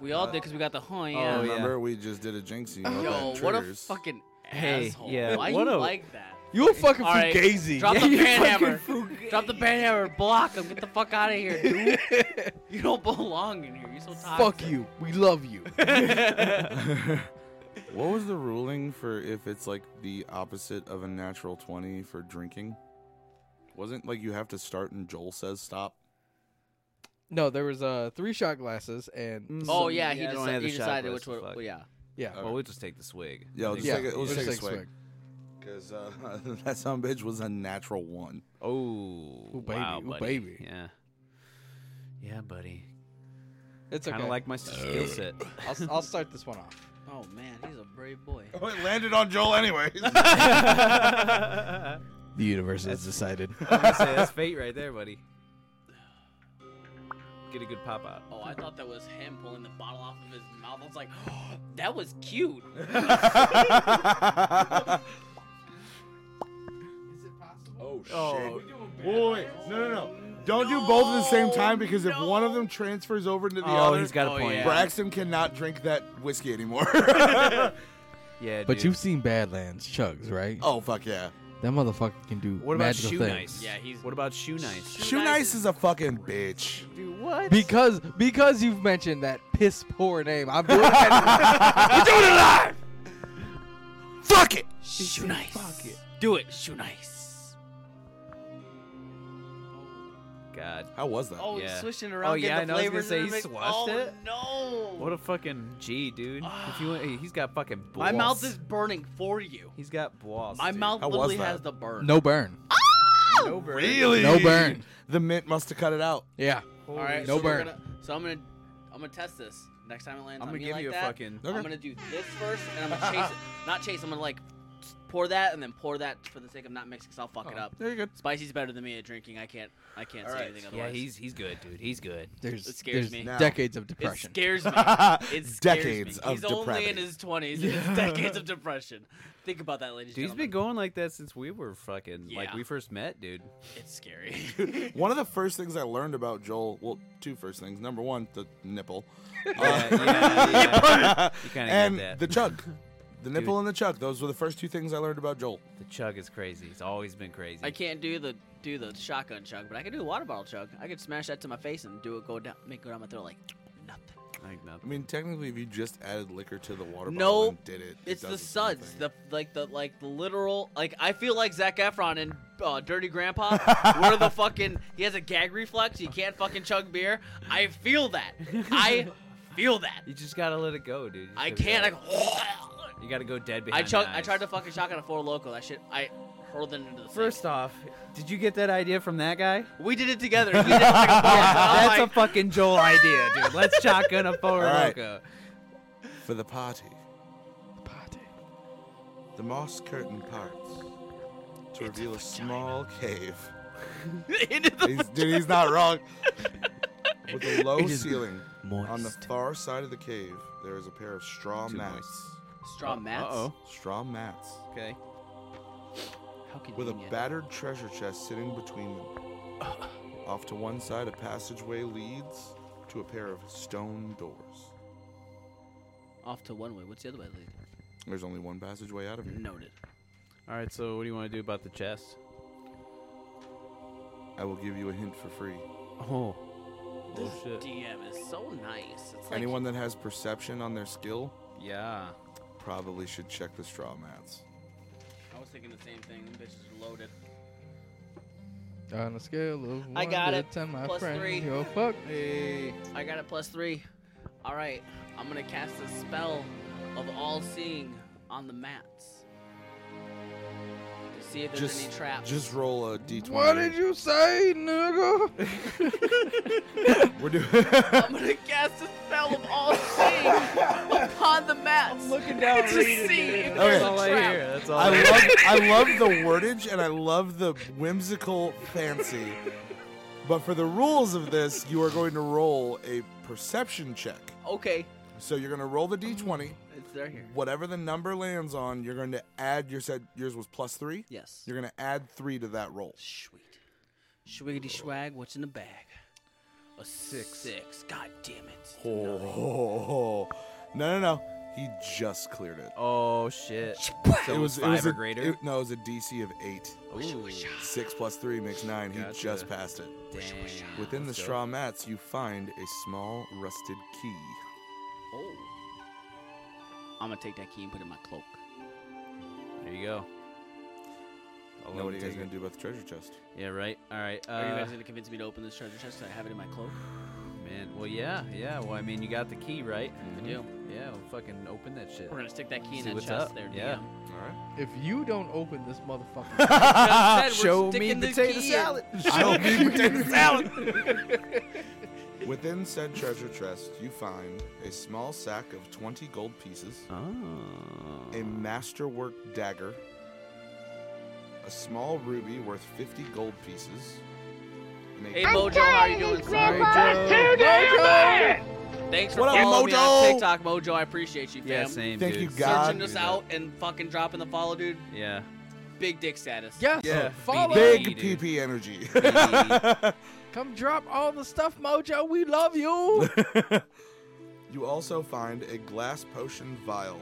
Speaker 4: We all did because we got the huh,
Speaker 1: yeah.
Speaker 4: yeah.
Speaker 3: Oh, remember we just did a jinxie. about
Speaker 4: Yo,
Speaker 3: that
Speaker 4: what a
Speaker 3: triggers.
Speaker 4: fucking
Speaker 1: Hey,
Speaker 4: asshole.
Speaker 1: yeah,
Speaker 4: Why
Speaker 1: what
Speaker 4: you
Speaker 1: a-
Speaker 4: like that?
Speaker 2: You a fucking
Speaker 4: All right.
Speaker 2: fugazi.
Speaker 4: Drop
Speaker 2: Yeah,
Speaker 4: the
Speaker 2: you
Speaker 4: panhammer.
Speaker 2: fucking
Speaker 4: Drop the panhammer. Block him. Get the fuck out of here, dude. you don't belong in here. You're so
Speaker 2: fug-
Speaker 4: toxic.
Speaker 2: Fuck you. We love you.
Speaker 3: What was the ruling for if it's like the opposite of a natural twenty for drinking? Wasn't like you have to start and Joel says stop.
Speaker 2: No, there was uh three shot glasses and
Speaker 1: Mm.
Speaker 4: Oh
Speaker 1: So,
Speaker 4: yeah,
Speaker 1: yeah,
Speaker 4: he,
Speaker 1: I don't
Speaker 4: deci-
Speaker 1: have
Speaker 4: he
Speaker 1: the shot
Speaker 4: decided
Speaker 1: glass,
Speaker 4: which
Speaker 1: the
Speaker 4: one.
Speaker 1: fuck.
Speaker 4: well, yeah,
Speaker 2: yeah,
Speaker 1: Well, we'll just take the swig.
Speaker 3: Yeah, let's
Speaker 1: Take-
Speaker 2: yeah.
Speaker 3: take a- let's
Speaker 2: just
Speaker 3: take a
Speaker 2: take a
Speaker 3: swig.
Speaker 2: swig.
Speaker 3: Because uh, that son bitch was a natural one.
Speaker 1: Oh,
Speaker 2: Ooh, baby,
Speaker 1: wow,
Speaker 2: ooh,
Speaker 1: buddy.
Speaker 2: baby.
Speaker 1: Yeah. Yeah, buddy.
Speaker 2: It's
Speaker 1: Kind
Speaker 2: okay.
Speaker 1: of like my skill set.
Speaker 2: I'll, s- I'll start this one off.
Speaker 4: Oh man, he's a brave boy.
Speaker 3: Oh, it landed on Joel anyway.
Speaker 2: The universe has decided.
Speaker 1: I say, that's fate right there, buddy. Get a good pop out.
Speaker 4: Oh, I thought that was him pulling the bottle off of his mouth. I was like, that was cute.
Speaker 3: oh shit! Wait, wait, no, no, no! Don't do both at the same time because if one of them transfers over into the
Speaker 1: Oh,
Speaker 3: other,
Speaker 1: he's got a
Speaker 4: Oh,
Speaker 1: point.
Speaker 4: yeah.
Speaker 3: Braxton cannot drink that whiskey anymore.
Speaker 1: Yeah,
Speaker 2: But
Speaker 1: dude.
Speaker 2: you've seen Badlands Chugs, right?
Speaker 3: oh fuck yeah!
Speaker 2: That motherfucker can do
Speaker 1: What about
Speaker 2: magical
Speaker 1: shoe
Speaker 2: things.
Speaker 1: nice?
Speaker 4: Yeah, he's-
Speaker 1: What about shoe nice?
Speaker 3: Shoe Nice is a fucking bitch.
Speaker 1: Dude, what?
Speaker 2: Because because you've mentioned that piss poor name, I'm doing that.
Speaker 3: We're doing it live. Fuck it.
Speaker 4: Shoe nice. Do it, shoe nice.
Speaker 1: God.
Speaker 3: How was that?
Speaker 4: Oh, he's
Speaker 1: Yeah.
Speaker 4: swishing around.
Speaker 1: Oh, yeah,
Speaker 4: getting
Speaker 1: I
Speaker 4: the
Speaker 1: know, I was
Speaker 4: flavors
Speaker 1: gonna
Speaker 4: in
Speaker 1: say
Speaker 4: the
Speaker 1: he
Speaker 4: mix.
Speaker 1: swatched
Speaker 4: oh,
Speaker 1: it.
Speaker 4: No.
Speaker 1: What a fucking G, dude. if you want, hey, he's got fucking balls.
Speaker 4: My mouth is burning for you.
Speaker 1: He's got balls.
Speaker 4: My
Speaker 1: dude.
Speaker 4: mouth
Speaker 3: How was
Speaker 4: literally
Speaker 3: that?
Speaker 4: has the burn.
Speaker 2: no burn.
Speaker 1: No burn.
Speaker 3: really?
Speaker 2: No burn.
Speaker 3: The mint must have cut it out.
Speaker 2: Yeah.
Speaker 4: All right,
Speaker 2: No
Speaker 4: so we're
Speaker 2: burn.
Speaker 4: Gonna, so I'm gonna, I'm gonna test this next time it lands.
Speaker 1: I'm
Speaker 4: on
Speaker 1: gonna
Speaker 4: me
Speaker 1: give
Speaker 4: like
Speaker 1: you a
Speaker 4: that,
Speaker 1: fucking-
Speaker 3: Okay.
Speaker 4: I'm gonna do this first, and I'm gonna chase it. Not chase. I'm gonna like pour that and then pour that for the sake of not mixing, cause I'll fuck it up.
Speaker 3: There you go.
Speaker 4: Spicy's better than me at drinking. I can't. I can't say anything otherwise.
Speaker 1: Yeah, he's he's good, dude. He's good.
Speaker 2: There's,
Speaker 4: It scares
Speaker 2: there's
Speaker 4: me.
Speaker 3: Now-
Speaker 2: decades of
Speaker 4: It
Speaker 2: depression.
Speaker 4: scares me. It scares
Speaker 3: Decades of
Speaker 4: me. He's only in
Speaker 3: depravity.
Speaker 4: his twenties. It's decades of depression. Think about that, ladies.
Speaker 1: Dude, he's
Speaker 4: and
Speaker 1: been
Speaker 4: gentlemen.
Speaker 1: going like that since we were fucking like
Speaker 4: Yeah.
Speaker 1: we first met, dude.
Speaker 4: It's scary.
Speaker 3: One of the first things I learned about Joel, well, two first things. Number one, the nipple,
Speaker 1: Yeah, yeah, yeah. you kind of
Speaker 3: and
Speaker 1: get that.
Speaker 3: the chug. The nipple and the chug. Those were the first two things I learned about Joel.
Speaker 1: The chug is crazy. He's always been crazy.
Speaker 4: I can't do the do the shotgun chug, but I can do the water bottle chug. I could smash that to my face and do it go down, make it go down my throat like nothing.
Speaker 1: Like, no.
Speaker 3: I mean, technically, if you just added liquor to the water bottle
Speaker 4: No,
Speaker 3: and did it, it
Speaker 4: It's
Speaker 3: does
Speaker 4: the
Speaker 3: same
Speaker 4: suds,
Speaker 3: thing.
Speaker 4: the like the like the literal like I feel like Zach Efron and uh, Dirty Grandpa, where the fucking he has a gag reflex, he can't fucking chug beer. I feel that, I feel that.
Speaker 1: You just gotta let it go, dude. You just
Speaker 4: I
Speaker 1: gotta be
Speaker 4: can't. I
Speaker 1: like-
Speaker 4: go,
Speaker 1: you gotta go dead
Speaker 4: I
Speaker 1: behind.
Speaker 4: chug.
Speaker 1: the
Speaker 4: I
Speaker 1: eyes.
Speaker 4: tried to fucking shotgun a four local. That shit. I hurled it into the sink.
Speaker 1: First off, did you get that idea from that guy?
Speaker 4: We did it together. You did it like a boss. I'm
Speaker 1: That's a
Speaker 4: like,
Speaker 1: fucking Joel idea, dude. Let's shotgun a four
Speaker 3: right.
Speaker 1: loco.
Speaker 3: for the party. The moss curtain parts to reveal a small cave.
Speaker 4: into the
Speaker 3: He's, dude, he's not wrong. With a low
Speaker 2: It is
Speaker 3: ceiling on the far side of the cave, there is a pair of straw mats.
Speaker 4: straw mats.
Speaker 1: Uh-oh.
Speaker 3: Straw mats
Speaker 1: Okay.
Speaker 4: How can
Speaker 3: with a battered treasure chest sitting between them. Off to one side, a passageway leads to a pair of stone doors.
Speaker 4: off to one way? What's the other way? Lee?
Speaker 3: There's only one passageway out of here.
Speaker 4: Noted.
Speaker 1: All right. So, what do you want to do about the chest?
Speaker 3: I will give you a hint for free.
Speaker 1: Oh.
Speaker 4: This
Speaker 1: Oh shit.
Speaker 4: DM is so nice. It's like
Speaker 3: Anyone that has perception on their skill
Speaker 1: Yeah.
Speaker 3: probably should check the straw mats.
Speaker 4: I was thinking the same thing. Them bitches are loaded.
Speaker 2: On a scale of one
Speaker 4: I got
Speaker 2: to
Speaker 4: it.
Speaker 2: ten, my
Speaker 4: Plus
Speaker 2: friend,
Speaker 4: three.
Speaker 2: you're fucked.
Speaker 4: I got it plus three. All right, I'm gonna cast a spell of all seeing on the mats to see if there's any traps.
Speaker 3: just roll a d20.
Speaker 2: What did you say, nigga?
Speaker 3: We're doing.
Speaker 4: I'm gonna cast a spell of all seeing upon the mats. I'm looking down to see if there's
Speaker 1: That's all
Speaker 4: a
Speaker 1: I
Speaker 4: trap.
Speaker 1: hear. That's all.
Speaker 3: I
Speaker 1: I
Speaker 3: love, I love the wordage and I love the whimsical fancy. But for the rules of this, you are going to roll a perception check.
Speaker 4: Okay,
Speaker 3: So you're going to roll the d20.
Speaker 4: it's there here.
Speaker 3: Whatever the number lands on, you're going to add. You said yours was plus three.
Speaker 4: Yes.
Speaker 3: You're going to add three to that roll.
Speaker 4: Sweet. Swiggity swag. What's in the bag? A six. Six. God damn it.
Speaker 3: Oh, no, no, no! He just cleared it.
Speaker 1: Oh shit. So
Speaker 3: it was
Speaker 1: five
Speaker 3: it was
Speaker 1: or
Speaker 3: a,
Speaker 1: greater.
Speaker 3: it- no, it was a DC of eight.
Speaker 1: Ooh.
Speaker 3: Six plus three makes nine. He
Speaker 1: Gotcha.
Speaker 3: just passed it.
Speaker 1: Damn.
Speaker 3: Within the
Speaker 1: Let's go.
Speaker 3: straw mats, you find a small rusted key.
Speaker 4: Oh. I'm gonna take that key and put it in my cloak.
Speaker 1: There you go.
Speaker 3: I
Speaker 1: I'll
Speaker 3: know
Speaker 1: let him
Speaker 3: what you guys
Speaker 1: take
Speaker 3: gonna
Speaker 1: Oh, it.
Speaker 3: do about the treasure chest.
Speaker 1: Yeah. Right. All right. Uh,
Speaker 4: Are you guys gonna convince me to open this treasure chest? 'cause I have it in my cloak.
Speaker 1: man. Well, yeah, yeah. Well, I mean, you got the key, right?
Speaker 4: I do.
Speaker 1: Yeah, well, fucking open that shit.
Speaker 4: We're gonna stick that key
Speaker 1: See
Speaker 4: in that
Speaker 1: what's
Speaker 4: chest
Speaker 1: up.
Speaker 4: there,
Speaker 1: Yeah.
Speaker 4: DM.
Speaker 3: All
Speaker 2: If
Speaker 3: right.
Speaker 2: you don't open this motherfucker,
Speaker 4: Said we're
Speaker 2: Show me
Speaker 4: sticking the
Speaker 1: potato
Speaker 4: key in.
Speaker 1: salad.
Speaker 3: Show me potato salad. Within said treasure chest, you find a small sack of 20 gold pieces,
Speaker 1: Oh.
Speaker 3: a masterwork dagger, a small ruby worth 50 gold pieces, and a
Speaker 4: Hey Mojo, how you doing? Sorry.
Speaker 2: Joe.
Speaker 4: Thanks for
Speaker 3: What up,
Speaker 4: following me
Speaker 3: Mojo?
Speaker 4: on TikTok, Mojo. I appreciate you, fam.
Speaker 1: Yeah, same.
Speaker 3: Thank
Speaker 1: dude.
Speaker 3: you, God.
Speaker 4: Searching us out and fucking dropping the follow, dude.
Speaker 1: Yeah.
Speaker 4: Big dick status.
Speaker 2: yes,
Speaker 3: Yeah.
Speaker 2: follow.
Speaker 1: Big-
Speaker 3: Big
Speaker 1: dude.
Speaker 3: PP energy.
Speaker 2: Come drop all the stuff, Mojo. We love you.
Speaker 3: you also find a glass potion vial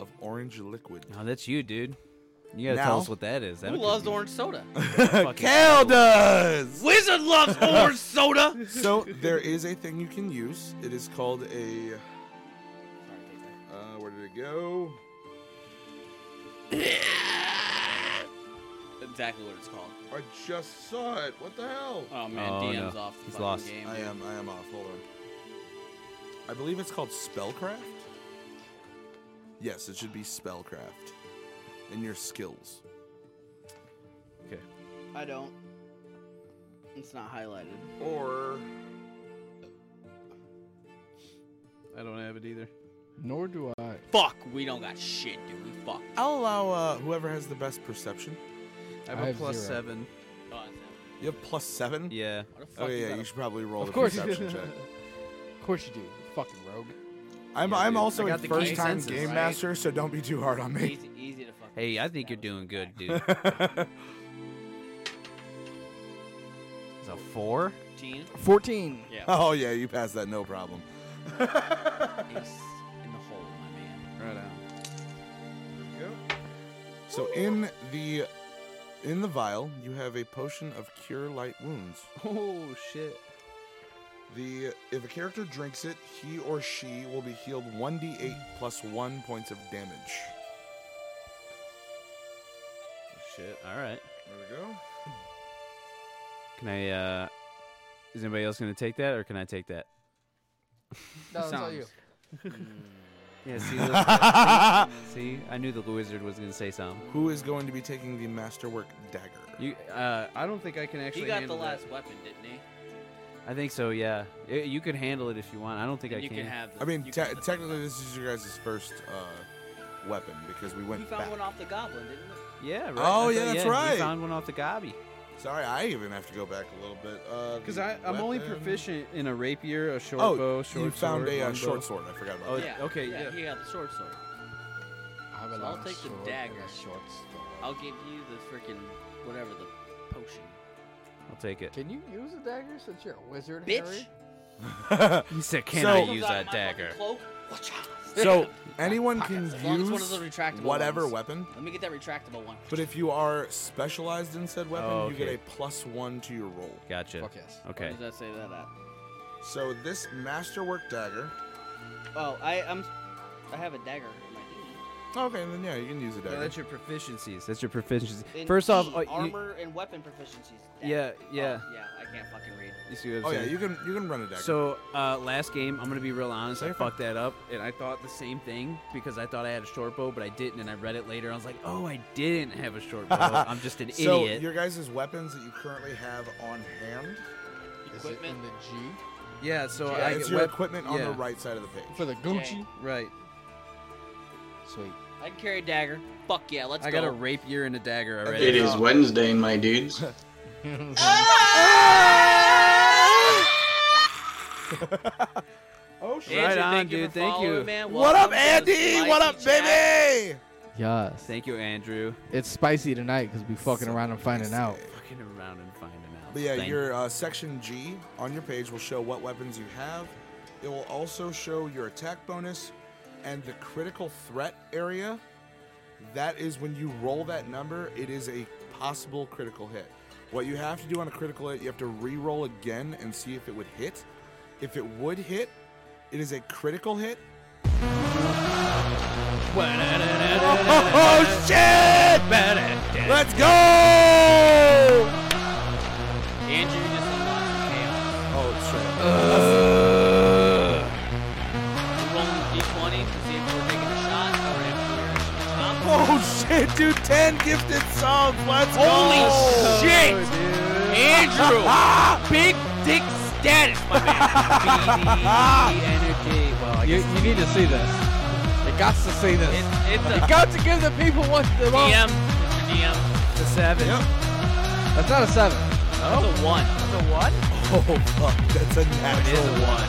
Speaker 3: of orange liquid.
Speaker 1: Oh, that's you, dude. You gotta tell
Speaker 3: Now-
Speaker 1: us what that is. That
Speaker 4: Who
Speaker 1: would
Speaker 4: loves
Speaker 1: be-
Speaker 4: orange soda?
Speaker 1: fucking
Speaker 3: Cal does!
Speaker 4: Wizard loves orange soda.
Speaker 3: So there is a thing you can use. It is called a. Uh, where did it go?
Speaker 4: Exactly what it's called.
Speaker 3: I just saw it. What the hell?
Speaker 4: Oh man,
Speaker 1: Oh,
Speaker 4: DM's
Speaker 1: no.
Speaker 4: off the
Speaker 1: He's
Speaker 4: fucking
Speaker 1: lost.
Speaker 4: game.
Speaker 3: I
Speaker 4: dude.
Speaker 3: am. I am off. Hold on. I believe it's called spellcraft. Yes, it should be spellcraft. And your skills.
Speaker 4: I don't. It's not highlighted.
Speaker 3: Or
Speaker 1: I don't have it either.
Speaker 2: Nor do I.
Speaker 4: Fuck, we don't got shit, dude. We fuck.
Speaker 3: I'll allow uh, whoever has the best perception.
Speaker 1: I have
Speaker 2: I
Speaker 1: a
Speaker 2: have
Speaker 1: plus
Speaker 2: zero.
Speaker 1: seven.
Speaker 4: Oh,
Speaker 3: You have plus seven.
Speaker 1: Yeah.
Speaker 4: What the fuck
Speaker 3: Oh
Speaker 4: is
Speaker 3: yeah,
Speaker 4: that?
Speaker 3: you should probably roll
Speaker 2: Of
Speaker 3: the
Speaker 2: course.
Speaker 3: perception check.
Speaker 2: Of course you do. Fucking rogue.
Speaker 3: I'm
Speaker 1: Yeah,
Speaker 3: I'm
Speaker 1: dude.
Speaker 3: also
Speaker 1: I
Speaker 3: a
Speaker 1: got the key
Speaker 3: first time
Speaker 1: senses,
Speaker 3: game
Speaker 1: right?
Speaker 3: master, so don't be too hard on me.
Speaker 4: Easy, easy to fuck.
Speaker 1: Hey, I think you're doing good, dude. it's a four.
Speaker 4: 15.
Speaker 2: Fourteen.
Speaker 4: Yeah.
Speaker 3: oh yeah, you passed that no problem.
Speaker 4: Ace in the hole, my man.
Speaker 1: Right on.
Speaker 3: So in the in the vial, you have a potion of cure light wounds.
Speaker 1: Oh shit.
Speaker 3: The if a character drinks it, he or she will be healed 1d8 plus 1 points of damage.
Speaker 1: Shit. All right.
Speaker 3: There we go.
Speaker 1: Can I? uh Is anybody else gonna take that, or can I take that?
Speaker 2: No, that's all
Speaker 4: Sounds-
Speaker 2: you.
Speaker 1: Yeah. See. look- see. I knew the wizard was gonna say something.
Speaker 3: Who is going to be taking the masterwork dagger?
Speaker 1: You. Uh, I don't think I can actually.
Speaker 4: He got the
Speaker 1: handle
Speaker 4: last
Speaker 1: that.
Speaker 4: weapon, didn't he?
Speaker 1: I think so. Yeah. Y- you can handle it if you want. I don't think
Speaker 4: And
Speaker 1: I
Speaker 4: you can, have. The,
Speaker 3: I mean,
Speaker 4: you
Speaker 3: te-
Speaker 4: can-
Speaker 3: technically this is your guys' first uh, weapon because we went
Speaker 4: You found
Speaker 3: back.
Speaker 4: one off the goblin, didn't you?
Speaker 1: yeah. Right.
Speaker 3: Oh,
Speaker 1: I
Speaker 3: yeah,
Speaker 1: thought-
Speaker 3: that's
Speaker 1: you
Speaker 3: right.
Speaker 1: found one off the gobby.
Speaker 3: Sorry, I even have to go back a little bit. uh,
Speaker 1: Because
Speaker 3: the
Speaker 1: I'm only
Speaker 3: weapon-
Speaker 1: proficient in a rapier, a short
Speaker 3: Oh,
Speaker 1: bow, short
Speaker 3: you found
Speaker 1: sword,
Speaker 3: a uh,
Speaker 1: longbow.
Speaker 3: short sword. I forgot about
Speaker 1: Oh,
Speaker 3: that.
Speaker 4: yeah.
Speaker 1: okay,
Speaker 4: Yeah.
Speaker 1: yeah.
Speaker 4: He got the sword sword.
Speaker 2: I have a
Speaker 4: So I'll
Speaker 2: long
Speaker 4: take the
Speaker 2: sword and
Speaker 4: dagger.
Speaker 2: a short sword.
Speaker 4: I'll give you the freaking whatever the potion.
Speaker 1: I'll take it.
Speaker 2: Can you use a dagger since you're a wizard,
Speaker 4: Bitch.
Speaker 2: Harry?
Speaker 1: He said, "Can
Speaker 3: So-
Speaker 1: I
Speaker 3: Comes
Speaker 1: use
Speaker 4: Comes out
Speaker 1: that
Speaker 4: of my fucking
Speaker 1: dagger?"
Speaker 4: Cloak. Watch out.
Speaker 3: So anyone can
Speaker 4: Pockets, as long as one of
Speaker 3: use
Speaker 4: those retractable
Speaker 3: whatever
Speaker 4: ones.
Speaker 3: weapon,
Speaker 4: Let me get that retractable one.
Speaker 3: but if you are specialized in said weapon,
Speaker 1: Oh,
Speaker 3: you
Speaker 1: okay.
Speaker 3: get a plus one to your roll.
Speaker 1: Gotcha.
Speaker 2: Fuck yes.
Speaker 4: Where
Speaker 1: Okay.
Speaker 4: does that say that at?
Speaker 3: So this masterwork dagger.
Speaker 4: Oh, I I'm I have a dagger in my thingy.
Speaker 3: Okay, then yeah, you can use a
Speaker 1: Yeah,
Speaker 3: dagger.
Speaker 1: that's your proficiencies. That's your proficiency.
Speaker 4: In
Speaker 1: First off,
Speaker 4: E,
Speaker 1: oh, you-
Speaker 4: armor and weapon proficiencies.
Speaker 1: Yeah,
Speaker 4: Oh,
Speaker 1: yeah.
Speaker 4: yeah, I can't fucking read.
Speaker 1: you see what
Speaker 3: oh
Speaker 1: I'm
Speaker 3: yeah,
Speaker 1: saying?
Speaker 3: you can you can run a dagger.
Speaker 1: So uh, last game, I'm gonna be real honest. I
Speaker 3: You're fine.
Speaker 1: fucked that up, and I thought the same thing because I thought I had a short bow, but I didn't, and I read it later. I was like, "Oh, I didn't have a short bow. I'm just an
Speaker 3: So
Speaker 1: idiot."
Speaker 3: your guys' weapons that you currently have on hand.
Speaker 2: Is it
Speaker 4: Equipment.
Speaker 2: in the G
Speaker 1: Yeah. So
Speaker 4: Yeah,
Speaker 1: I
Speaker 3: it's
Speaker 1: get
Speaker 3: your
Speaker 1: wep-
Speaker 3: equipment on the
Speaker 1: yeah.
Speaker 3: right side of the page.
Speaker 2: for the Gucci?
Speaker 1: Right.
Speaker 2: Sweet.
Speaker 4: I can carry a dagger. Fuck yeah, let's
Speaker 1: I
Speaker 4: go.
Speaker 1: got a rapier and a dagger already.
Speaker 9: It is Wednesday, my dudes.
Speaker 3: oh
Speaker 4: Andrew,
Speaker 1: Right on,
Speaker 4: thank you
Speaker 1: dude,
Speaker 4: for
Speaker 1: thank
Speaker 4: following,
Speaker 1: you.
Speaker 4: Man.
Speaker 3: What up,
Speaker 4: Welcome to the
Speaker 3: Andy? What
Speaker 4: spicy
Speaker 3: up,
Speaker 4: chat.
Speaker 3: baby?
Speaker 2: Yes.
Speaker 1: Thank you, Andrew.
Speaker 2: It's spicy tonight because we fucking around and finding out.
Speaker 1: Fucking around and finding out.
Speaker 3: But yeah,
Speaker 1: Thank-
Speaker 3: your uh, section G on your page will show what weapons you have. It will also show your attack bonus and the critical threat area. That is when you roll that number, it is a possible critical hit. What you have to do on a critical hit, you have to re-roll again and see if it would hit. If it would hit, it is a critical hit. Oh shit! Let's go!
Speaker 4: Andrew just unlocked the chaos.
Speaker 3: Oh, shit. do 10 gifted subs. Let's
Speaker 4: Holy
Speaker 3: go.
Speaker 4: shit! Andrew! Big dick status, my man.
Speaker 2: energy. Well, you, you need to see this. You got to see this.
Speaker 4: It's, it's
Speaker 2: you
Speaker 4: a
Speaker 2: got to give the people what they want.
Speaker 4: DM. Mr. DM.
Speaker 1: It's a seven.
Speaker 2: That's not a seven.
Speaker 4: It's a one.
Speaker 1: It's a one.
Speaker 3: Oh, fuck. That's a
Speaker 4: It is
Speaker 3: natural
Speaker 4: a
Speaker 3: one.
Speaker 4: one.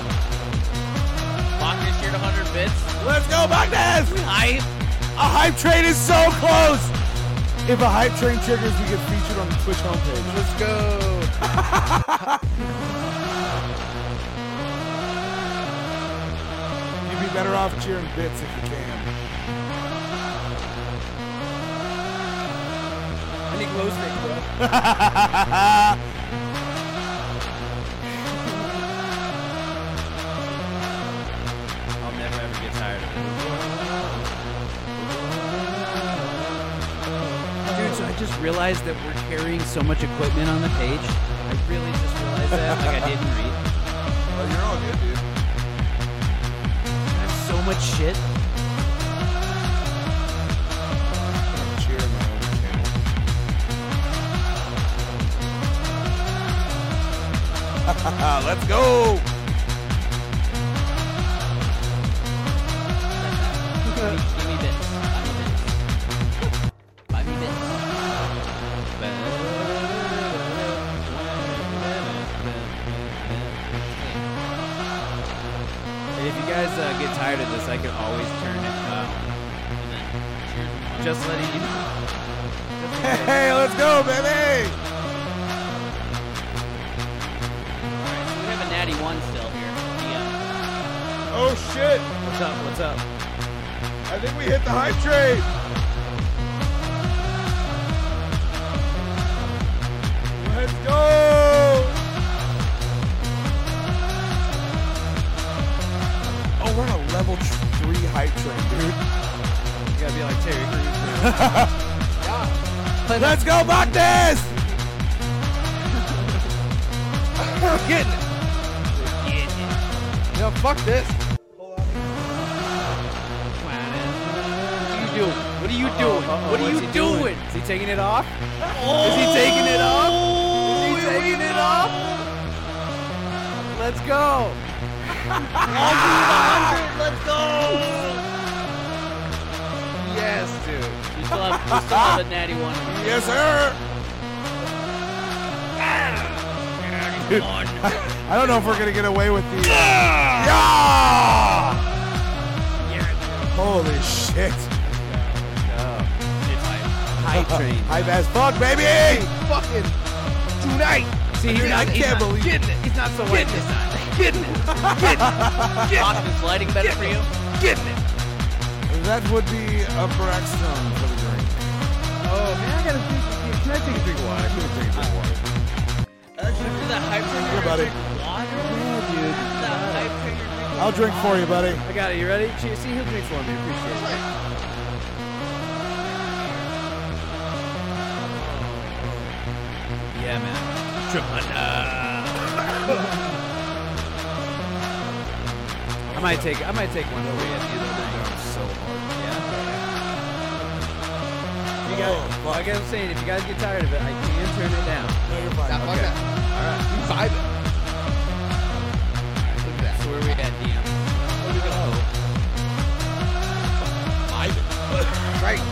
Speaker 4: Bogdan shared 100 bits.
Speaker 3: Let's go, Magnus!
Speaker 4: I
Speaker 3: A hype train is so close. If a hype train triggers, we get featured on the Twitch homepage.
Speaker 2: Let's go.
Speaker 3: You'd be better off cheering bits if you can.
Speaker 2: I need glow stick.
Speaker 1: I'll never ever get tired of it. Dude, so I just realized that we're carrying so much equipment on the page. I really just realized that. Like I didn't read.
Speaker 3: Oh, you're all good, dude.
Speaker 1: I have so much shit.
Speaker 3: I'm cheering my own channel. Let's go!
Speaker 4: give me bits. Buy me bits. Buy me bits.
Speaker 1: And if you guys uh, get tired of this, I can always turn it down.
Speaker 4: And then cheers with one.
Speaker 1: Just letting you know.
Speaker 3: Hey, let's go, baby!
Speaker 4: Alright, so we have a natty one still here. DM.
Speaker 3: Oh shit!
Speaker 1: What's up? What's up?
Speaker 3: I think we hit the hype train! Let's go! Oh, we're on a level tr- 3 hype train, dude.
Speaker 1: You gotta be like Terry Crews.
Speaker 3: Let's go, Bogdanes! Getting it.
Speaker 2: No, fuck this. What are you doing?
Speaker 1: Uh-oh, uh-oh,
Speaker 2: What are you
Speaker 1: what's
Speaker 2: doing?
Speaker 1: he
Speaker 2: What are you Oh, doing?
Speaker 1: Is he taking it off? Is he taking it off? Is he taking it off? Let's go.
Speaker 2: Yes, dude.
Speaker 4: We still have, we still have a natty one.
Speaker 3: Yes, sir. I don't know if we're gonna get away with the. uh, Yeah! Holy shit!
Speaker 1: Hype train.
Speaker 3: Hype as fuck, baby!
Speaker 2: Fucking tonight.
Speaker 1: See, he's
Speaker 3: I
Speaker 1: not, he's
Speaker 3: can't
Speaker 1: not,
Speaker 3: believe it.
Speaker 2: Getting it.
Speaker 1: he's not so white this time.
Speaker 2: Getting it.
Speaker 4: Bogdan's lighting better for you.
Speaker 2: Getting it.
Speaker 3: That would be a Braxton for the drink.
Speaker 2: Oh man, I gotta think. Can I take a drink of water?
Speaker 4: Uh, should we do that hype train?
Speaker 3: Here, buddy.
Speaker 4: Water? That hype train you're drinking
Speaker 3: I'll drink for you, buddy.
Speaker 1: I got it. You ready? Cheers. See, he'll drink for me. Appreciate it. Yeah, man. I might take. I might take one away at the end of the night. so hard. Yeah. You guys, well, like I'm saying, if you guys get tired of it, I can turn it down.
Speaker 3: No, you're fine.
Speaker 2: Nah, fuck that. All right. You vibing.
Speaker 4: So where we at, DM?
Speaker 2: Right. I'm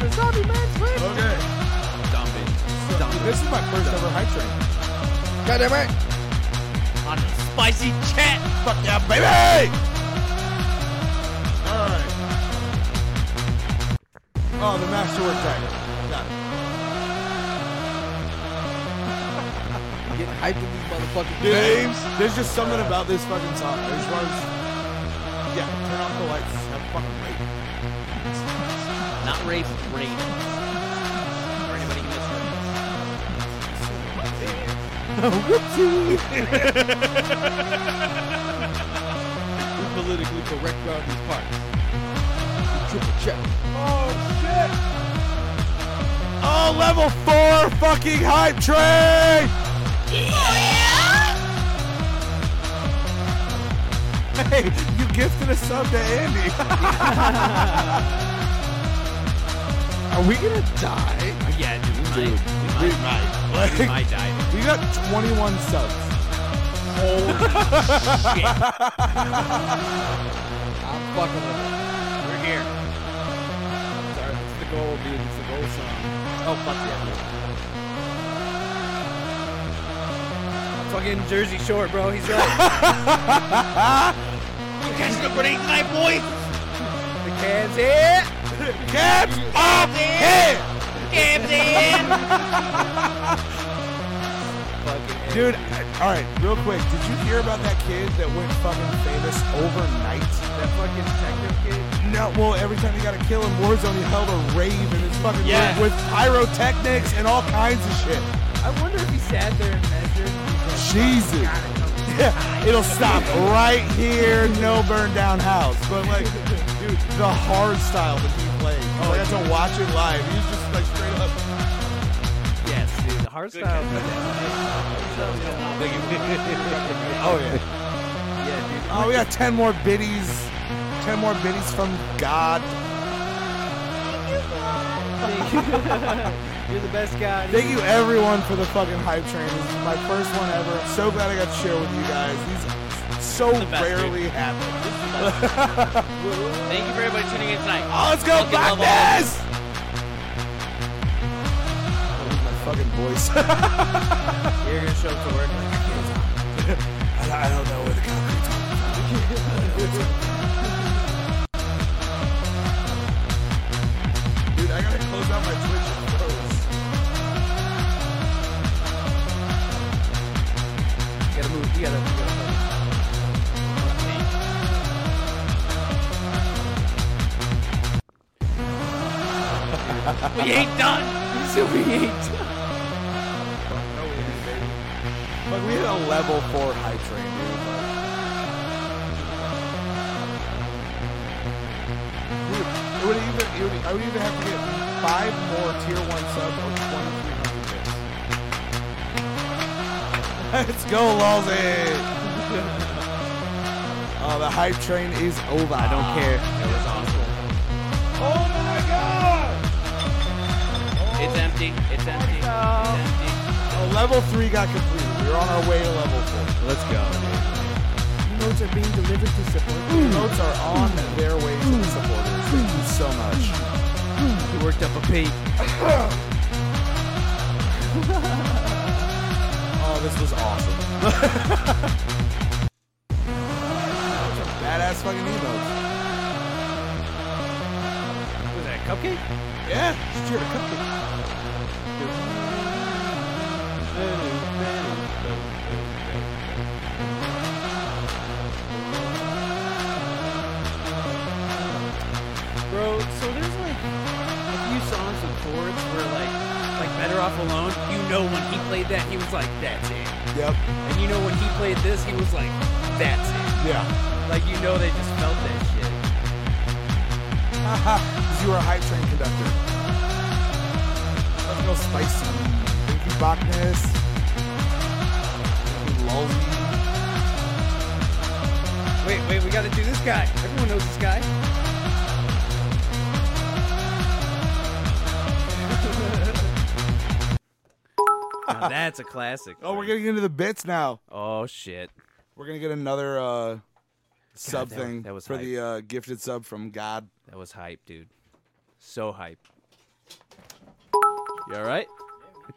Speaker 2: a zombie man, Swift.
Speaker 3: Okay.
Speaker 1: Dump it.
Speaker 3: This is my first ever hype train.
Speaker 2: Goddamn right.
Speaker 4: On the spicy chat.
Speaker 3: Fuck yeah, baby! Alright. Oh, the masterwork tag. Got it.
Speaker 2: I'm getting hyped in these motherfucking
Speaker 3: Dude,
Speaker 2: games.
Speaker 3: there's just something about this fucking song. I just want to, yeah, turn off the lights. Have fucking great.
Speaker 4: Not rape, rape. For anybody who missed it.
Speaker 2: Politically correct around these parts. Triple check.
Speaker 3: Oh, level four fucking hype train. Hey, you gifted a sub to Andy. Are we gonna die?
Speaker 1: Oh, Yeah, dude, we
Speaker 3: Dude,
Speaker 1: might. We
Speaker 3: we
Speaker 1: might. We
Speaker 3: Like-
Speaker 1: might die.
Speaker 3: We got 21 subs.
Speaker 2: I'm fucking with
Speaker 1: We're here. Sorry, it's the goal, dude. It's the goal song. Oh, fuck yeah. Fucking Jersey Shore, bro. He's right.
Speaker 9: Catch the grenade tonight, boy!
Speaker 1: the cans here.
Speaker 3: Caps up here!
Speaker 1: Fucking
Speaker 3: Dude, I- all right, real quick. Did you hear about that kid that went fucking famous overnight?
Speaker 1: that fucking detective kid.
Speaker 3: No, well, every time he got a kill in Warzone, he held a rave in his fucking
Speaker 4: Yeah.
Speaker 3: room with pyrotechnics and all kinds of shit.
Speaker 1: I wonder if he sat there and measured. He's like,
Speaker 3: Jesus. Yeah, it'll stop right here. No burn down house. But like, dude, the hard style that he played. Oh, I got to watch it live. He's just like straight up.
Speaker 1: Yes, dude. The hard style.
Speaker 3: Oh yeah.
Speaker 1: Yeah, dude.
Speaker 3: Oh, we got ten more biddies. Ten more biddies from God.
Speaker 1: Thank you. You're the best guy.
Speaker 3: Thank you everyone for the fucking hype train. This is my first one ever. I'm so glad I got to share with you guys. These so
Speaker 4: best, dude.
Speaker 3: rarely happen.
Speaker 4: Thank you for everybody tuning in tonight.
Speaker 3: Oh, let's go,
Speaker 4: Fucking love all of
Speaker 3: Blackness! I lose my fucking voice. I,
Speaker 1: You're gonna show up to work.
Speaker 3: I don't know where the concrete's coming from. Dude, I gotta close out my Twitch and close.
Speaker 1: You gotta move. You gotta. You gotta
Speaker 4: We ain't done.
Speaker 3: No, we didn't, baby. Like we hit a level four hype train, dude. Dude, it would even, it would, I would even have to get five more tier one subs or twenty three hundred bits. Let's go, Lolzy! oh, the hype train is over. I don't care. It was awesome. Oh my god!
Speaker 4: It's empty. It's empty. It's empty.
Speaker 3: Oh, level three got completed. We were on our way to level four.
Speaker 1: Let's go.
Speaker 3: Notes are being delivered to supporters. Notes are on their way to the supporters. Thank you so much.
Speaker 1: You worked up a peak.
Speaker 3: Oh, this was awesome. Badass fucking emotes.
Speaker 1: Was that a cupcake?
Speaker 3: Yeah, just cheer to cooking.
Speaker 1: Bro, so there's like a few songs with chords where like like Better Off Alone, you know when he played that he was like, that's it.
Speaker 3: Yep.
Speaker 1: And you know when he played this, he was like, that's it.
Speaker 3: Yeah.
Speaker 1: Like you know they just felt that shit.
Speaker 3: Because you were a hype train conductor. Let's go spicy. Thank you, Bacchus. Thank you, Lolzy.
Speaker 1: Wait, wait, we gotta do this guy. Everyone knows this guy. Now that's a classic.
Speaker 3: Oh, we're getting into the bits now.
Speaker 1: Oh shit.
Speaker 3: We're gonna get another uh, sub
Speaker 1: that-
Speaker 3: thing
Speaker 1: that was
Speaker 3: for
Speaker 1: hype.
Speaker 3: the uh, gifted sub from God.
Speaker 1: That was hype, dude. So hype. You all right?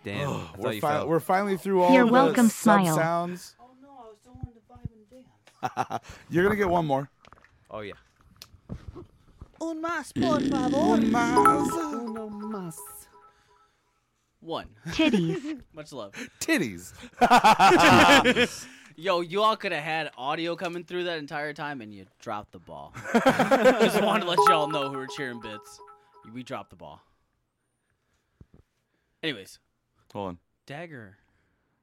Speaker 1: Damn. I thought
Speaker 3: Oh, We're,
Speaker 1: you
Speaker 3: fi-
Speaker 1: fell.
Speaker 3: we're finally through all
Speaker 8: You're
Speaker 3: the
Speaker 8: welcome,
Speaker 3: sub
Speaker 8: smile.
Speaker 3: sounds.
Speaker 7: Oh no, I was still wanting to vibe and dance.
Speaker 3: You're gonna get one more.
Speaker 1: oh yeah.
Speaker 4: One.
Speaker 8: Titties.
Speaker 4: Much love.
Speaker 3: Titties.
Speaker 4: Yo, you all could have had audio coming through that entire time, and you dropped the ball. Just wanted to let you all know who were cheering bits. We dropped the ball. Anyways,
Speaker 3: Hold on.
Speaker 4: dagger.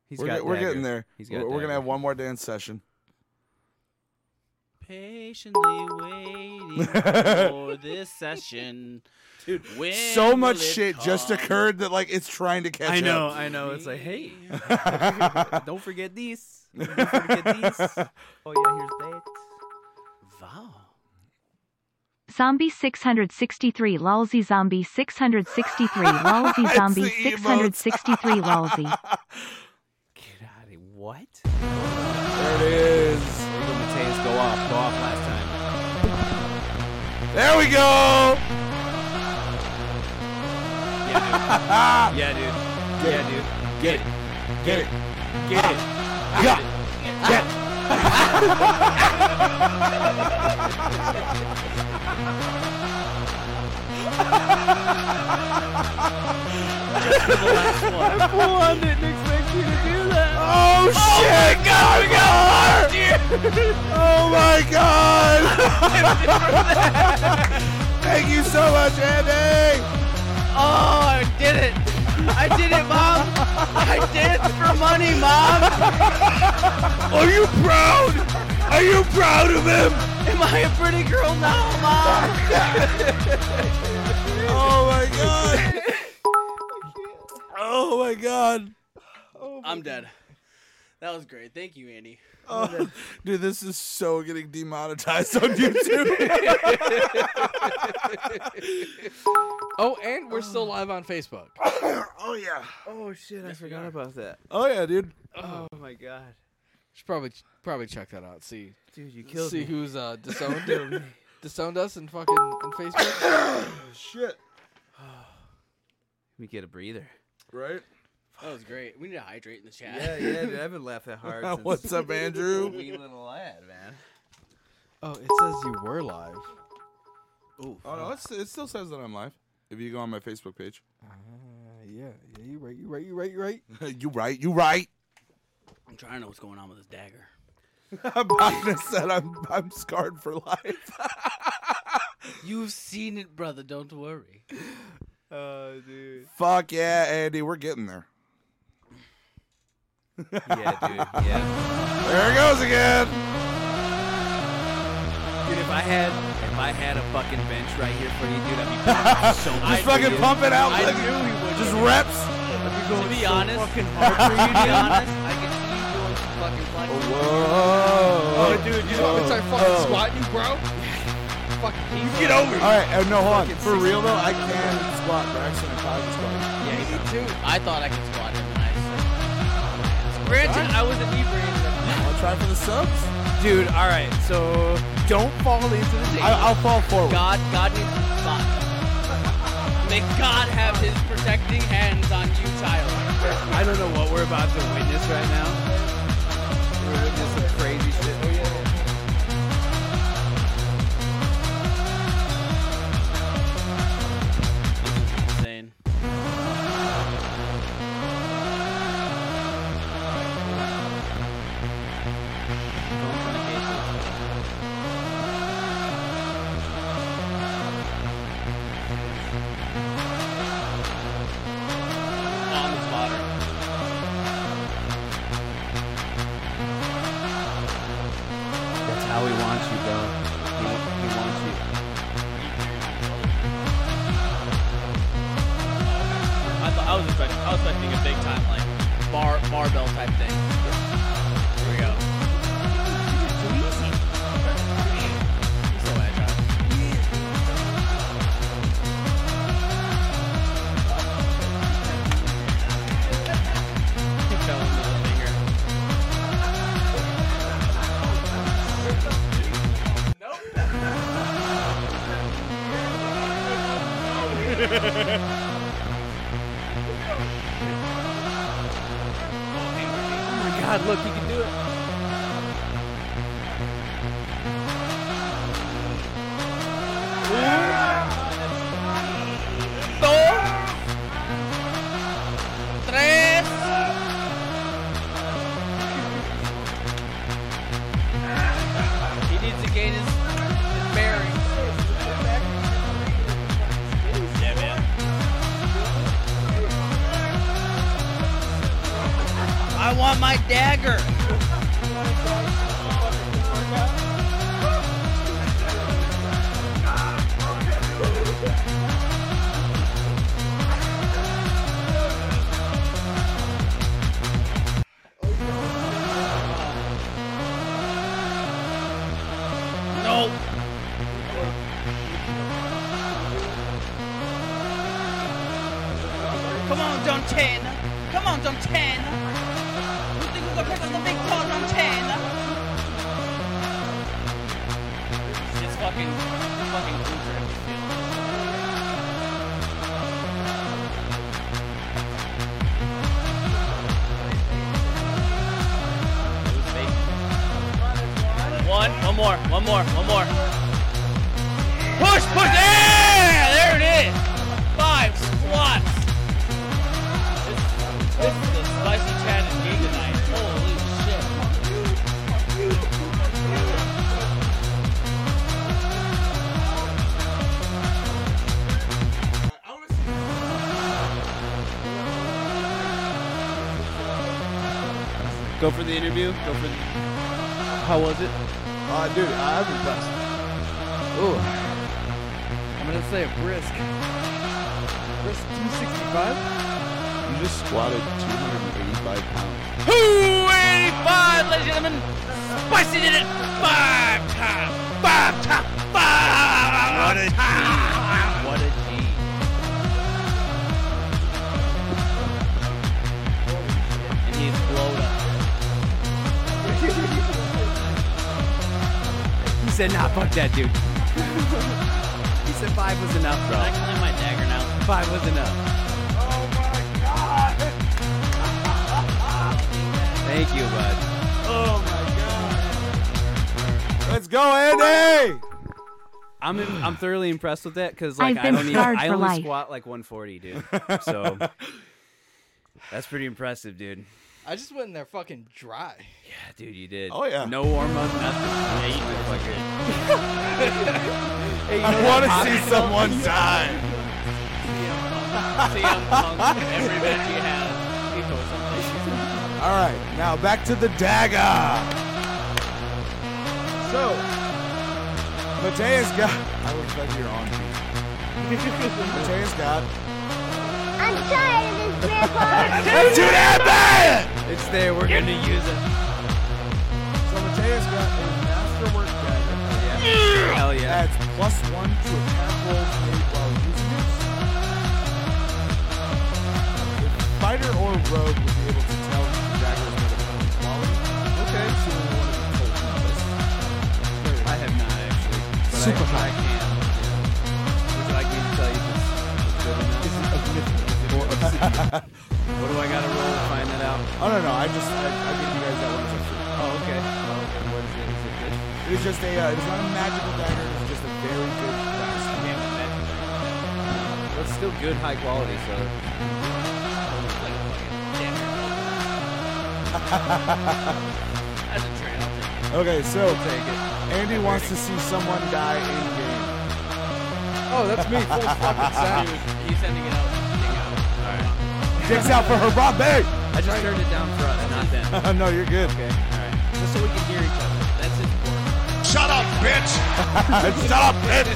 Speaker 1: He's
Speaker 3: We're,
Speaker 1: got
Speaker 3: get- we're
Speaker 1: dagger.
Speaker 3: getting there.
Speaker 1: He's got
Speaker 3: we're, we're
Speaker 1: dagger.
Speaker 3: gonna have one more dance session.
Speaker 4: Patiently waiting for this session. Dude,
Speaker 3: so much shit just occurred that like it's trying to catch
Speaker 1: Oh, I know,
Speaker 3: up.
Speaker 1: I know. It's like, hey, don't forget these. Don't forget these. Oh yeah, here's that.
Speaker 4: Wow.
Speaker 10: Zombie 663 Lolzy Zombie 663 Lolzy Zombie
Speaker 3: It's the emotes.
Speaker 10: 663 Lolzy.
Speaker 1: Get out of here. What? There it is. There you go, Mateus. Go off. Go off last time.
Speaker 3: There we go.
Speaker 1: Yeah, dude. yeah, dude. Yeah, dude. Get it. Get it. Get it.
Speaker 3: Yeah.
Speaker 1: Pull on it and expect you to do that.
Speaker 3: Oh shit! Oh my god! We oh my god! Thank you so much, Andy.
Speaker 2: Oh, I did it. I did it, Mom. I danced for money, Mom.
Speaker 3: Are you proud? Are you proud of him?
Speaker 2: Am I a pretty girl now, Mom?
Speaker 3: Oh my god! Oh my god!
Speaker 4: I'm dead. That was great. Thank you, Andy.
Speaker 3: Oh, dude, this is so getting demonetized on YouTube.
Speaker 2: Oh, and we're still live on Facebook.
Speaker 3: oh yeah.
Speaker 1: Oh shit! I forgot about that.
Speaker 3: Oh yeah, dude.
Speaker 1: Oh my god,
Speaker 2: Should probably probably check that out. See
Speaker 1: dude, you killed
Speaker 2: see
Speaker 1: me.
Speaker 2: who's uh disowned disowned us and fucking on Facebook.
Speaker 3: Shit.
Speaker 1: Let me get a breather.
Speaker 3: Right?
Speaker 4: That was great. We need to hydrate in the chat.
Speaker 1: Yeah, yeah, dude. I haven't laughed that hard since
Speaker 3: What's up,
Speaker 1: a
Speaker 3: Andrew?
Speaker 1: wee little lad, man.
Speaker 2: Oh, it says you were live.
Speaker 3: Oh no, it's, it still says that I'm live. If you go on my Facebook page.
Speaker 2: Uh, yeah, yeah, you right, you right, you right, you right.
Speaker 3: you right, you right.
Speaker 4: I'm trying to know what's going on with this dagger.
Speaker 3: Biden said I'm I'm scarred for life.
Speaker 4: You've seen it, brother. Don't worry.
Speaker 1: Oh, dude.
Speaker 3: Fuck yeah, Andy, we're getting there.
Speaker 1: Yeah, dude. Yeah.
Speaker 3: There it goes again.
Speaker 1: Dude, if I had if I had a fucking bench right here for you, dude, I'd be so much.
Speaker 3: Just fucking pump it out.
Speaker 4: I
Speaker 3: like-
Speaker 4: knew he would.
Speaker 3: Just reps.
Speaker 4: to be honest,
Speaker 1: fucking
Speaker 4: to be honest, Oh, I can
Speaker 2: Oh, dude,
Speaker 3: Whoa.
Speaker 4: see you doing some fucking flex.
Speaker 2: you want me to start fucking squatting, bro? fucking people.
Speaker 3: Get over. All right, uh, no, hold on. For real though, I can squat Braxton and Kyle can squat.
Speaker 4: Yeah, you too. I thought I could squat him. and I said- Granted, I was an inebriated.
Speaker 3: I'll try for the subs.
Speaker 1: Dude, all right. So don't fall into the danger.
Speaker 3: I, I'll fall forward.
Speaker 4: God, God needs to stop. May God have His protecting hands on you, Tyler.
Speaker 1: I don't know what we're about to witness right now. We're witnessing some crazy shit. Oh,
Speaker 4: Insane. On the spotter.
Speaker 1: That's how he wants you, bro. He, he wants you.
Speaker 4: I, thought, I was expecting, I was expecting a big time like bar barbell type thing. Here we go. So agile. He fell into the finger.
Speaker 1: Oh my God! Look, he can do it.
Speaker 4: Tres. He needs to gain his, his bearings. Yeah, man. I want my dagger. No.
Speaker 11: Come on, John Cena. Come on, John Cena. You think we're gonna pick up the big call, John Cena?
Speaker 4: It's fucking, it's fucking One, one more, one more, one more. Push, push, yeah! There it is! Five squats! This, this is the spicy chat and game tonight. Holy shit.
Speaker 1: Go for the interview. Go for. The... How was it?
Speaker 9: Uh, dude, I'm impressed.
Speaker 1: Ooh. I'm gonna say a brisk. Brisk 265.
Speaker 9: You just squatted 285 pounds.
Speaker 4: 285, ladies and gentlemen. Spicy did it five times. Five times. Five. What a G. What a G. And he's blowed up.
Speaker 1: He said, "Nah, fuck that dude." he said five was enough,
Speaker 4: I
Speaker 1: bro.
Speaker 4: can clear my dagger now.
Speaker 1: Five was enough. Thank you, bud.
Speaker 3: Let's go, Andy!
Speaker 1: I'm I'm thoroughly impressed with that because like I
Speaker 10: I've been
Speaker 1: don't even,
Speaker 10: scarred
Speaker 1: I
Speaker 10: for
Speaker 1: only
Speaker 10: life.
Speaker 1: squat like 140, dude. So that's pretty impressive, dude.
Speaker 2: I just went in there fucking dry.
Speaker 1: Yeah, dude, you did.
Speaker 3: Oh, yeah.
Speaker 1: No warm up, nothing. Yeah,
Speaker 3: I want to see someone die.
Speaker 4: CM Punk, every match he has, he throws something.
Speaker 3: All right, now back to the dagger. So, Mateus got. I look like you're on. Mateus got.
Speaker 8: I'm tired of this, Grandpa.
Speaker 3: Let's do that, man!
Speaker 1: It's there. We're gonna use it.
Speaker 3: So Mateus got a masterwork dagger.
Speaker 1: Hell yeah.
Speaker 3: Adds plus one to attack rolls made while using it. The fighter or rogue will be able to tell if the dagger is made of metal quality. Okay. So we want to be told about this.
Speaker 1: I have not actually. but
Speaker 3: Super
Speaker 1: I, I
Speaker 3: high.
Speaker 1: can. Yeah. Would you like me to tell you this? is good enough? Or obsidian? what do I gotta roll to find that out?
Speaker 3: Oh no no! I just I, I gave you guys that one for free.
Speaker 1: Oh, okay. Well, okay, what is it? Is it good?
Speaker 3: It is just a uh, it's not a magical dagger. It's just a very good class.
Speaker 1: Well, it's still good, high quality. So
Speaker 4: That's a trade. I'll take it.
Speaker 3: Okay, so
Speaker 1: take it.
Speaker 3: Andy wants to see someone die in game.
Speaker 2: Oh, that's me. Full fucking
Speaker 4: He
Speaker 2: sound.
Speaker 4: was, he's sending it out. Dick out. All right.
Speaker 3: Dicks out for Harambe!
Speaker 1: I just turned it down for us, not them.
Speaker 3: no, you're good. Okay.
Speaker 4: Just so we can hear each other. That's his word.
Speaker 9: Shut up, bitch!
Speaker 3: Shut up, bitch!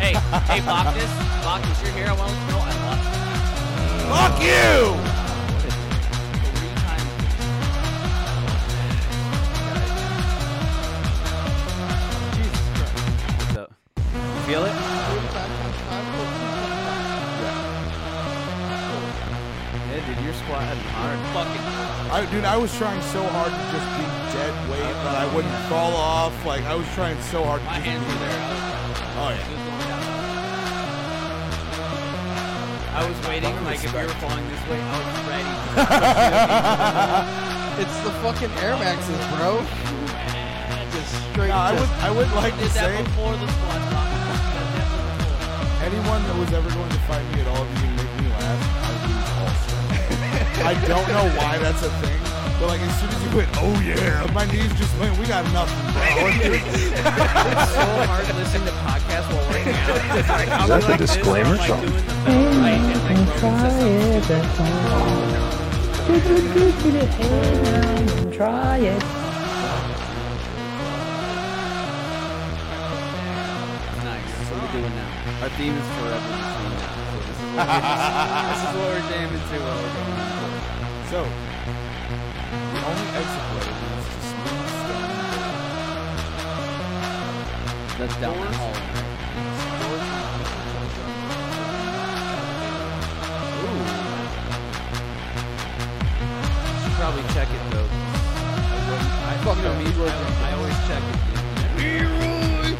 Speaker 4: Hey, hey, Bacchus. Bacchus, you're here. I want to know I lost
Speaker 3: Fuck you!
Speaker 4: three times.
Speaker 1: What's up? Feel it? Yeah, dude, you're squatting hard.
Speaker 4: Fucking
Speaker 3: I, dude, I was trying so hard to just be dead weight that I wouldn't fall off. Like, I was trying so hard to
Speaker 4: my
Speaker 3: just
Speaker 4: hands
Speaker 3: be
Speaker 4: were there. I was,
Speaker 3: Oh,
Speaker 4: it
Speaker 3: yeah.
Speaker 4: was going down.
Speaker 1: I was waiting, like if you were falling this way, I was ready.
Speaker 2: It's the fucking Air Maxes, bro. Just straight.
Speaker 3: No, I,
Speaker 2: just-
Speaker 3: would, I would like
Speaker 4: Did
Speaker 3: to
Speaker 4: that
Speaker 3: say,
Speaker 4: before the squad box. Did that before.
Speaker 3: anyone that was ever going to fight me at all, if you can make me laugh, I lose all strength. I don't know why that's a thing, but like as soon as you went, oh yeah, my knees just went, we got nothing, bro.
Speaker 1: It's so hard listening to podcasts while working out. It's like, I'll be like this, or I'm, like, doing the bell right, and, like, Roman says something stupid. Nice. That's what we're doing now. Our theme is forever between now. So this is what we're- this is what we're jamming to while we're going on tour.
Speaker 3: so, the only exit way is to smooth stone.
Speaker 1: That's down the hall.
Speaker 3: Doors and windows are done. Ooh.
Speaker 1: probably check it though. I, I, you know me, I, I always check it. Leroy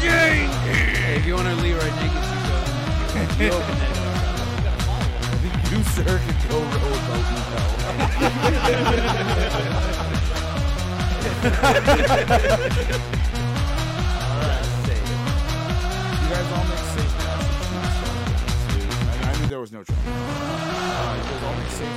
Speaker 1: Jenkins. Hey, if you want to Leroy Jenkins, you go. You open that door.
Speaker 3: You, sir, can go roll those hell. You guys all make safe passes. I, I knew there was no trouble. Uh, you guys all make safe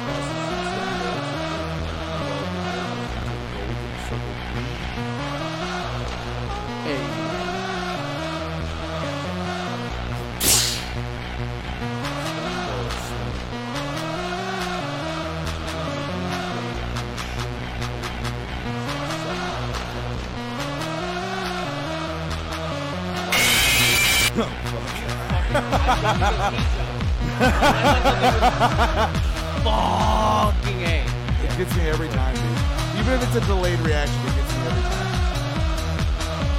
Speaker 2: Fucking A.
Speaker 3: It gets me every time, dude. Even if it's a delayed reaction, it gets me every time.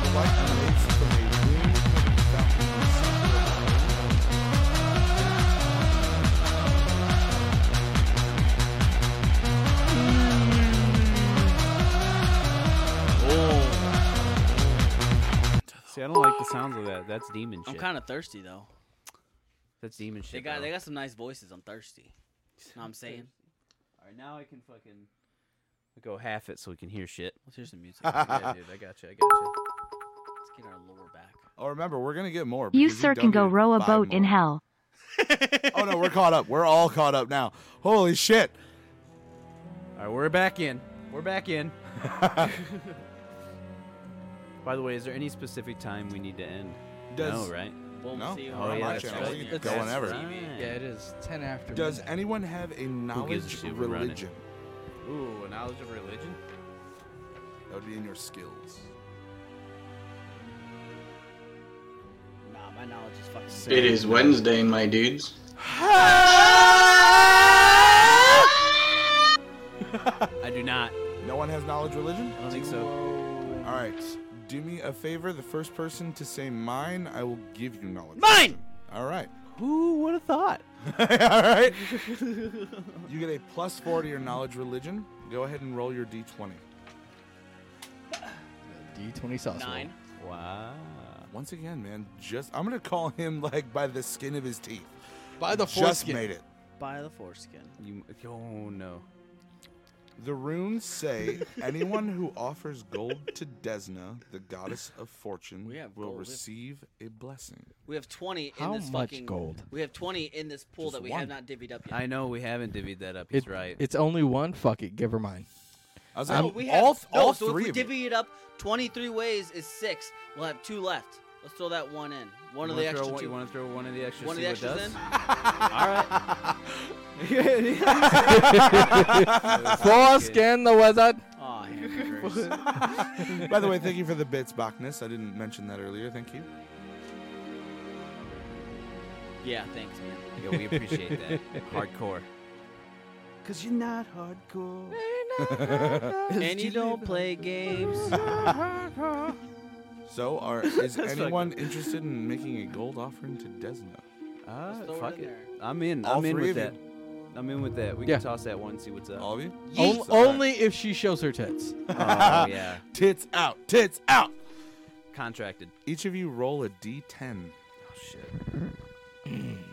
Speaker 3: The light emanates from a wound fountain in the center of the room.
Speaker 12: See, I don't like the sounds of that. That's demon shit.
Speaker 4: I'm kind of thirsty though.
Speaker 12: That's demon shit.
Speaker 4: They got
Speaker 12: bro.
Speaker 4: they got some nice voices. I'm thirsty. Know what I'm saying?
Speaker 12: All right, now I can fucking go half it so we can hear shit.
Speaker 4: Let's hear some music.
Speaker 12: yeah, dude, I got you. I got you.
Speaker 4: Let's get our lower back.
Speaker 3: Oh, remember, we're going to get more.
Speaker 10: You,
Speaker 3: because
Speaker 10: sir, can go
Speaker 3: donated
Speaker 10: row a
Speaker 3: five
Speaker 10: boat in
Speaker 3: more.
Speaker 10: hell.
Speaker 3: Oh, no, we're caught up. We're all caught up now. Holy shit.
Speaker 12: All right, we're back in. We're back in. By the way, is there any specific time we need to end?
Speaker 3: Does-
Speaker 12: no, right? Oh,
Speaker 4: We'll
Speaker 3: No,
Speaker 4: see.
Speaker 3: not
Speaker 12: on my
Speaker 4: that's
Speaker 12: channel.
Speaker 4: right.
Speaker 12: We can
Speaker 4: It's-
Speaker 3: go
Speaker 4: it's
Speaker 3: whenever.
Speaker 4: TV.
Speaker 2: Yeah, it is ten after.
Speaker 3: Does
Speaker 2: midnight.
Speaker 3: anyone have a
Speaker 12: gives a
Speaker 3: knowledge
Speaker 12: shit?
Speaker 3: of
Speaker 12: We're running.
Speaker 3: religion?
Speaker 12: Ooh, a knowledge of religion?
Speaker 3: That would be in your skills.
Speaker 4: Nah, my knowledge is fucking.
Speaker 13: It is Wednesday, my dudes.
Speaker 12: I do not.
Speaker 3: No one has knowledge of religion?
Speaker 12: I don't think so.
Speaker 3: All right. Do me a favor. The first person to say mine, I will give you knowledge.
Speaker 4: Mine!
Speaker 3: All right.
Speaker 12: Who would have thought?
Speaker 3: All right. You get a plus four to your knowledge religion. Go ahead and roll your d20.
Speaker 2: D twenty sauce. roll.
Speaker 4: Nine.
Speaker 12: Wow.
Speaker 3: Once again, man, just I'm gonna call him like by the skin of his teeth.
Speaker 2: By the
Speaker 3: just
Speaker 2: foreskin.
Speaker 3: made it.
Speaker 4: By the foreskin.
Speaker 12: You, oh, no.
Speaker 3: The runes say anyone who offers gold to Desna, the goddess of fortune,
Speaker 4: We have
Speaker 3: will
Speaker 4: gold.
Speaker 3: receive a blessing.
Speaker 4: We have 20 in
Speaker 2: How
Speaker 4: this
Speaker 2: much
Speaker 4: fucking
Speaker 2: gold?
Speaker 4: We have 20 in this pool
Speaker 3: Just
Speaker 4: that we
Speaker 3: one.
Speaker 4: have not divvied up yet.
Speaker 12: I know we haven't divvied that up. He's
Speaker 2: It-
Speaker 12: right.
Speaker 2: It's only one. Fuck it. Give her mine.
Speaker 3: I was
Speaker 4: No,
Speaker 3: like,
Speaker 4: Um, we have,
Speaker 3: all,
Speaker 4: no,
Speaker 3: all
Speaker 4: so
Speaker 3: three
Speaker 4: if
Speaker 3: of
Speaker 4: we
Speaker 3: you.
Speaker 4: divvy it up 23 ways is 6. We'll have 2 left. Let's throw that one in. One
Speaker 12: You wanna
Speaker 4: of the
Speaker 12: throw
Speaker 4: extra
Speaker 12: one-
Speaker 4: two.
Speaker 12: You want to throw one of the extras?
Speaker 4: One
Speaker 12: see
Speaker 4: of the
Speaker 12: what
Speaker 4: extras
Speaker 12: does?
Speaker 4: in?
Speaker 2: Foreskin the wizard.
Speaker 4: Aw, hamburgers.
Speaker 3: By the way, thank you for the bits, Bacchus. I didn't mention that earlier. Thank you.
Speaker 4: yeah, thanks, man.
Speaker 12: Yeah, we appreciate that. Hardcore. Cause you're not hardcore.
Speaker 4: and you don't play games.
Speaker 3: So, are is
Speaker 12: That's
Speaker 3: anyone interested in making a gold offering to Desna?
Speaker 12: Ah,
Speaker 4: throw it
Speaker 12: fuck
Speaker 4: in
Speaker 12: it.
Speaker 4: there.
Speaker 12: I'm in.
Speaker 3: All
Speaker 12: I'm in
Speaker 3: three
Speaker 12: with
Speaker 3: of
Speaker 12: that.
Speaker 3: you.
Speaker 12: I'm in with that. We
Speaker 2: Yeah.
Speaker 12: can toss that one and see what's up.
Speaker 3: All of you?
Speaker 2: On-
Speaker 3: All right.
Speaker 2: only if she shows her tits.
Speaker 12: oh yeah,
Speaker 3: Tits out! Tits out!
Speaker 12: contracted.
Speaker 3: Each of you roll a d10.
Speaker 12: Oh shit.
Speaker 4: Thanks,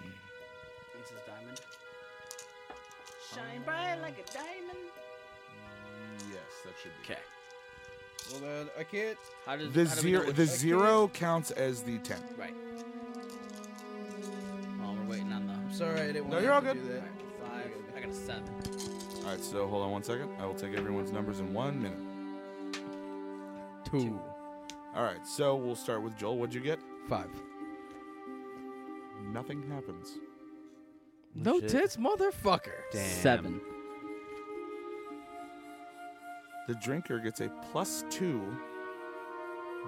Speaker 4: this diamond.
Speaker 11: Shine bright like a diamond.
Speaker 3: Yes, that should
Speaker 4: Okay.
Speaker 2: Well, I can't.
Speaker 4: How does
Speaker 3: The
Speaker 4: how do we know
Speaker 3: zero,
Speaker 4: which-
Speaker 3: the zero counts as the ten.
Speaker 4: Right. Oh, we're waiting on the.
Speaker 2: Sorry, I didn't
Speaker 3: No, you're all good.
Speaker 4: Five. I got a seven.
Speaker 3: All right, so hold on one second. I will take everyone's numbers in one minute.
Speaker 2: Two,
Speaker 3: All right, so we'll start with Joel. What'd you get?
Speaker 2: five.
Speaker 3: Nothing happens.
Speaker 2: No
Speaker 12: shit.
Speaker 2: tits, motherfucker.
Speaker 12: Damn.
Speaker 4: Seven.
Speaker 3: The drinker gets a plus two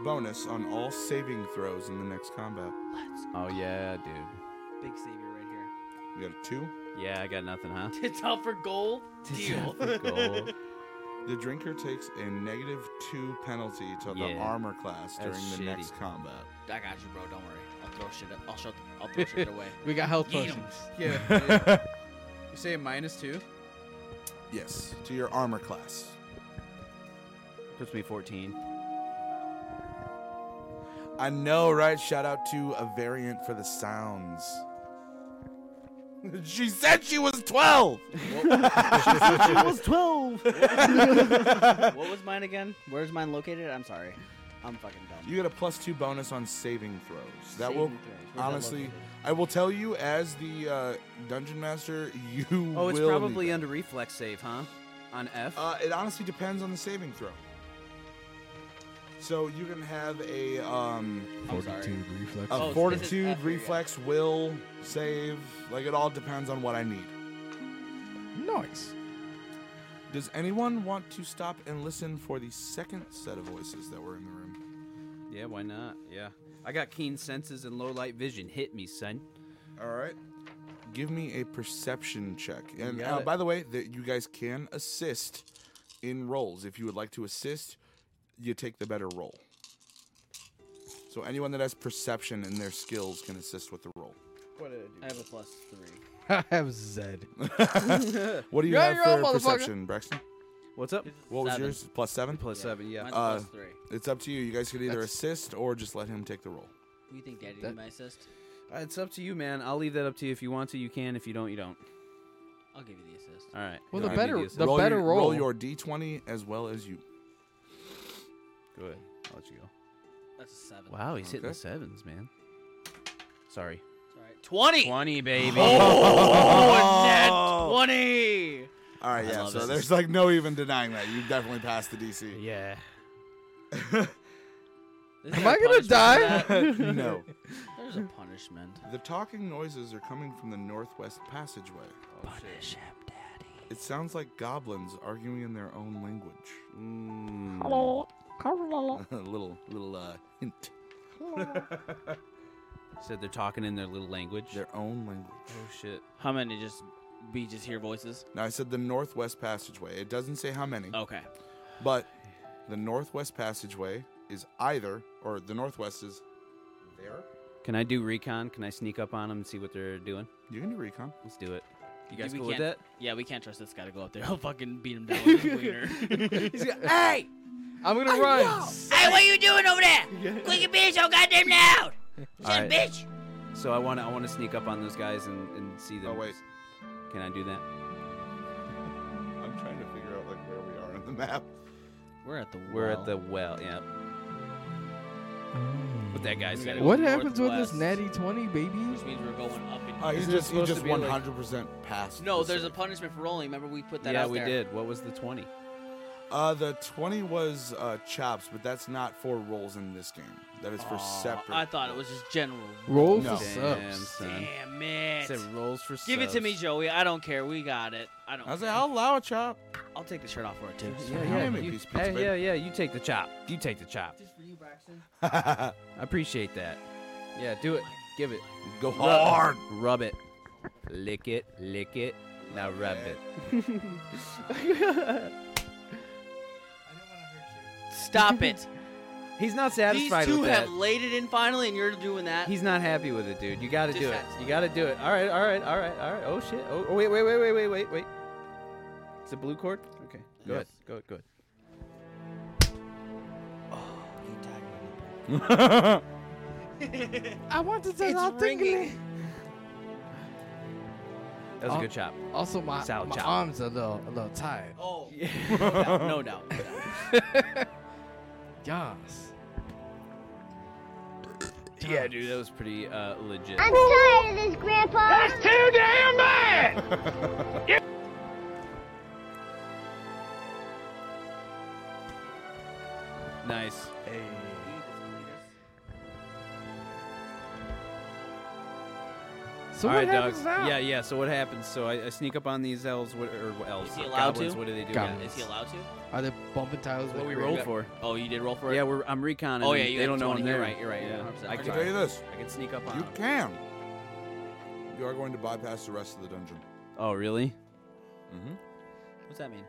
Speaker 3: bonus on all saving throws in the next combat.
Speaker 4: Let's
Speaker 12: Oh yeah, dude.
Speaker 4: big savior right here.
Speaker 3: You got a two.
Speaker 12: Yeah, I got nothing, huh?
Speaker 4: It's out for gold. Deal.
Speaker 12: Goal.
Speaker 3: The drinker takes a negative two penalty to the
Speaker 12: Yeah.
Speaker 3: armor class during
Speaker 12: That's
Speaker 3: the
Speaker 12: shitty.
Speaker 3: next combat.
Speaker 4: I got you, bro. Don't worry. I'll throw shit. Up. I'll, show, I'll throw shit away.
Speaker 2: We got health
Speaker 4: Yeet 'em.
Speaker 2: potions. Yeah. you say a minus two?
Speaker 3: Yes, to your armor class.
Speaker 1: Puts me 14.
Speaker 3: I know, right? Shout out to a variant for the sounds. she said she was 12!
Speaker 1: She said she was 12!
Speaker 14: what was mine again? Where's mine located? I'm sorry. I'm fucking dumb.
Speaker 3: You get a plus two bonus on saving throws. That
Speaker 14: Saving
Speaker 3: will
Speaker 14: throws. Where's that
Speaker 3: honestly,
Speaker 14: located?
Speaker 3: I will tell you as the uh, dungeon master, you
Speaker 1: Oh, it's
Speaker 3: will need
Speaker 1: probably
Speaker 3: that.
Speaker 1: under reflex save, huh? On F?
Speaker 3: Uh, it honestly depends on the saving throw. So you can have a um,
Speaker 14: I'm sorry. Fortitude, reflex.
Speaker 3: a
Speaker 14: Oh, this is
Speaker 3: fortitude,
Speaker 14: after, yeah.
Speaker 3: reflex, will, save. Like it all depends on what I need. Nice. Does anyone want to stop and listen for the second set of voices that were in the room?
Speaker 1: Yeah, why not? Yeah. I got keen senses and low light vision. Hit me, son.
Speaker 3: All right. Give me a perception check.
Speaker 1: You
Speaker 3: And
Speaker 1: got
Speaker 3: uh,
Speaker 1: it.
Speaker 3: by the way, that you guys can assist in rolls. If you would like to assist, you take the better roll. So anyone that has perception in their skills can assist with the roll.
Speaker 14: What did I do? I have a plus three.
Speaker 2: I have Zed.
Speaker 3: what do you
Speaker 14: Yeah,
Speaker 3: have
Speaker 14: you're up,
Speaker 3: for
Speaker 14: motherfucker.
Speaker 3: perception, Braxton?
Speaker 1: What's up?
Speaker 3: What was
Speaker 1: Seven.
Speaker 3: yours? Plus seven.
Speaker 1: Plus seven, yeah.
Speaker 14: Mine's
Speaker 3: Uh,
Speaker 14: plus three.
Speaker 3: It's up to you. You guys could either assist or just let him take the roll.
Speaker 14: You think Daddy
Speaker 1: That-
Speaker 14: did my assist?
Speaker 1: Uh, It's up to you, man. I'll leave that up to you. If you want to, you can. If you don't, you don't.
Speaker 14: I'll give you the assist.
Speaker 1: All right. You
Speaker 2: Well, the
Speaker 1: don't need
Speaker 2: better-
Speaker 1: assist.
Speaker 2: the
Speaker 3: roll
Speaker 2: better
Speaker 3: your,
Speaker 2: roll.
Speaker 3: your d20 as well as you.
Speaker 1: Go ahead. I'll let you go.
Speaker 14: That's a seven.
Speaker 1: Wow, he's hitting
Speaker 3: Okay.
Speaker 1: the sevens, man. Sorry.
Speaker 4: Twenty.
Speaker 1: 20, baby.
Speaker 4: Oh, net twenty.
Speaker 3: All right,
Speaker 1: I
Speaker 3: yeah.
Speaker 1: love
Speaker 3: So
Speaker 1: this.
Speaker 3: there's like no even denying that. You definitely passed the DC.
Speaker 1: Yeah.
Speaker 14: This
Speaker 2: Am
Speaker 14: guy
Speaker 2: I gonna
Speaker 14: punished me for
Speaker 2: die?
Speaker 14: that.
Speaker 3: no.
Speaker 14: There's a punishment.
Speaker 3: The talking noises are coming from the northwest passageway.
Speaker 14: Punish him, Daddy.
Speaker 3: It sounds like goblins arguing in their own language. Mm. a little, little uh, hint.
Speaker 1: Said they're talking in their little language.
Speaker 3: Their own language.
Speaker 1: Oh, shit.
Speaker 4: How many just we just hear voices?
Speaker 3: Now I said the northwest passageway. It doesn't say how many.
Speaker 4: Okay.
Speaker 3: But the northwest passageway is either, or the northwest is there.
Speaker 1: Can I do recon? Can I sneak up on them and see what they're doing?
Speaker 3: You can do recon.
Speaker 1: Let's do it. You
Speaker 4: Yeah,
Speaker 1: guys
Speaker 4: we
Speaker 1: cool with that?
Speaker 4: can't- Yeah, we can't trust this guy to go up there. I'll fucking beat him down with a wiener.
Speaker 2: hey! I'm gonna run.
Speaker 15: Hey, what you doing over there? Quick your beer so goddamn loud.
Speaker 1: All
Speaker 15: Shit,
Speaker 1: right.
Speaker 15: bitch.
Speaker 1: So I want to I want to sneak up on those guys and, and see them.
Speaker 3: Oh, wait.
Speaker 1: Can I do that?
Speaker 3: I'm trying to figure out like where we are on the map.
Speaker 4: We're at the
Speaker 1: We're at
Speaker 4: well.
Speaker 1: the well. Yeah. But that guy's got
Speaker 2: What happens with this natty 20, baby?
Speaker 4: Which means we're going up. In-
Speaker 3: Uh, he's
Speaker 1: Isn't it
Speaker 3: just, he
Speaker 1: supposed to
Speaker 3: just
Speaker 1: be, like-
Speaker 3: 100% passed.
Speaker 4: no,
Speaker 3: the
Speaker 4: there's a
Speaker 3: save.
Speaker 4: punishment for rolling. Remember we put that
Speaker 1: Yeah,
Speaker 4: out
Speaker 1: we
Speaker 4: there.
Speaker 1: did. What was the twenty?
Speaker 3: Uh, the 20 was uh, chops, but that's not for rolls in this game. That is for separate.
Speaker 4: I thought it was just general.
Speaker 2: Roll
Speaker 3: No.
Speaker 2: for
Speaker 1: Damn,
Speaker 2: subs.
Speaker 1: son.
Speaker 4: Damn it.
Speaker 1: Said rolls for.
Speaker 4: Give it to
Speaker 1: subs.
Speaker 4: me, Joey. I don't care. We got it. I don't.
Speaker 3: I was
Speaker 4: care.
Speaker 3: like, I'll allow a chop.
Speaker 4: I'll take the shirt off for it too.
Speaker 1: Yeah,
Speaker 3: Yeah,
Speaker 1: yeah,
Speaker 3: man,
Speaker 1: you-
Speaker 3: piece of pizza,
Speaker 1: hey,
Speaker 3: baby.
Speaker 1: yeah, yeah. You take the chop. You take the chop.
Speaker 16: Just for you, Braxton.
Speaker 3: Go
Speaker 1: I appreciate that. Yeah, do it. Give it.
Speaker 3: hard.
Speaker 1: Rub it. Lick it. Lick it. Now rub it.
Speaker 4: Stop it.
Speaker 1: He's not
Speaker 4: These
Speaker 1: satisfied
Speaker 4: two
Speaker 1: with that.
Speaker 4: have laid it in finally, and you're doing that.
Speaker 1: He's not happy with it, dude. You got to do it.
Speaker 4: Dissatisfied.
Speaker 1: You got to do it. All right, all right, all right, all right. Oh shit. Oh, oh wait, wait, wait, wait, wait, wait, wait. It's a blue cord. Okay. Go ahead. Go ahead. Go ahead.
Speaker 2: I want to say
Speaker 4: it's ringing.
Speaker 1: That was
Speaker 2: Oh.
Speaker 1: a good chop.
Speaker 2: Also, my,
Speaker 1: Salad
Speaker 2: my
Speaker 1: chop.
Speaker 2: arms are a little, a little tired.
Speaker 4: Oh, no doubt. No doubt. no doubt.
Speaker 2: Yes.
Speaker 1: Yeah, dude, that was pretty uh, legit.
Speaker 10: I'm tired of this, Grandpa.
Speaker 17: too damn bad!
Speaker 1: Nice.
Speaker 2: So
Speaker 1: All
Speaker 2: what
Speaker 1: right,
Speaker 2: happens
Speaker 1: dogs.
Speaker 2: now?
Speaker 1: Yeah, yeah. So what happens? So I, I sneak up on these elves, what, or what elves? uh,
Speaker 4: Is he allowed
Speaker 1: goblins,
Speaker 4: to?
Speaker 1: What do they do?
Speaker 2: Goblin.
Speaker 4: Is he allowed to?
Speaker 2: Are they bumping tires?
Speaker 1: That's what
Speaker 2: with
Speaker 1: we
Speaker 2: Greg?
Speaker 1: rolled for.
Speaker 4: Oh, you did roll for it.
Speaker 1: Yeah, we're, I'm reconning.
Speaker 4: Oh, yeah,
Speaker 1: them.
Speaker 4: you
Speaker 1: they
Speaker 4: got
Speaker 1: don't know
Speaker 4: 20.
Speaker 1: I'm
Speaker 4: You're
Speaker 1: there.
Speaker 4: right, you're right,
Speaker 1: Yeah.
Speaker 4: yeah, 100%.
Speaker 1: I
Speaker 3: I
Speaker 1: can
Speaker 3: can tell you this.
Speaker 1: I can sneak up on.
Speaker 3: You
Speaker 1: them.
Speaker 3: can. You are going to bypass the rest of the dungeon.
Speaker 1: Oh, really?
Speaker 3: Mm-hmm.
Speaker 4: What's that mean?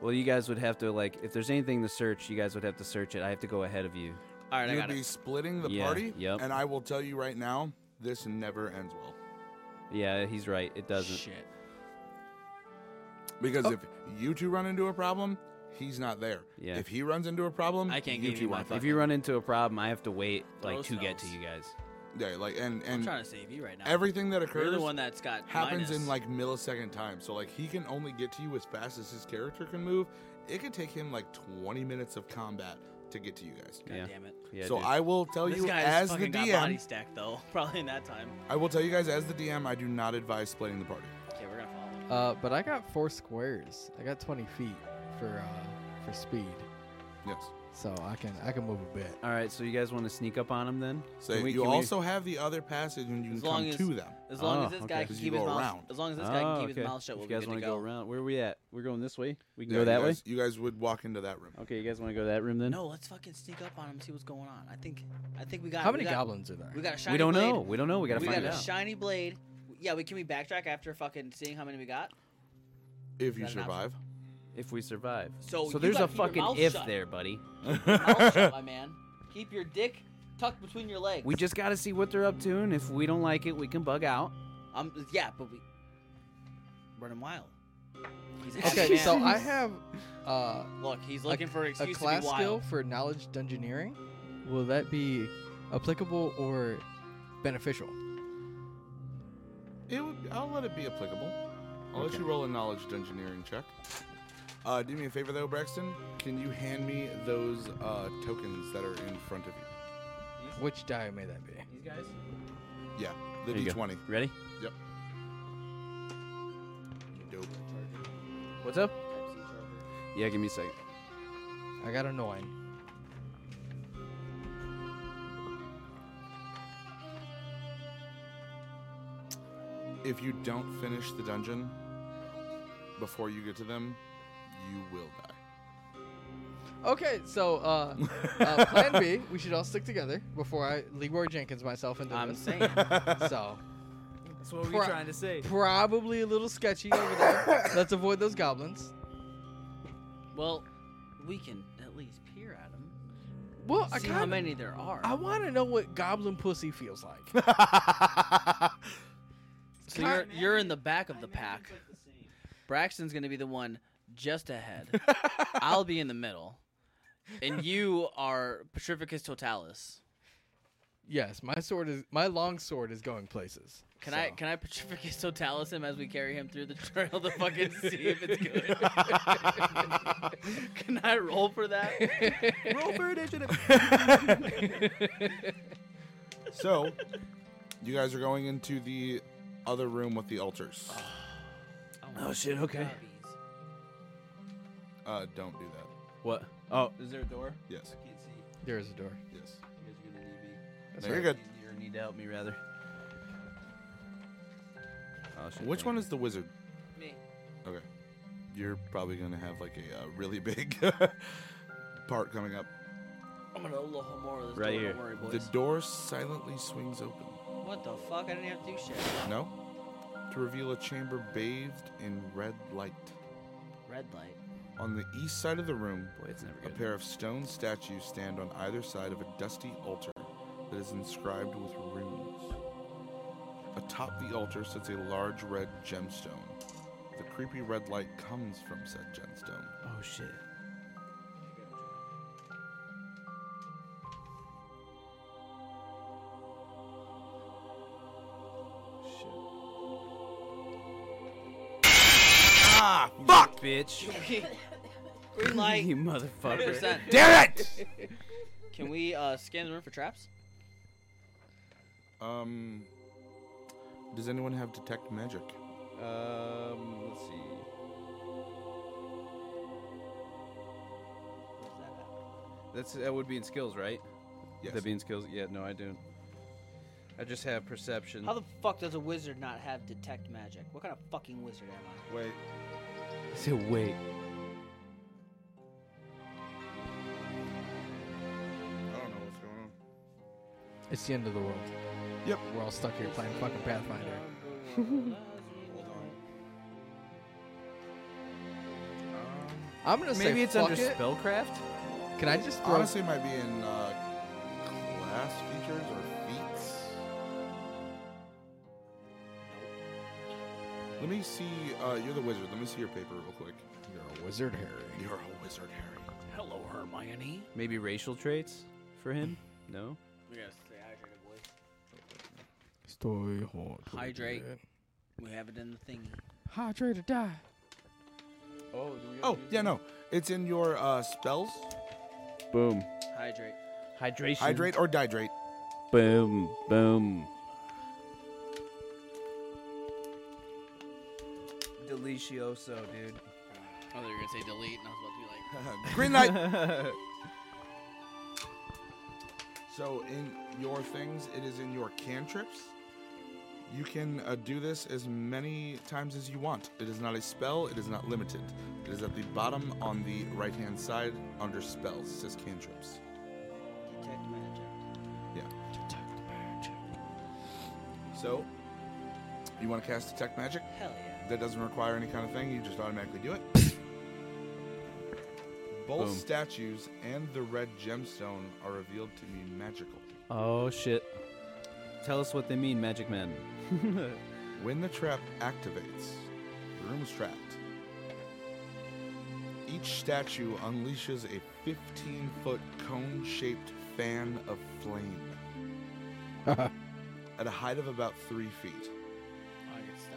Speaker 1: Well, you guys would have to like, if there's anything to search, you guys would have to search it. I have to go ahead of you.
Speaker 4: All right, I
Speaker 3: You'll
Speaker 4: got
Speaker 3: be
Speaker 4: it.
Speaker 3: splitting the
Speaker 1: Yeah,
Speaker 3: party,
Speaker 1: yep.
Speaker 3: and I will tell you right now, this never ends well.
Speaker 1: Yeah, he's right. It doesn't.
Speaker 4: Shit.
Speaker 3: Because if you two run into a problem, he's not there.
Speaker 12: Yeah.
Speaker 3: If he runs into a problem,
Speaker 12: I can't
Speaker 3: you
Speaker 12: give
Speaker 3: two
Speaker 12: you my
Speaker 3: aren't there.
Speaker 12: If you run into a problem, I have to wait like
Speaker 4: Gross
Speaker 12: to get
Speaker 4: nose.
Speaker 12: to you guys.
Speaker 3: Yeah, like and and
Speaker 4: trying to save you right now.
Speaker 3: Everything that
Speaker 4: You're the
Speaker 3: occurs,
Speaker 4: one that's got
Speaker 3: happens in
Speaker 4: minus.
Speaker 3: like millisecond time. So like he can only get to you as fast as his character can move. It could take him like twenty minutes of combat to get to you guys.
Speaker 4: God damn it.
Speaker 3: so I will tell
Speaker 4: This
Speaker 3: you
Speaker 4: guy's
Speaker 3: as the
Speaker 4: fucking got body
Speaker 3: DM.
Speaker 4: stacked though, probably in that time.
Speaker 3: I will tell you guys as the DM. I do not advise splitting the party.
Speaker 4: Okay, we're gonna follow. him.
Speaker 2: Uh, but I got four squares. I got 20 feet for uh, for speed.
Speaker 3: Yes.
Speaker 2: So I can I can move a bit.
Speaker 12: All right, so you guys want to sneak up on him then?
Speaker 3: So
Speaker 12: Can we-
Speaker 3: you
Speaker 12: can we-
Speaker 3: also have the other passage when you
Speaker 4: As
Speaker 3: can come
Speaker 4: long as
Speaker 3: to them.
Speaker 4: as long as
Speaker 12: Oh,
Speaker 4: this guy
Speaker 12: okay.
Speaker 4: can
Speaker 3: As you
Speaker 4: keep his
Speaker 3: go
Speaker 4: mouth
Speaker 3: around.
Speaker 4: as long as this guy
Speaker 12: Oh,
Speaker 4: can keep
Speaker 12: okay.
Speaker 4: his mouth shut,
Speaker 12: If
Speaker 4: we'll
Speaker 12: you
Speaker 4: be
Speaker 12: guys
Speaker 4: good to
Speaker 12: wanna
Speaker 4: go.
Speaker 12: go around, where are we at? We're going this way. We can
Speaker 3: Yeah,
Speaker 12: go that
Speaker 3: you
Speaker 12: way.
Speaker 3: guys- You guys would walk into that room.
Speaker 12: Okay, you guys want to go that room then?
Speaker 4: No, let's fucking sneak up on him, see what's going on. I think, I think we got.
Speaker 2: How
Speaker 4: we
Speaker 2: many
Speaker 4: got-
Speaker 2: goblins are there?
Speaker 4: We got a
Speaker 2: We
Speaker 4: shiny.
Speaker 12: don't
Speaker 4: blade.
Speaker 12: know. We don't know. We gotta
Speaker 4: we
Speaker 12: find
Speaker 4: got
Speaker 12: out.
Speaker 4: a shiny blade. Yeah, we can we backtrack after fucking seeing how many we got.
Speaker 3: If
Speaker 4: you Is that an survive.
Speaker 12: If we survive.
Speaker 4: So you
Speaker 12: there's
Speaker 4: gotta
Speaker 12: a
Speaker 4: keep your
Speaker 12: fucking
Speaker 4: mouth
Speaker 12: if
Speaker 4: shut.
Speaker 12: there, buddy.
Speaker 4: Mouth shut, my man. Keep your dick tucked between your legs.
Speaker 12: we just gotta see what they're up to, and if we don't like it, we can bug out.
Speaker 4: Um, yeah, but we running wild. He's a happy
Speaker 2: Okay, so
Speaker 4: man.
Speaker 2: I have. Uh,
Speaker 4: Look, he's
Speaker 2: a-
Speaker 4: looking for an excuse
Speaker 2: a
Speaker 4: to be
Speaker 2: class
Speaker 4: wild.
Speaker 2: skill for knowledge dungeoneering. Will that be applicable or beneficial?
Speaker 3: It would, I'll let it be applicable. I'll
Speaker 2: Okay.
Speaker 3: let you roll a knowledge dungeoneering check. Uh, do me a favor though, Braxton. Can you hand me those uh, tokens that are in front of you?
Speaker 2: Which die may that be?
Speaker 4: These guys.
Speaker 3: Yeah, the
Speaker 12: There you go.
Speaker 3: D20.
Speaker 12: Ready?
Speaker 3: Yep. Dope.
Speaker 12: What's up? Yeah, give me a second.
Speaker 2: I got a nine.
Speaker 3: If you don't finish the dungeon before you get to them, you will die.
Speaker 2: Okay, so uh, uh, plan B. We should all stick together before I Leroy Jenkins myself into
Speaker 4: I'm
Speaker 2: this.
Speaker 4: saying.
Speaker 2: so
Speaker 12: That's what
Speaker 2: Pro- Probably a little sketchy over there. Let's avoid those goblins.
Speaker 4: Well, we can at least peer at him.
Speaker 2: Well, I
Speaker 4: see how
Speaker 2: kinda-
Speaker 4: many there are.
Speaker 2: I want to know what goblin pussy feels like.
Speaker 4: So you're, you're in the back of the pack. Braxton's going to be the one just ahead. I'll be in the middle. And you are Petrificus Totalis.
Speaker 2: yes, my sword is my long sword is going places.
Speaker 4: Can
Speaker 2: So-
Speaker 4: I can I Petrificus Totalis him as we carry him through the trail to fucking see if it's good? can I roll for that?
Speaker 12: roll for initiative.
Speaker 3: So, you guys are going into the other room with the altars.
Speaker 12: Ah. Oh shit. Okay.
Speaker 3: Uh, don't do that.
Speaker 12: What? Oh, is there a door?
Speaker 3: Yes.
Speaker 18: I can't see.
Speaker 2: There is a door.
Speaker 3: Yes.
Speaker 18: You guys are gonna need me.
Speaker 3: No, you're good.
Speaker 18: Or need to help me rather.
Speaker 12: Oh shit.
Speaker 3: Which one is the wizard?
Speaker 4: Me.
Speaker 3: Okay. You're probably going to have like a uh, really big part coming up.
Speaker 4: I'm going to aloha more of this
Speaker 12: Right
Speaker 4: door,
Speaker 12: here.
Speaker 4: Don't worry,
Speaker 3: The
Speaker 4: boys.
Speaker 3: door silently swings open.
Speaker 4: what the fuck? I didn't have to do shit.
Speaker 3: No? To reveal a chamber bathed in red light.
Speaker 4: Red light.
Speaker 3: On the east side of the room,
Speaker 12: Boy, it's never
Speaker 3: a
Speaker 12: good.
Speaker 3: pair of stone statues stand on either side of a dusty altar that is inscribed with runes. Atop the altar sits a large red gemstone. The creepy red light comes from said gemstone.
Speaker 12: Oh shit.
Speaker 3: Ah, fuck!
Speaker 12: Bitch.
Speaker 4: Green light.
Speaker 12: you motherfucker.
Speaker 4: 100%.
Speaker 3: Damn it!
Speaker 4: Can we uh, scan the room for traps?
Speaker 3: Um, does anyone have detect magic?
Speaker 12: Um, let's see.
Speaker 4: Where's that at?
Speaker 12: That's that would be in skills, right?
Speaker 3: Yes.
Speaker 12: That'd be in skills. Yeah. No, I do. I just have perception.
Speaker 4: How the fuck does a wizard not have detect magic? What kind of fucking wizard am I?
Speaker 3: Wait.
Speaker 12: Say wait.
Speaker 3: I don't know what's going on.
Speaker 2: It's the end of the world.
Speaker 3: Yep.
Speaker 2: We're all stuck here playing fucking Pathfinder. Um, I'm gonna say
Speaker 12: Maybe it's
Speaker 2: fuck
Speaker 12: under
Speaker 2: it.
Speaker 12: spellcraft.
Speaker 2: Can I just throw?
Speaker 3: Honestly, it might be in uh, class features or feats. Let me see. Uh, you're the wizard. Let me see your paper real quick.
Speaker 1: You're a wizard, Harry.
Speaker 3: You're a wizard, Harry.
Speaker 19: Hello, Hermione.
Speaker 1: Maybe racial traits for him? No.
Speaker 19: We gotta stay hydrated, boys.
Speaker 20: Stay hot.
Speaker 4: Hydrate. We have it in the thingy.
Speaker 20: Hydrate or die.
Speaker 1: Oh, do we
Speaker 3: Oh, yeah, no. It's in your uh, spells.
Speaker 1: Boom.
Speaker 19: Hydrate.
Speaker 1: Hydration.
Speaker 3: Hydrate or dihydrate.
Speaker 1: Boom. Boom.
Speaker 20: Delicioso, dude.
Speaker 19: Oh, they were gonna say delete, and I was about to be like,
Speaker 3: Green light. so in your things, it is in your cantrips. You can uh, do this as many times as you want. It is not a spell. It is not limited. It is at the bottom on the right-hand side under spells. It says cantrips.
Speaker 4: Detect magic.
Speaker 3: Yeah. So, you want to cast detect magic?
Speaker 4: Hell yeah.
Speaker 3: That doesn't require any kind of thing. You just automatically do it. Both
Speaker 1: Boom.
Speaker 3: statues and the red gemstone are revealed to be magical.
Speaker 1: Oh shit. Tell us what they mean, Magic Man.
Speaker 3: When the trap activates, the room is trapped. Each statue unleashes a 15 foot cone shaped fan of flame at a height of about three feet.
Speaker 19: oh, I could step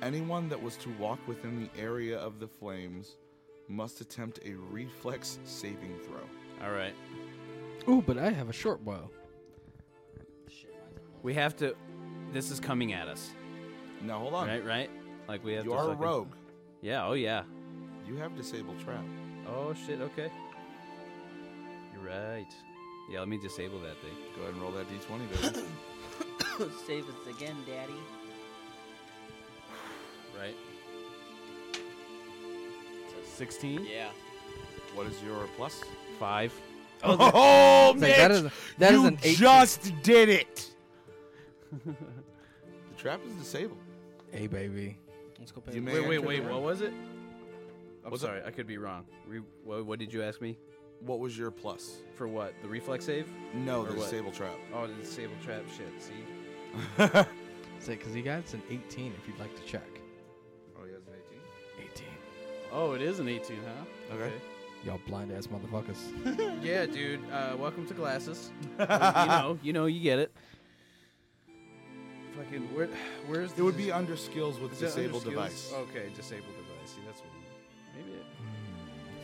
Speaker 19: on
Speaker 3: Anyone that was to walk within the area of the flames must attempt a reflex saving throw.
Speaker 1: All right.
Speaker 2: Ooh, but I have a short bow.
Speaker 1: We have to. This is coming at us.
Speaker 3: Now hold on.
Speaker 1: Right, right. Like we have.
Speaker 3: You
Speaker 1: to
Speaker 3: are a
Speaker 1: fucking-
Speaker 3: rogue.
Speaker 1: Yeah. Oh yeah.
Speaker 3: You have disabled trap.
Speaker 1: Oh shit. Okay. You're right. Yeah. Let me disable that thing.
Speaker 3: Go ahead and roll that d20, baby.
Speaker 4: Save us again, Daddy.
Speaker 1: Right. Sixteen.
Speaker 19: it. Yeah.
Speaker 3: what is your plus?
Speaker 1: Five.
Speaker 2: Oh,
Speaker 3: Oh,
Speaker 2: It's like, that is- that is an eight-
Speaker 3: did it. the trap is disabled.
Speaker 2: Hey, baby.
Speaker 4: Let's go pay.
Speaker 3: You
Speaker 4: the-
Speaker 3: may
Speaker 1: Wait, wait,
Speaker 3: enter
Speaker 1: wait.
Speaker 3: the
Speaker 1: What
Speaker 3: room.
Speaker 1: was it? I'm
Speaker 3: What's up?
Speaker 1: sorry. I could be wrong. Re- what, what did you ask me?
Speaker 3: What was your plus?
Speaker 1: For what? The reflex save?
Speaker 3: No,
Speaker 1: Or
Speaker 3: the
Speaker 1: what?
Speaker 3: disabled trap.
Speaker 1: Oh, the disable trap. Shit. See.
Speaker 2: Say, because he got an 18 if you'd like to check.
Speaker 3: Oh, he has an
Speaker 2: 18.
Speaker 1: Oh, it is an 18, huh?
Speaker 3: Okay.
Speaker 2: Y'all blind ass motherfuckers.
Speaker 1: yeah, dude. Uh, welcome to glasses. you know, you know, you get it. Fucking, where, where's
Speaker 3: It would be under skills with
Speaker 1: Is it under
Speaker 3: disabled
Speaker 1: skills?
Speaker 3: device.
Speaker 1: Okay, disabled device. See, that's what. Maybe it,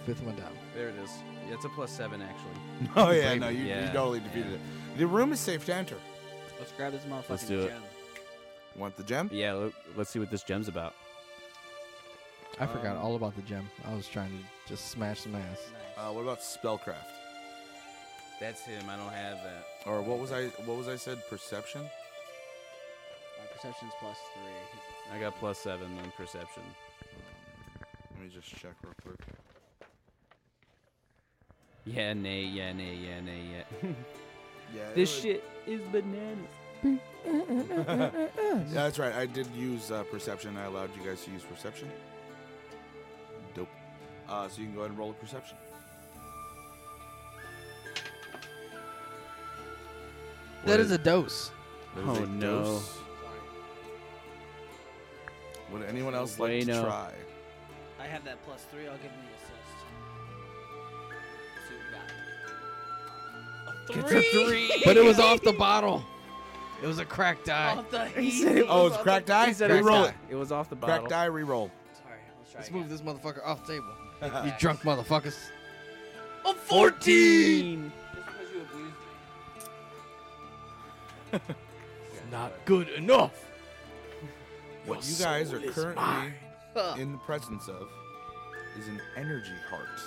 Speaker 2: Fifth one down.
Speaker 1: there it is. Yeah, it's a plus seven actually.
Speaker 3: Oh, yeah, no,
Speaker 1: Baby.
Speaker 3: you,
Speaker 1: Yeah,
Speaker 3: you totally defeated it. The room is safe to enter.
Speaker 4: Let's grab this motherfucking
Speaker 1: Let's do it.
Speaker 4: gem.
Speaker 3: Want the gem?
Speaker 1: Yeah, let- let's see what this gem's about.
Speaker 2: I forgot all about the gem. I was trying to just smash some ass.
Speaker 3: Uh, what about spellcraft?
Speaker 1: That's him. I don't have that.
Speaker 3: Or what was I? What was I said? Perception.
Speaker 4: My perception's plus three.
Speaker 1: I got plus seven on perception.
Speaker 3: Let me just check real quick.
Speaker 1: Yeah, nay, yeah, nay, yeah, nay, yeah.
Speaker 3: Yeah.
Speaker 1: this
Speaker 3: it
Speaker 1: shit is bananas.
Speaker 3: was- Yeah, that's right. I did use uh, perception. I allowed you guys to use perception. Dope. Uh, so you can go ahead and roll a perception.
Speaker 2: That is a dose.
Speaker 3: That is
Speaker 1: Oh,
Speaker 3: a
Speaker 1: no.
Speaker 3: dose. Would anyone
Speaker 1: No
Speaker 3: else like to
Speaker 1: bueno.
Speaker 3: try?
Speaker 4: I have that plus three. I'll give him the assist. See what we got.
Speaker 2: It's a three. but it was off the bottle. It was a cracked eye.
Speaker 4: Off the heat.
Speaker 3: Oh, it's cracked eye. Reroll it.
Speaker 1: It was off the bottle.
Speaker 3: Cracked eye. Reroll.
Speaker 4: Sorry, let's try
Speaker 2: Let's
Speaker 4: again.
Speaker 2: move this motherfucker off the table. You drunk motherfuckers.
Speaker 4: A 14! Just because you abused me.
Speaker 2: Not good enough.
Speaker 3: What you guys are currently in the presence of is an energy heart.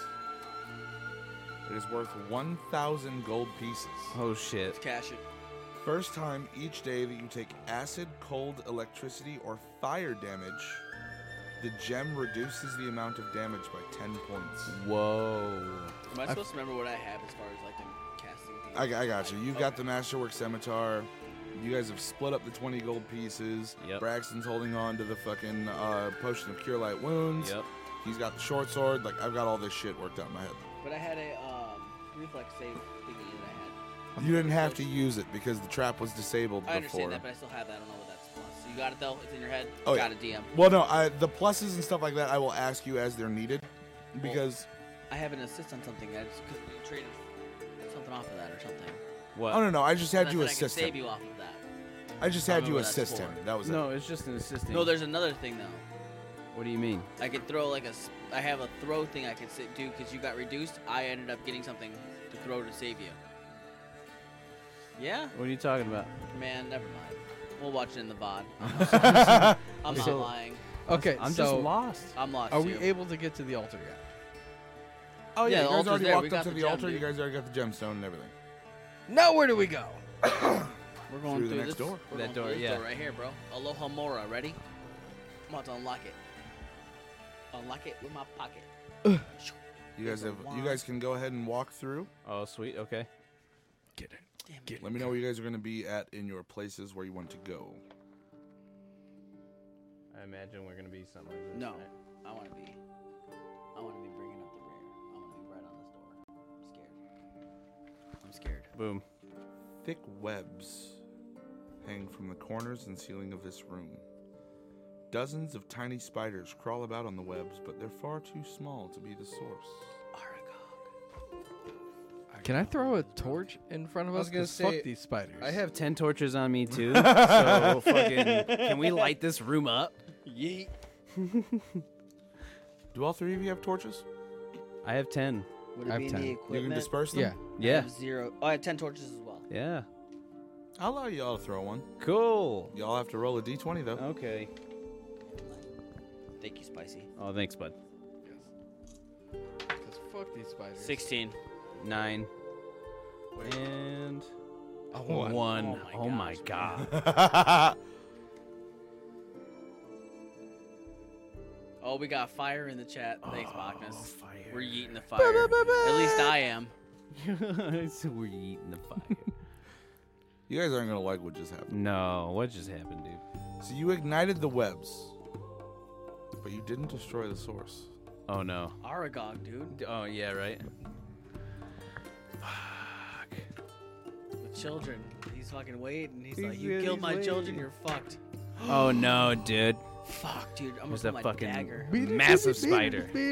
Speaker 3: It is worth 1,000 gold pieces.
Speaker 1: Oh shit.
Speaker 4: Let's cash it.
Speaker 3: First time each day that you take acid, cold, electricity, or fire damage, the gem reduces the amount of damage by 10 points.
Speaker 1: Whoa.
Speaker 19: Am I supposed to remember what I have as far as like them casting things?
Speaker 3: I, I got you. You've got the Masterwork Scimitar. You guys have split up the 20 gold pieces.
Speaker 1: Yep.
Speaker 3: Braxton's holding on to the fucking uh, potion of cure light wounds.
Speaker 1: Yep.
Speaker 3: He's got the short sword. Like, I've got all this shit worked out in my head.
Speaker 4: But I had a um, reflex save thingy that I had.
Speaker 3: You didn't have to use it because the trap was disabled
Speaker 4: I
Speaker 3: before.
Speaker 4: understand that, but I still have that. I don't know what that's plus. So you got it though. It's in your head.
Speaker 3: Oh,
Speaker 4: got
Speaker 3: yeah.
Speaker 4: a DM.
Speaker 3: Well, no, I, the pluses and stuff like that, I will ask you as they're needed, because
Speaker 4: I have an assist on something. I just because we traded something off of that or something.
Speaker 3: What? Oh, no, no, I just had
Speaker 4: And
Speaker 3: you
Speaker 4: I said
Speaker 3: assist
Speaker 4: I could
Speaker 3: him.
Speaker 4: save you off of that.
Speaker 3: I just
Speaker 4: I
Speaker 3: had you
Speaker 4: remember that's
Speaker 3: assist
Speaker 4: four.
Speaker 3: him. That was it.
Speaker 1: No, it's just an assisting.
Speaker 4: No, there's another thing though.
Speaker 1: What do you mean?
Speaker 4: I could throw like a. s- I have a throw thing I could sit, do because you got reduced. I ended up getting something to throw to save you. Yeah.
Speaker 1: What are you talking about?
Speaker 4: Man, never mind. We'll watch it in the VOD. I'm, sorry. I'm not
Speaker 2: So-
Speaker 4: lying.
Speaker 2: Okay,
Speaker 1: I'm
Speaker 2: so
Speaker 1: just lost.
Speaker 4: I'm lost.
Speaker 2: Are we
Speaker 4: too.
Speaker 2: able to get to the altar yet?
Speaker 3: Oh yeah,
Speaker 4: Yeah,
Speaker 3: you
Speaker 4: the
Speaker 3: guys
Speaker 4: altar's
Speaker 3: already
Speaker 4: there. We
Speaker 3: walked
Speaker 4: got
Speaker 3: up to
Speaker 4: the
Speaker 3: the
Speaker 4: gem,
Speaker 3: altar. You
Speaker 4: dude.
Speaker 3: guys already got the gemstone and everything.
Speaker 2: Now where do we go?
Speaker 4: We're going
Speaker 3: Through
Speaker 4: through,
Speaker 3: the next
Speaker 4: this,
Speaker 3: door.
Speaker 1: That
Speaker 4: We're going through
Speaker 1: door,
Speaker 4: this
Speaker 1: yeah.
Speaker 4: right here, bro. Aloha Mora, ready? I'm about to unlock it. Unlock it with my pocket.
Speaker 3: You guys have. You guys can go ahead and walk through.
Speaker 1: Oh, sweet. Okay.
Speaker 2: Get it.
Speaker 3: Let me know where you guys are going to be at in your places where you want to go.
Speaker 1: I imagine we're gonna be something. Like this,
Speaker 4: No,
Speaker 1: right?
Speaker 4: I want to be. I want to be bringing up the rear. I want to be right on this door. I'm scared. I'm scared.
Speaker 1: Boom.
Speaker 3: Thick webs hang from the corners and ceiling of this room. Dozens of tiny spiders crawl about on the webs, but they're far too small to be the source.
Speaker 2: Can I throw a torch in front of us?
Speaker 1: I was gonna
Speaker 2: 'Cause fuck
Speaker 1: say,
Speaker 2: these spiders.
Speaker 1: I have ten torches on me too. so fucking, can we light this room up?
Speaker 4: Yeet.
Speaker 3: Do all three of you have torches?
Speaker 1: I have ten.
Speaker 4: Would it
Speaker 1: I have
Speaker 4: be in
Speaker 1: 10.
Speaker 4: the
Speaker 1: You
Speaker 3: You
Speaker 4: equipment?
Speaker 3: can disperse them?
Speaker 1: Yeah.
Speaker 4: I
Speaker 1: Yeah.
Speaker 4: have zero. Oh, I have ten torches as well.
Speaker 1: Yeah.
Speaker 3: I'll allow y'all to throw one.
Speaker 1: Cool.
Speaker 3: Y'all have to roll a d20, though.
Speaker 1: Okay.
Speaker 4: Thank you, Spicy.
Speaker 1: Oh, thanks, bud.
Speaker 2: Because fuck these spiders.
Speaker 4: Sixteen.
Speaker 1: Nine. And
Speaker 2: A
Speaker 1: one.
Speaker 2: one.
Speaker 1: Oh my god.
Speaker 4: Oh, we got fire in the chat. Thanks, Bacchus.
Speaker 1: fire.
Speaker 4: We're yeeting the fire. At least I am.
Speaker 1: so we're eating the fire.
Speaker 3: You guys aren't going to like what just happened.
Speaker 1: no, what just happened, dude?
Speaker 3: So you ignited the webs, but you didn't destroy the source.
Speaker 1: Oh no.
Speaker 4: Aragog, dude.
Speaker 1: Oh yeah, right.
Speaker 4: With children. He's fucking waiting. He's, like,
Speaker 1: He's-
Speaker 4: you
Speaker 1: yeah,
Speaker 4: killed
Speaker 1: he's
Speaker 4: my children,
Speaker 1: waiting."
Speaker 4: you're fucked.
Speaker 1: Oh no, dude.
Speaker 4: Fuck, dude. I'm
Speaker 1: There's
Speaker 4: gonna
Speaker 1: a
Speaker 4: put
Speaker 1: fucking
Speaker 4: my dagger.
Speaker 1: massive spider. Are we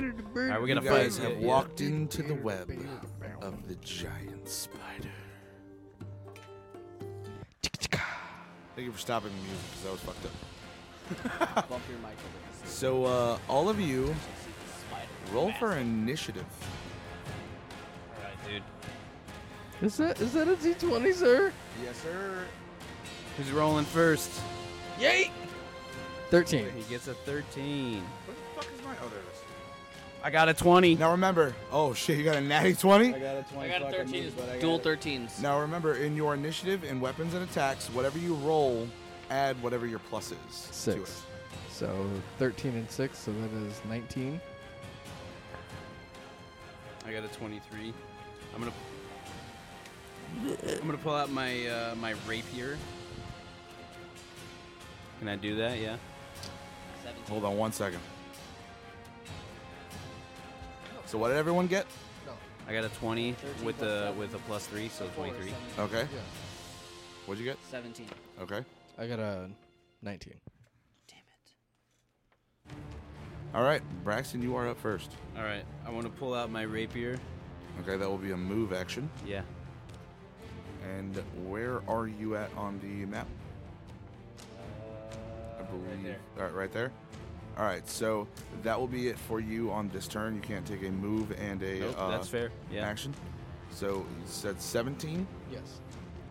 Speaker 3: You
Speaker 1: gonna fight?
Speaker 3: guys have
Speaker 1: it?
Speaker 3: walked into the web of the giant spider. Thank you for stopping the music because that was fucked up.
Speaker 4: Bump your mic over.
Speaker 3: So uh, all of you,
Speaker 4: See the spider.
Speaker 3: roll for initiative.
Speaker 1: Alright, dude.
Speaker 2: Is that is that a D twenty, sir?
Speaker 3: Yes, sir.
Speaker 1: Who's rolling first?
Speaker 4: Yay!
Speaker 2: Thirteen.
Speaker 1: He gets a 13.
Speaker 3: What the fuck is my oh there it
Speaker 1: I got a 20.
Speaker 3: is. Now remember, oh shit, you got a natty twenty.
Speaker 1: got a 20.
Speaker 4: I got a 13. Dual 13s.
Speaker 3: Now remember, in your initiative and weapons and attacks, whatever you roll, add whatever your plus is to it.
Speaker 2: Six. So thirteen and six, so that is nineteen.
Speaker 1: I got a 23. I'm gonna. I'm gonna pull out my uh, my rapier. Can I do that? Yeah.
Speaker 4: 17.
Speaker 3: Hold on one second. So what did everyone get?
Speaker 1: I got a 20
Speaker 4: 13
Speaker 1: with
Speaker 4: plus
Speaker 1: the
Speaker 4: seven.
Speaker 1: with a plus three, so 23.
Speaker 3: Okay. What'd you get?
Speaker 4: 17.
Speaker 3: Okay.
Speaker 2: I got a nineteen.
Speaker 4: Damn it.
Speaker 3: All right, Braxton, you are up first.
Speaker 1: All right. I want to pull out my rapier.
Speaker 3: Okay, that will be a move action.
Speaker 1: Yeah.
Speaker 3: And where are you at on the map? I believe.
Speaker 1: Uh, there.
Speaker 3: All right, right there. All right, so that will be it for you on this turn. You can't take a move and a
Speaker 1: Nope,
Speaker 3: uh,
Speaker 1: that's fair. Yeah.
Speaker 3: action. So you said 17.
Speaker 2: Yes.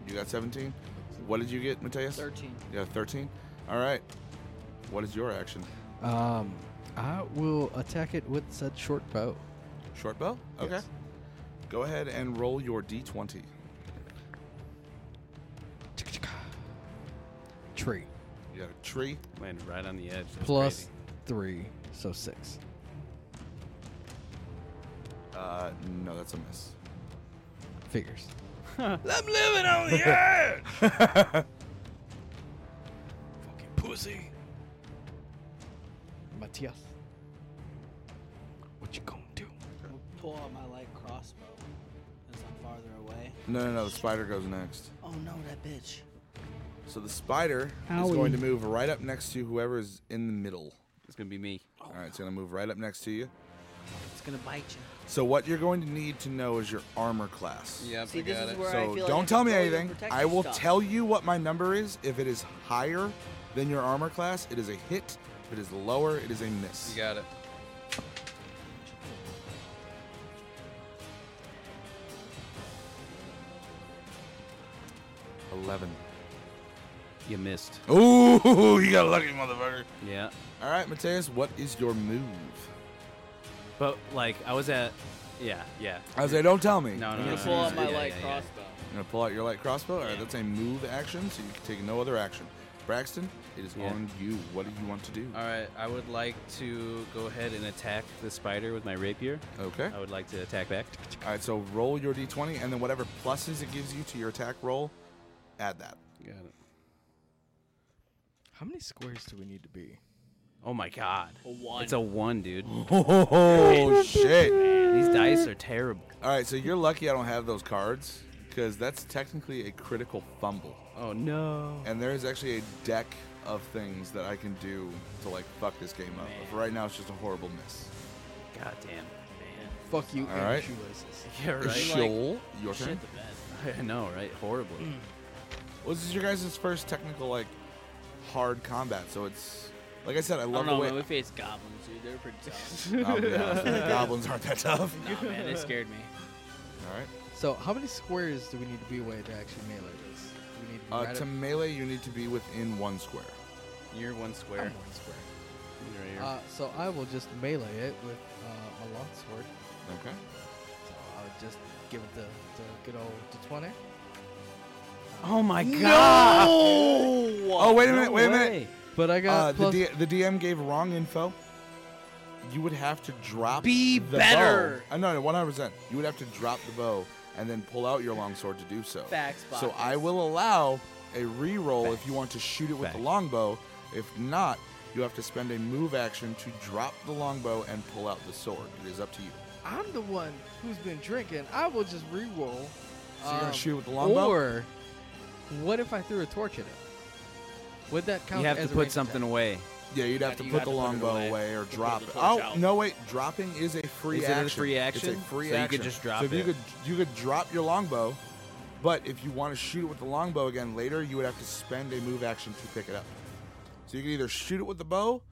Speaker 3: You got 17. What did you get, Mateus?
Speaker 4: 13.
Speaker 3: Yeah, 13. All right. What is your action?
Speaker 2: Um, I will attack it with said short bow.
Speaker 3: Short bow? Okay.
Speaker 2: Yes.
Speaker 3: Go ahead and roll your d20.
Speaker 2: Tree
Speaker 3: You got a tree.
Speaker 1: Landed right on the edge. That's
Speaker 2: plus
Speaker 1: crazy.
Speaker 2: three, so six.
Speaker 3: Uh, no, that's a miss.
Speaker 2: Figures.
Speaker 21: I'm living on the edge.
Speaker 2: Fucking pussy. Matthias, what you gonna do?
Speaker 9: I'll pull out my light crossbow as I'm farther away.
Speaker 3: No, no, no. The spider goes next.
Speaker 9: Oh no, that bitch.
Speaker 3: So the spider is
Speaker 22: Owie.
Speaker 3: going to move right up next to whoever is in the middle.
Speaker 1: It's going to be me.
Speaker 3: All right, it's going to move right up next to you.
Speaker 4: It's gonna bite you.
Speaker 3: So what you're going to need to know is your armor class.
Speaker 1: Yep,
Speaker 4: See, I this got is it. where I
Speaker 3: so
Speaker 4: feel like
Speaker 3: don't
Speaker 4: I
Speaker 3: tell
Speaker 4: can
Speaker 3: me
Speaker 4: throw your
Speaker 3: anything.
Speaker 4: protective
Speaker 3: I will
Speaker 4: stuff.
Speaker 3: tell you what my number is. If it is higher than your armor class, it is a hit. If it is lower, it is a miss.
Speaker 1: You got it.
Speaker 3: Eleven.
Speaker 1: You missed.
Speaker 3: Ooh, you got lucky, motherfucker.
Speaker 1: Yeah.
Speaker 3: All right, Mateus, what is your move?
Speaker 1: But like I was at, yeah, yeah.
Speaker 3: I was like, don't tell me.
Speaker 1: No, no,
Speaker 3: I'm
Speaker 1: no,
Speaker 3: gonna
Speaker 1: no,
Speaker 3: pull
Speaker 1: no,
Speaker 3: out my
Speaker 1: yeah,
Speaker 3: light
Speaker 1: yeah,
Speaker 4: crossbow.
Speaker 3: I'm gonna pull out your light crossbow. All right, that's a move action, so you can take no other action. Braxton, it is
Speaker 1: Yeah.
Speaker 3: on you. What do you want to do?
Speaker 1: All right, I would like to go ahead and attack the spider with my rapier.
Speaker 3: Okay.
Speaker 1: I would like to attack back.
Speaker 3: All right, so roll your d20, and then whatever pluses it gives you to your attack roll, add that.
Speaker 1: Got it.
Speaker 2: How many squares do we need to be?
Speaker 1: Oh my god.
Speaker 2: A one.
Speaker 1: It's a one, dude.
Speaker 3: Oh shit!
Speaker 1: These dice are terrible.
Speaker 3: All right, so you're lucky I don't have those cards because that's technically a critical fumble.
Speaker 1: Oh no!
Speaker 3: And there is actually a deck of things that I can do to like fuck this game up. But for right now, it's just a horrible miss.
Speaker 1: God damn.
Speaker 2: Fuck you.
Speaker 3: All
Speaker 2: and
Speaker 3: right.
Speaker 2: shoelaces.
Speaker 1: Yeah, right.
Speaker 3: Shoal, your
Speaker 1: shit
Speaker 3: turn.
Speaker 1: I know, right? Horrible.
Speaker 3: Well, this is your guys' first technical like hard combat, so it's like I said, I
Speaker 4: I
Speaker 3: love
Speaker 4: don't know,
Speaker 3: the way.
Speaker 4: man. We faced goblins, dude. They were pretty tough.
Speaker 3: I'll be honest with you, goblins aren't that tough.
Speaker 4: Nah, man, they scared me.
Speaker 3: All right.
Speaker 2: So how many squares do we need to be away to actually melee this? Do we need to be
Speaker 3: Uh,
Speaker 2: right
Speaker 3: to
Speaker 2: up-
Speaker 3: melee, you need to be within one square.
Speaker 1: You're one square.
Speaker 2: I'm one square. Uh, so I will just melee it with uh, my longsword.
Speaker 3: Okay.
Speaker 2: So I'll just give it the, the good old d twenty.
Speaker 1: Oh my
Speaker 3: God. Oh wait a minute! Wait a minute!
Speaker 2: But I got
Speaker 3: uh,
Speaker 2: plus-
Speaker 3: the, D- the DM gave wrong info. You would have to drop.
Speaker 4: Be
Speaker 3: the
Speaker 4: better.
Speaker 3: Bow. Uh, no, no, one hundred percent. You would have to drop the bow and then pull out your longsword to do so.
Speaker 4: Facts,
Speaker 3: So
Speaker 4: Bacchus.
Speaker 3: I will allow a reroll if you want to shoot it with the longbow. If not, you have to spend a move action to drop the longbow and pull out the sword. It is up to you.
Speaker 2: I'm the one who's been drinking. I will just re-roll. um,
Speaker 3: So you're gonna
Speaker 4: Um,
Speaker 3: shoot it with the longbow?
Speaker 2: Or what if I threw a torch at it? Would that count?
Speaker 1: You have
Speaker 2: as
Speaker 1: to
Speaker 2: a
Speaker 1: put
Speaker 2: ranged
Speaker 1: something
Speaker 2: attack?
Speaker 1: away.
Speaker 3: Yeah, you'd have to put the longbow away. or drop it. Oh no, wait! Dropping is a free
Speaker 1: Is it a
Speaker 3: action.
Speaker 1: free
Speaker 3: It's
Speaker 1: action?
Speaker 3: a free
Speaker 1: So you
Speaker 3: action.
Speaker 1: could just drop
Speaker 3: So if you
Speaker 1: it.
Speaker 3: could, you could drop your longbow, but if you want to shoot it with the longbow again later, you would have to spend a move action to pick it up. So you can either shoot it with the bow,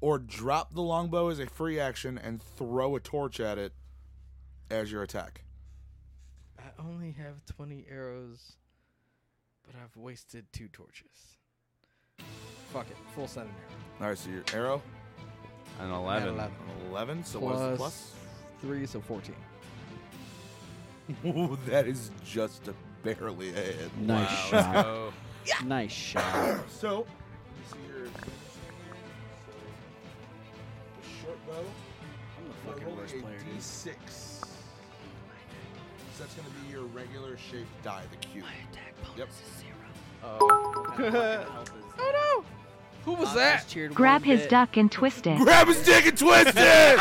Speaker 3: or drop the longbow as a free action and throw a torch at it as your attack.
Speaker 2: I only have 20 arrows, but I've wasted two torches. Fuck it, full set an arrow.
Speaker 3: All right, so your arrow.
Speaker 1: An
Speaker 2: At
Speaker 1: 11.
Speaker 2: 11.
Speaker 3: 11, so what is the plus?
Speaker 2: Three, so 14.
Speaker 3: Ooh, that is just a barely a hit.
Speaker 22: Nice
Speaker 3: Wow.
Speaker 22: shot. Nice shot.
Speaker 3: So, let me see your finishing here. So, the short bow. I'm the
Speaker 4: fucking worst player, dude.
Speaker 3: D6. So that's gonna be your regular shaped die, the cube. My attack bonus yep. is zero.
Speaker 4: oh
Speaker 2: no! Who was that?
Speaker 10: Grab his duck and twist it.
Speaker 3: Grab his dick and twist it!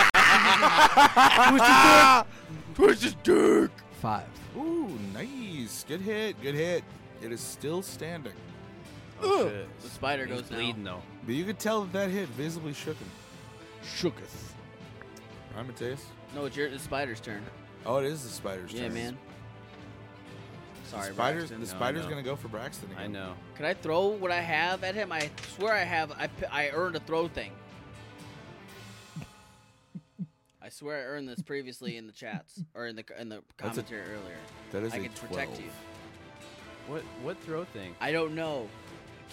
Speaker 3: Twist his dick!
Speaker 2: Five.
Speaker 3: Ooh, nice. Good hit. Good hit. It is still standing.
Speaker 4: Oh, Ugh. shit. The spider
Speaker 1: He's
Speaker 4: goes now.
Speaker 1: bleeding though.
Speaker 3: But you could tell that that hit visibly shook him.
Speaker 2: Shooketh.
Speaker 3: I'm Mateus.
Speaker 4: No, it's your the spider's turn.
Speaker 3: Oh, it is the spider's
Speaker 4: Yeah,
Speaker 3: turn.
Speaker 4: man. Sorry,
Speaker 3: the spider's,
Speaker 4: Braxton.
Speaker 3: The
Speaker 4: No,
Speaker 3: spider's
Speaker 4: no.
Speaker 3: gonna go for Braxton again.
Speaker 1: I know.
Speaker 4: Can I throw what I have at him? I swear I have. I, p- I earned a throw thing. I swear I earned this previously in the chats or in the in the
Speaker 3: That's a-
Speaker 4: commentary earlier.
Speaker 3: that is
Speaker 4: I
Speaker 3: a
Speaker 4: can protect
Speaker 3: 12.
Speaker 4: you.
Speaker 1: What what throw thing?
Speaker 4: I don't know.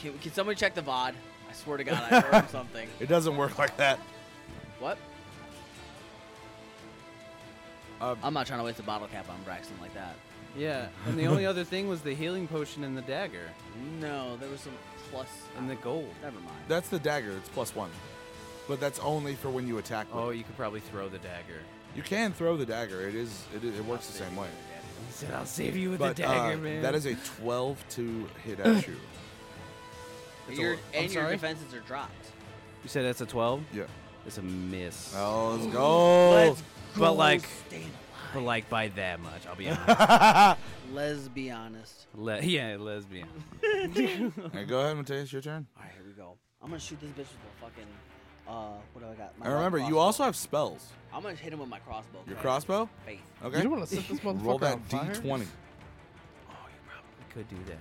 Speaker 4: Can, can somebody check the VOD? I swear to God, I earned something.
Speaker 3: It doesn't work like that.
Speaker 4: What?
Speaker 3: Um,
Speaker 4: I'm not trying to waste a bottle cap on Braxton like that.
Speaker 1: Yeah, and the only other thing was the healing potion and the dagger
Speaker 4: No, there was some plus. Ah,
Speaker 1: and the gold.
Speaker 4: Never mind.
Speaker 3: That's the dagger. It's plus one, but that's only for when you attack. With.
Speaker 1: Oh,
Speaker 3: it.
Speaker 1: you could probably throw the dagger.
Speaker 3: you can throw the dagger. It is. It, it works the same way.
Speaker 1: He said, "I'll save you with the
Speaker 3: but,
Speaker 1: dagger,
Speaker 3: uh,
Speaker 1: man."
Speaker 3: That is a twelve to hit at you. It's a
Speaker 4: Your,
Speaker 3: lo- I'm
Speaker 4: and your
Speaker 3: sorry?
Speaker 4: defenses are dropped.
Speaker 1: You said that's a 12?
Speaker 3: Yeah.
Speaker 1: It's a miss.
Speaker 3: Oh, let's
Speaker 4: go. Let's
Speaker 1: But
Speaker 4: go,
Speaker 1: like
Speaker 4: staying
Speaker 1: But like by that much, I'll be honest.
Speaker 4: Let's be honest.
Speaker 1: Le- yeah, lesbian.
Speaker 3: All right, go ahead, Mateus. Your turn.
Speaker 4: All right, here we go. I'm gonna shoot this bitch with a fucking. Uh, what do I got?
Speaker 3: and remember, you also have spells.
Speaker 4: I'm gonna hit him with my crossbow.
Speaker 3: Your crossbow?
Speaker 4: Faith.
Speaker 3: Okay.
Speaker 2: You don't wanna set this
Speaker 3: Roll
Speaker 2: motherfucker
Speaker 3: that
Speaker 2: on fire?
Speaker 3: d20. All
Speaker 1: I could do that.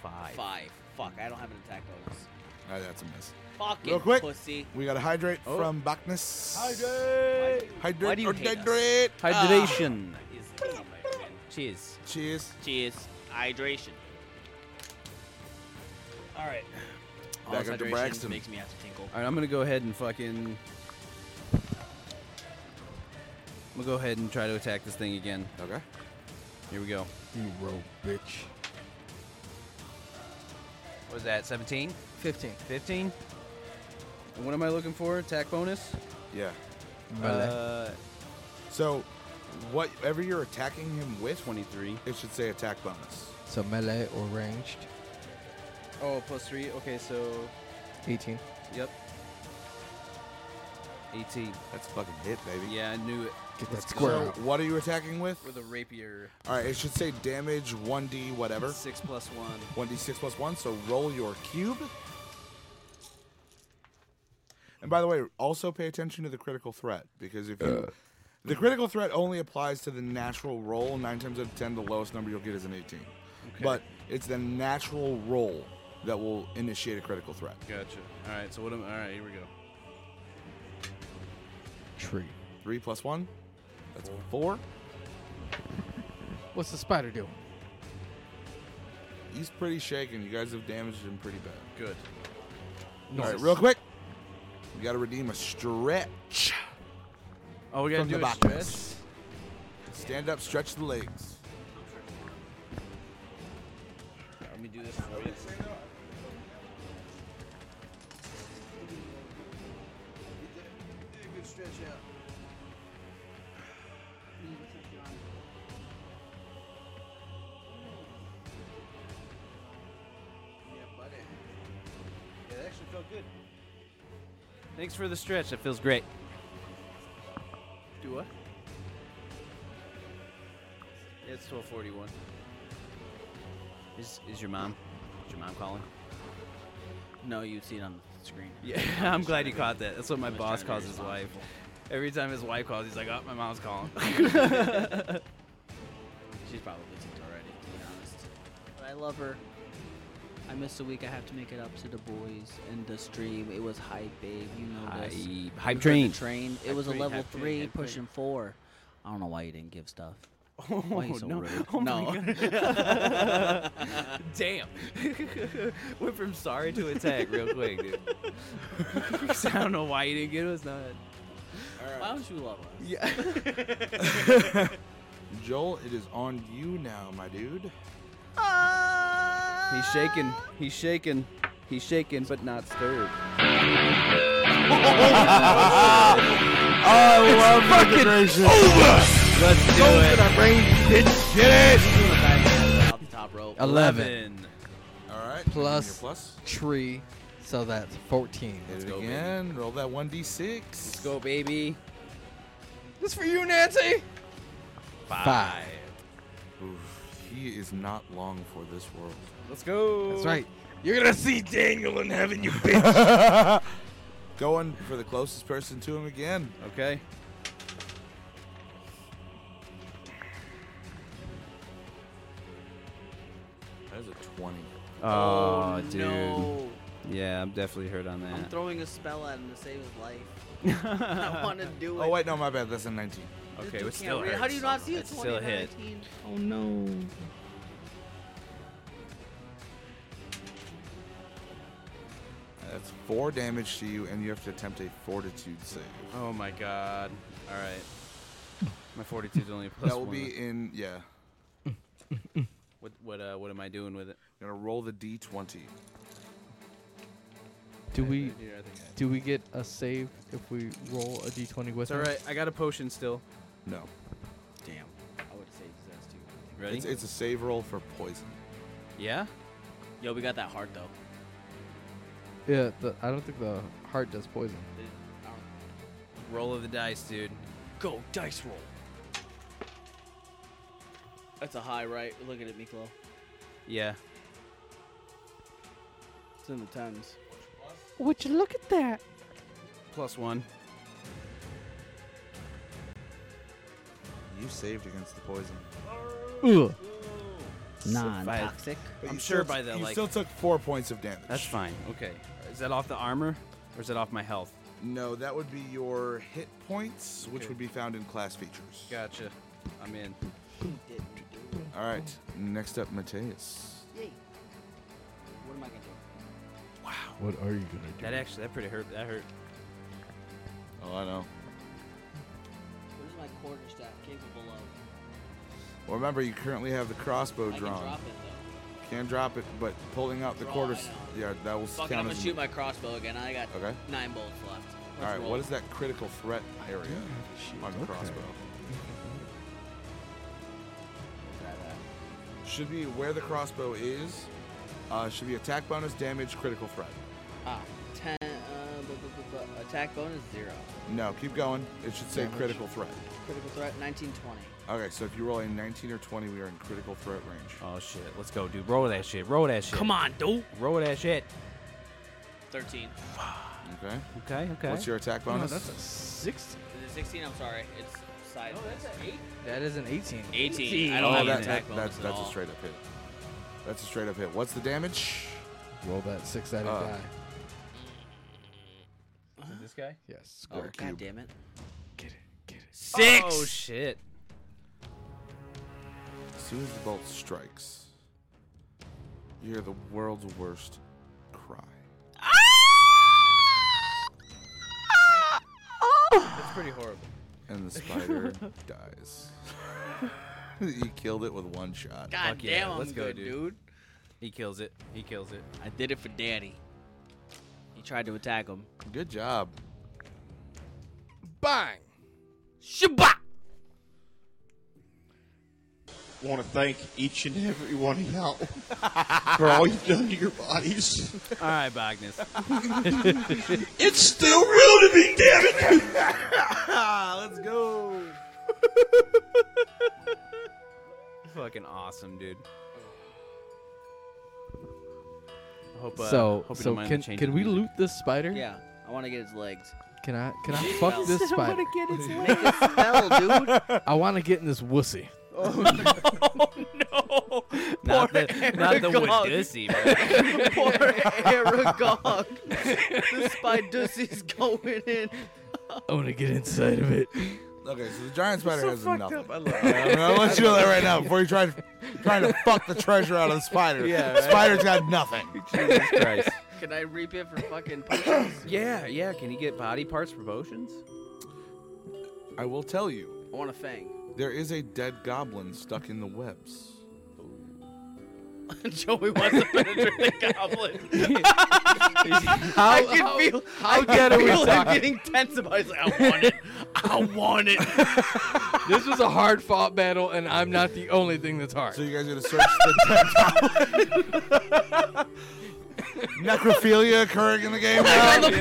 Speaker 1: Five.
Speaker 4: Five. Fuck, I don't have an attack bonus.
Speaker 3: right, Ah, that's a miss.
Speaker 4: Fucking
Speaker 3: Real quick,
Speaker 4: pussy.
Speaker 3: we gotta hydrate
Speaker 4: Oh.
Speaker 3: from Bacchus.
Speaker 4: Hydrate!
Speaker 3: Hydrate
Speaker 4: Why do you
Speaker 3: or
Speaker 4: hate us?
Speaker 3: dehydrate.
Speaker 1: Hydration.
Speaker 23: Cheers.
Speaker 3: Cheers.
Speaker 23: Cheers. Hydration. All right.
Speaker 1: Back up to Braxton.
Speaker 23: makes me have to tinkle.
Speaker 9: All right, I'm gonna go ahead and fucking. I'm gonna go ahead and try to attack this thing again.
Speaker 3: Okay.
Speaker 9: Here we go.
Speaker 2: You rogue bitch.
Speaker 9: What was that? 17?
Speaker 2: 15.
Speaker 9: 15. And what am I looking for? Attack bonus.
Speaker 3: Yeah.
Speaker 9: Uh,
Speaker 3: so, whatever you're attacking him with,
Speaker 9: 23.
Speaker 3: It should say attack bonus.
Speaker 2: So melee or ranged.
Speaker 9: Oh, plus three. Okay, so
Speaker 2: 18.
Speaker 9: yep. 18.
Speaker 3: That's fucking hit, baby.
Speaker 9: Yeah, I knew it.
Speaker 2: Get
Speaker 9: Let's
Speaker 2: that square
Speaker 9: go.
Speaker 2: out.
Speaker 3: What are you attacking with?
Speaker 9: With a rapier.
Speaker 3: All right, it should say damage 1d whatever.
Speaker 1: Six plus one.
Speaker 3: 1d6 plus 1, so roll your cube. And by the way, also pay attention to the critical threat because if you. The critical threat only applies to the natural roll. Nine times out of ten, the lowest number you'll get is an 18. But it's the natural roll that will initiate a critical threat.
Speaker 9: Gotcha. All right, so what am? All right, here we go.
Speaker 2: Tree.
Speaker 3: 3 plus 1, that's 4.
Speaker 2: What's the spider doing?
Speaker 3: He's pretty shaken. You guys have damaged him pretty bad.
Speaker 9: Good.
Speaker 3: All right,
Speaker 9: Nice.
Speaker 3: real quick. We got to redeem a stretch.
Speaker 9: Oh, we gotta
Speaker 3: From
Speaker 9: do
Speaker 3: the
Speaker 9: a
Speaker 3: backwards.
Speaker 9: stress.
Speaker 3: Stand up, stretch the legs.
Speaker 1: Let me do this for you. Thanks for the stretch. That feels great.
Speaker 9: Do what? It's 1241.
Speaker 1: Is is your mom? Is your mom calling?
Speaker 23: No, you'd see it on the screen.
Speaker 1: Yeah, I'm glad you caught that. That's what my boss calls his wife. Every time his wife calls, he's like, "Oh, my mom's calling."
Speaker 23: She's probably ticked already, to be honest.
Speaker 4: But I love her. I missed a week. I have to make it up to the boys in the stream. It was hype, babe. You know this.
Speaker 1: Hype.
Speaker 4: You
Speaker 1: Hype
Speaker 4: heard
Speaker 1: train.
Speaker 4: the train. It
Speaker 1: Hype
Speaker 4: was a
Speaker 1: train,
Speaker 4: level
Speaker 1: hype train,
Speaker 4: three
Speaker 1: hype train.
Speaker 4: pushing four. I don't know why you didn't give stuff.
Speaker 1: Oh,
Speaker 4: why you so
Speaker 1: no.
Speaker 4: rude?
Speaker 1: Oh, my
Speaker 4: no.
Speaker 1: God. Damn. Went from sorry to attack real quick, dude. I don't know why you didn't get us that.
Speaker 4: Why don't you love us?
Speaker 3: Yeah. Joel, it is on you now, my dude.
Speaker 9: He's shaken. He's shaken. He's shaken, but not stirred.
Speaker 3: I love fucking over.
Speaker 1: Let's do it.
Speaker 3: bitch. Get it.
Speaker 23: Off the top rope.
Speaker 2: 11.
Speaker 3: All right.
Speaker 2: Plus,
Speaker 3: Your plus.
Speaker 2: tree. So that's 14.
Speaker 3: Hit it again. Roll that 1d6. Let's
Speaker 9: go, baby.
Speaker 2: This for you, Nancy.
Speaker 3: Five. Oof, he is not long for this world.
Speaker 9: Let's go.
Speaker 2: That's right. You're gonna see Daniel in heaven, you bitch.
Speaker 3: Going for the closest person to him again.
Speaker 9: Okay.
Speaker 3: That is a 20.
Speaker 1: Oh,
Speaker 4: Oh,
Speaker 1: dude.
Speaker 4: no.
Speaker 1: Yeah, I'm definitely hurt on
Speaker 4: I'm
Speaker 1: that.
Speaker 4: throwing a spell at him to save his life. I want to do it.
Speaker 3: Oh, wait, no, my bad. That's a 19.
Speaker 4: Dude,
Speaker 1: okay,
Speaker 4: you
Speaker 1: it still
Speaker 4: can't read.
Speaker 1: hurts.
Speaker 4: How do you not see a
Speaker 1: It still
Speaker 4: 20,
Speaker 1: hit.
Speaker 4: 19?
Speaker 1: Oh no.
Speaker 3: That's four damage to you, and you have to attempt a fortitude save.
Speaker 1: Oh my god. All right. My 42 is only a plus
Speaker 3: that will
Speaker 1: one.
Speaker 3: be in, yeah.
Speaker 1: What what uh what am I doing with it?
Speaker 3: gonna roll the d20.
Speaker 2: Do we
Speaker 1: Right here, I think I-
Speaker 2: do we get a save if we roll a d20
Speaker 1: It's
Speaker 2: with
Speaker 1: all
Speaker 2: him?
Speaker 1: right. I got a potion still.
Speaker 3: No.
Speaker 4: Damn. I would have saved his ass too.
Speaker 1: Ready?
Speaker 3: It's, it's a save roll for poison.
Speaker 1: yeah.
Speaker 23: Yo, we got that heart though.
Speaker 2: Yeah, the, I don't think the heart does poison.
Speaker 1: Roll of the dice, dude.
Speaker 23: Go dice roll.
Speaker 4: That's a high, right? Look at it, Miklo.
Speaker 1: Yeah.
Speaker 4: It's in the tens.
Speaker 1: Would you look at that? Plus one.
Speaker 3: You saved against the poison.
Speaker 1: Ugh.
Speaker 24: Non-toxic.
Speaker 3: But
Speaker 1: I'm
Speaker 3: you
Speaker 1: sure
Speaker 3: still-
Speaker 1: by the
Speaker 3: you
Speaker 1: like.
Speaker 3: still took four points of damage.
Speaker 1: That's fine. Okay. Is that off the armor, or is that off my health?
Speaker 3: No, that would be your hit points, which would be found in class features.
Speaker 1: Gotcha. I'm in.
Speaker 3: All right. Next up, Mateus.
Speaker 24: Yay. What am I gonna do?
Speaker 25: What are you gonna do?
Speaker 1: That actually, that pretty hurt. That hurt.
Speaker 3: Oh, I know.
Speaker 24: What is my quarterstaff capable of?
Speaker 3: Well, remember, you currently have the crossbow
Speaker 24: I can
Speaker 3: drawn.
Speaker 24: drop it,
Speaker 3: Can drop it, but pulling out the
Speaker 4: Draw,
Speaker 3: quarter.
Speaker 4: I know.
Speaker 3: Yeah, that will
Speaker 4: Fuck it, I'm
Speaker 3: count
Speaker 4: gonna
Speaker 3: as.
Speaker 4: shoot my crossbow again. I got
Speaker 3: Okay.
Speaker 4: nine bolts left.
Speaker 3: All right. What is that critical threat area on the
Speaker 4: Okay.
Speaker 3: crossbow? Should be where the crossbow is. Uh, should be attack bonus, damage, critical threat.
Speaker 4: Ah, ten. Uh, bu- bu- bu- bu- attack bonus zero.
Speaker 3: No, keep going. It should say
Speaker 4: Damage.
Speaker 3: critical threat.
Speaker 4: Critical threat nineteen twenty.
Speaker 3: Okay, so if you roll a 19 or 20, we are in critical threat range.
Speaker 1: Oh shit! Let's go, dude. Roll that shit. Roll that shit.
Speaker 4: Come on, dude.
Speaker 1: Roll that shit.
Speaker 4: Thirteen. Oh.
Speaker 3: Okay.
Speaker 1: Okay. Okay.
Speaker 3: What's your attack bonus?
Speaker 2: that's a six.
Speaker 4: Is it sixteen? I'm sorry. It's side. Oh, that's an eight.
Speaker 2: That is an 18.
Speaker 4: 18. I don't
Speaker 3: Oh,
Speaker 4: have
Speaker 3: that-
Speaker 4: an attack
Speaker 3: that-
Speaker 4: bonus
Speaker 3: that's,
Speaker 4: at
Speaker 3: that's
Speaker 4: all.
Speaker 3: a straight up hit. That's a straight up hit. What's the damage?
Speaker 25: Roll that six-sided
Speaker 3: Uh,
Speaker 25: die.
Speaker 1: This guy.
Speaker 25: Yes.
Speaker 4: Oh god damn it.
Speaker 1: Six. Oh shit.
Speaker 3: As soon as the bolt strikes, you hear the world's worst cry.
Speaker 2: That's pretty horrible.
Speaker 3: And the spider dies. you killed it with one shot.
Speaker 4: God
Speaker 1: Fuck yeah,
Speaker 4: damn,
Speaker 1: let's
Speaker 4: I'm
Speaker 1: go,
Speaker 4: good,
Speaker 1: dude. He kills it. He kills it.
Speaker 4: I did it for Danny. He tried to attack him.
Speaker 3: Good job.
Speaker 2: Bang.
Speaker 4: Shabbat.
Speaker 9: want to thank each and every one of y'all for all you've done to your bodies.
Speaker 1: All right, Bognis.
Speaker 9: it's still real to me, damn it!
Speaker 1: Ah,
Speaker 3: Let's go.
Speaker 1: Fucking awesome, dude. I hope. Uh,
Speaker 2: so,
Speaker 1: hope you
Speaker 2: so
Speaker 1: don't mind the
Speaker 2: can
Speaker 1: change
Speaker 2: can
Speaker 1: in
Speaker 2: we
Speaker 1: music.
Speaker 2: loot this spider?
Speaker 4: Yeah, I want to get his legs.
Speaker 2: Can I can I
Speaker 4: Jesus.
Speaker 2: fuck this
Speaker 4: I wanna
Speaker 2: spider?
Speaker 4: get its Make it legs. smell, dude.
Speaker 2: I want to get in this wussy.
Speaker 4: no!
Speaker 1: Not the- not the Wadusi, bro.
Speaker 4: Poor Aragog. the Spidussi's going in.
Speaker 2: I want to get inside of it.
Speaker 3: Okay, so the giant spider
Speaker 4: so
Speaker 3: has
Speaker 4: fucked
Speaker 3: nothing.
Speaker 4: up, I love
Speaker 3: All right, I'm gonna let you know that right now before you try to trying to fuck the treasure out of the spider.
Speaker 1: Yeah,
Speaker 3: the
Speaker 1: right.
Speaker 3: spider's got nothing.
Speaker 1: Jesus Christ.
Speaker 4: Can I reap it for fucking potions?
Speaker 1: Yeah, yeah. Can you get body parts for potions?
Speaker 3: I will tell you,
Speaker 4: I want a fang.
Speaker 3: there is a dead goblin stuck in the webs.
Speaker 4: Joey wants to penetrate the goblin.
Speaker 1: How-
Speaker 4: I can
Speaker 1: how-
Speaker 4: feel.
Speaker 1: how
Speaker 4: I
Speaker 1: dead are we
Speaker 4: can feel him
Speaker 1: talking?
Speaker 4: getting tense about. it. He's like, I want it. I want it.
Speaker 2: This was a hard fought battle, and I'm not the only thing that's hard. So
Speaker 3: you guys gonna search the Necrophilia occurring in the game.
Speaker 4: Flag
Speaker 3: now?
Speaker 4: on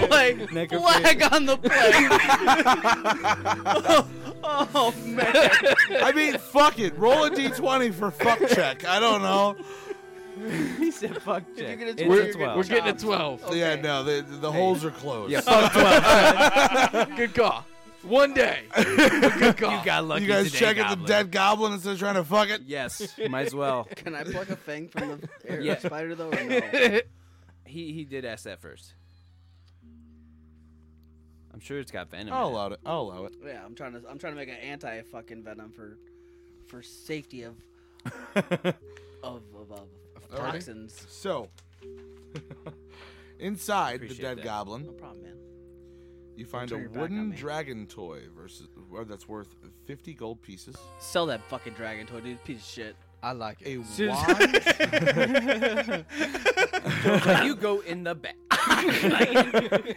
Speaker 4: the play. Flag on the play. oh man.
Speaker 3: I mean, fuck it. Roll a d20 for fuck check. I don't know.
Speaker 1: he said fuck check.
Speaker 4: get
Speaker 1: It's
Speaker 4: a
Speaker 1: a
Speaker 4: 12, you're
Speaker 1: 12.
Speaker 2: We're getting a 12.
Speaker 3: Yeah, no, the, the holes are closed.
Speaker 1: Yeah,
Speaker 2: fuck 12. Good call. One day. Good call.
Speaker 1: You got lucky
Speaker 3: you guys
Speaker 1: today,
Speaker 3: checking
Speaker 1: goblin.
Speaker 3: the dead goblin instead of trying to fuck it?
Speaker 1: Yes, might as well.
Speaker 4: Can I pluck a fang from the air
Speaker 1: Yeah.
Speaker 4: spider though, or no?
Speaker 1: He he did ask that first. I'm sure it's got venom.
Speaker 3: I'll
Speaker 1: in it.
Speaker 3: allow it. I'll allow it.
Speaker 4: Yeah, I'm trying to. I'm trying to make an anti fucking venom for, for safety of, of of, of, of
Speaker 3: Alrighty.
Speaker 4: toxins.
Speaker 3: So, inside the
Speaker 4: Appreciate
Speaker 3: dead
Speaker 4: that.
Speaker 3: goblin,
Speaker 4: No problem, man.
Speaker 3: you find a
Speaker 4: turn your back on
Speaker 3: wooden
Speaker 4: me.
Speaker 3: dragon toy versus or that's worth 50 gold pieces.
Speaker 4: Sell that fucking dragon toy, dude. Piece of shit.
Speaker 2: I like it.
Speaker 3: A wand.
Speaker 1: Like, you go in the back.
Speaker 3: a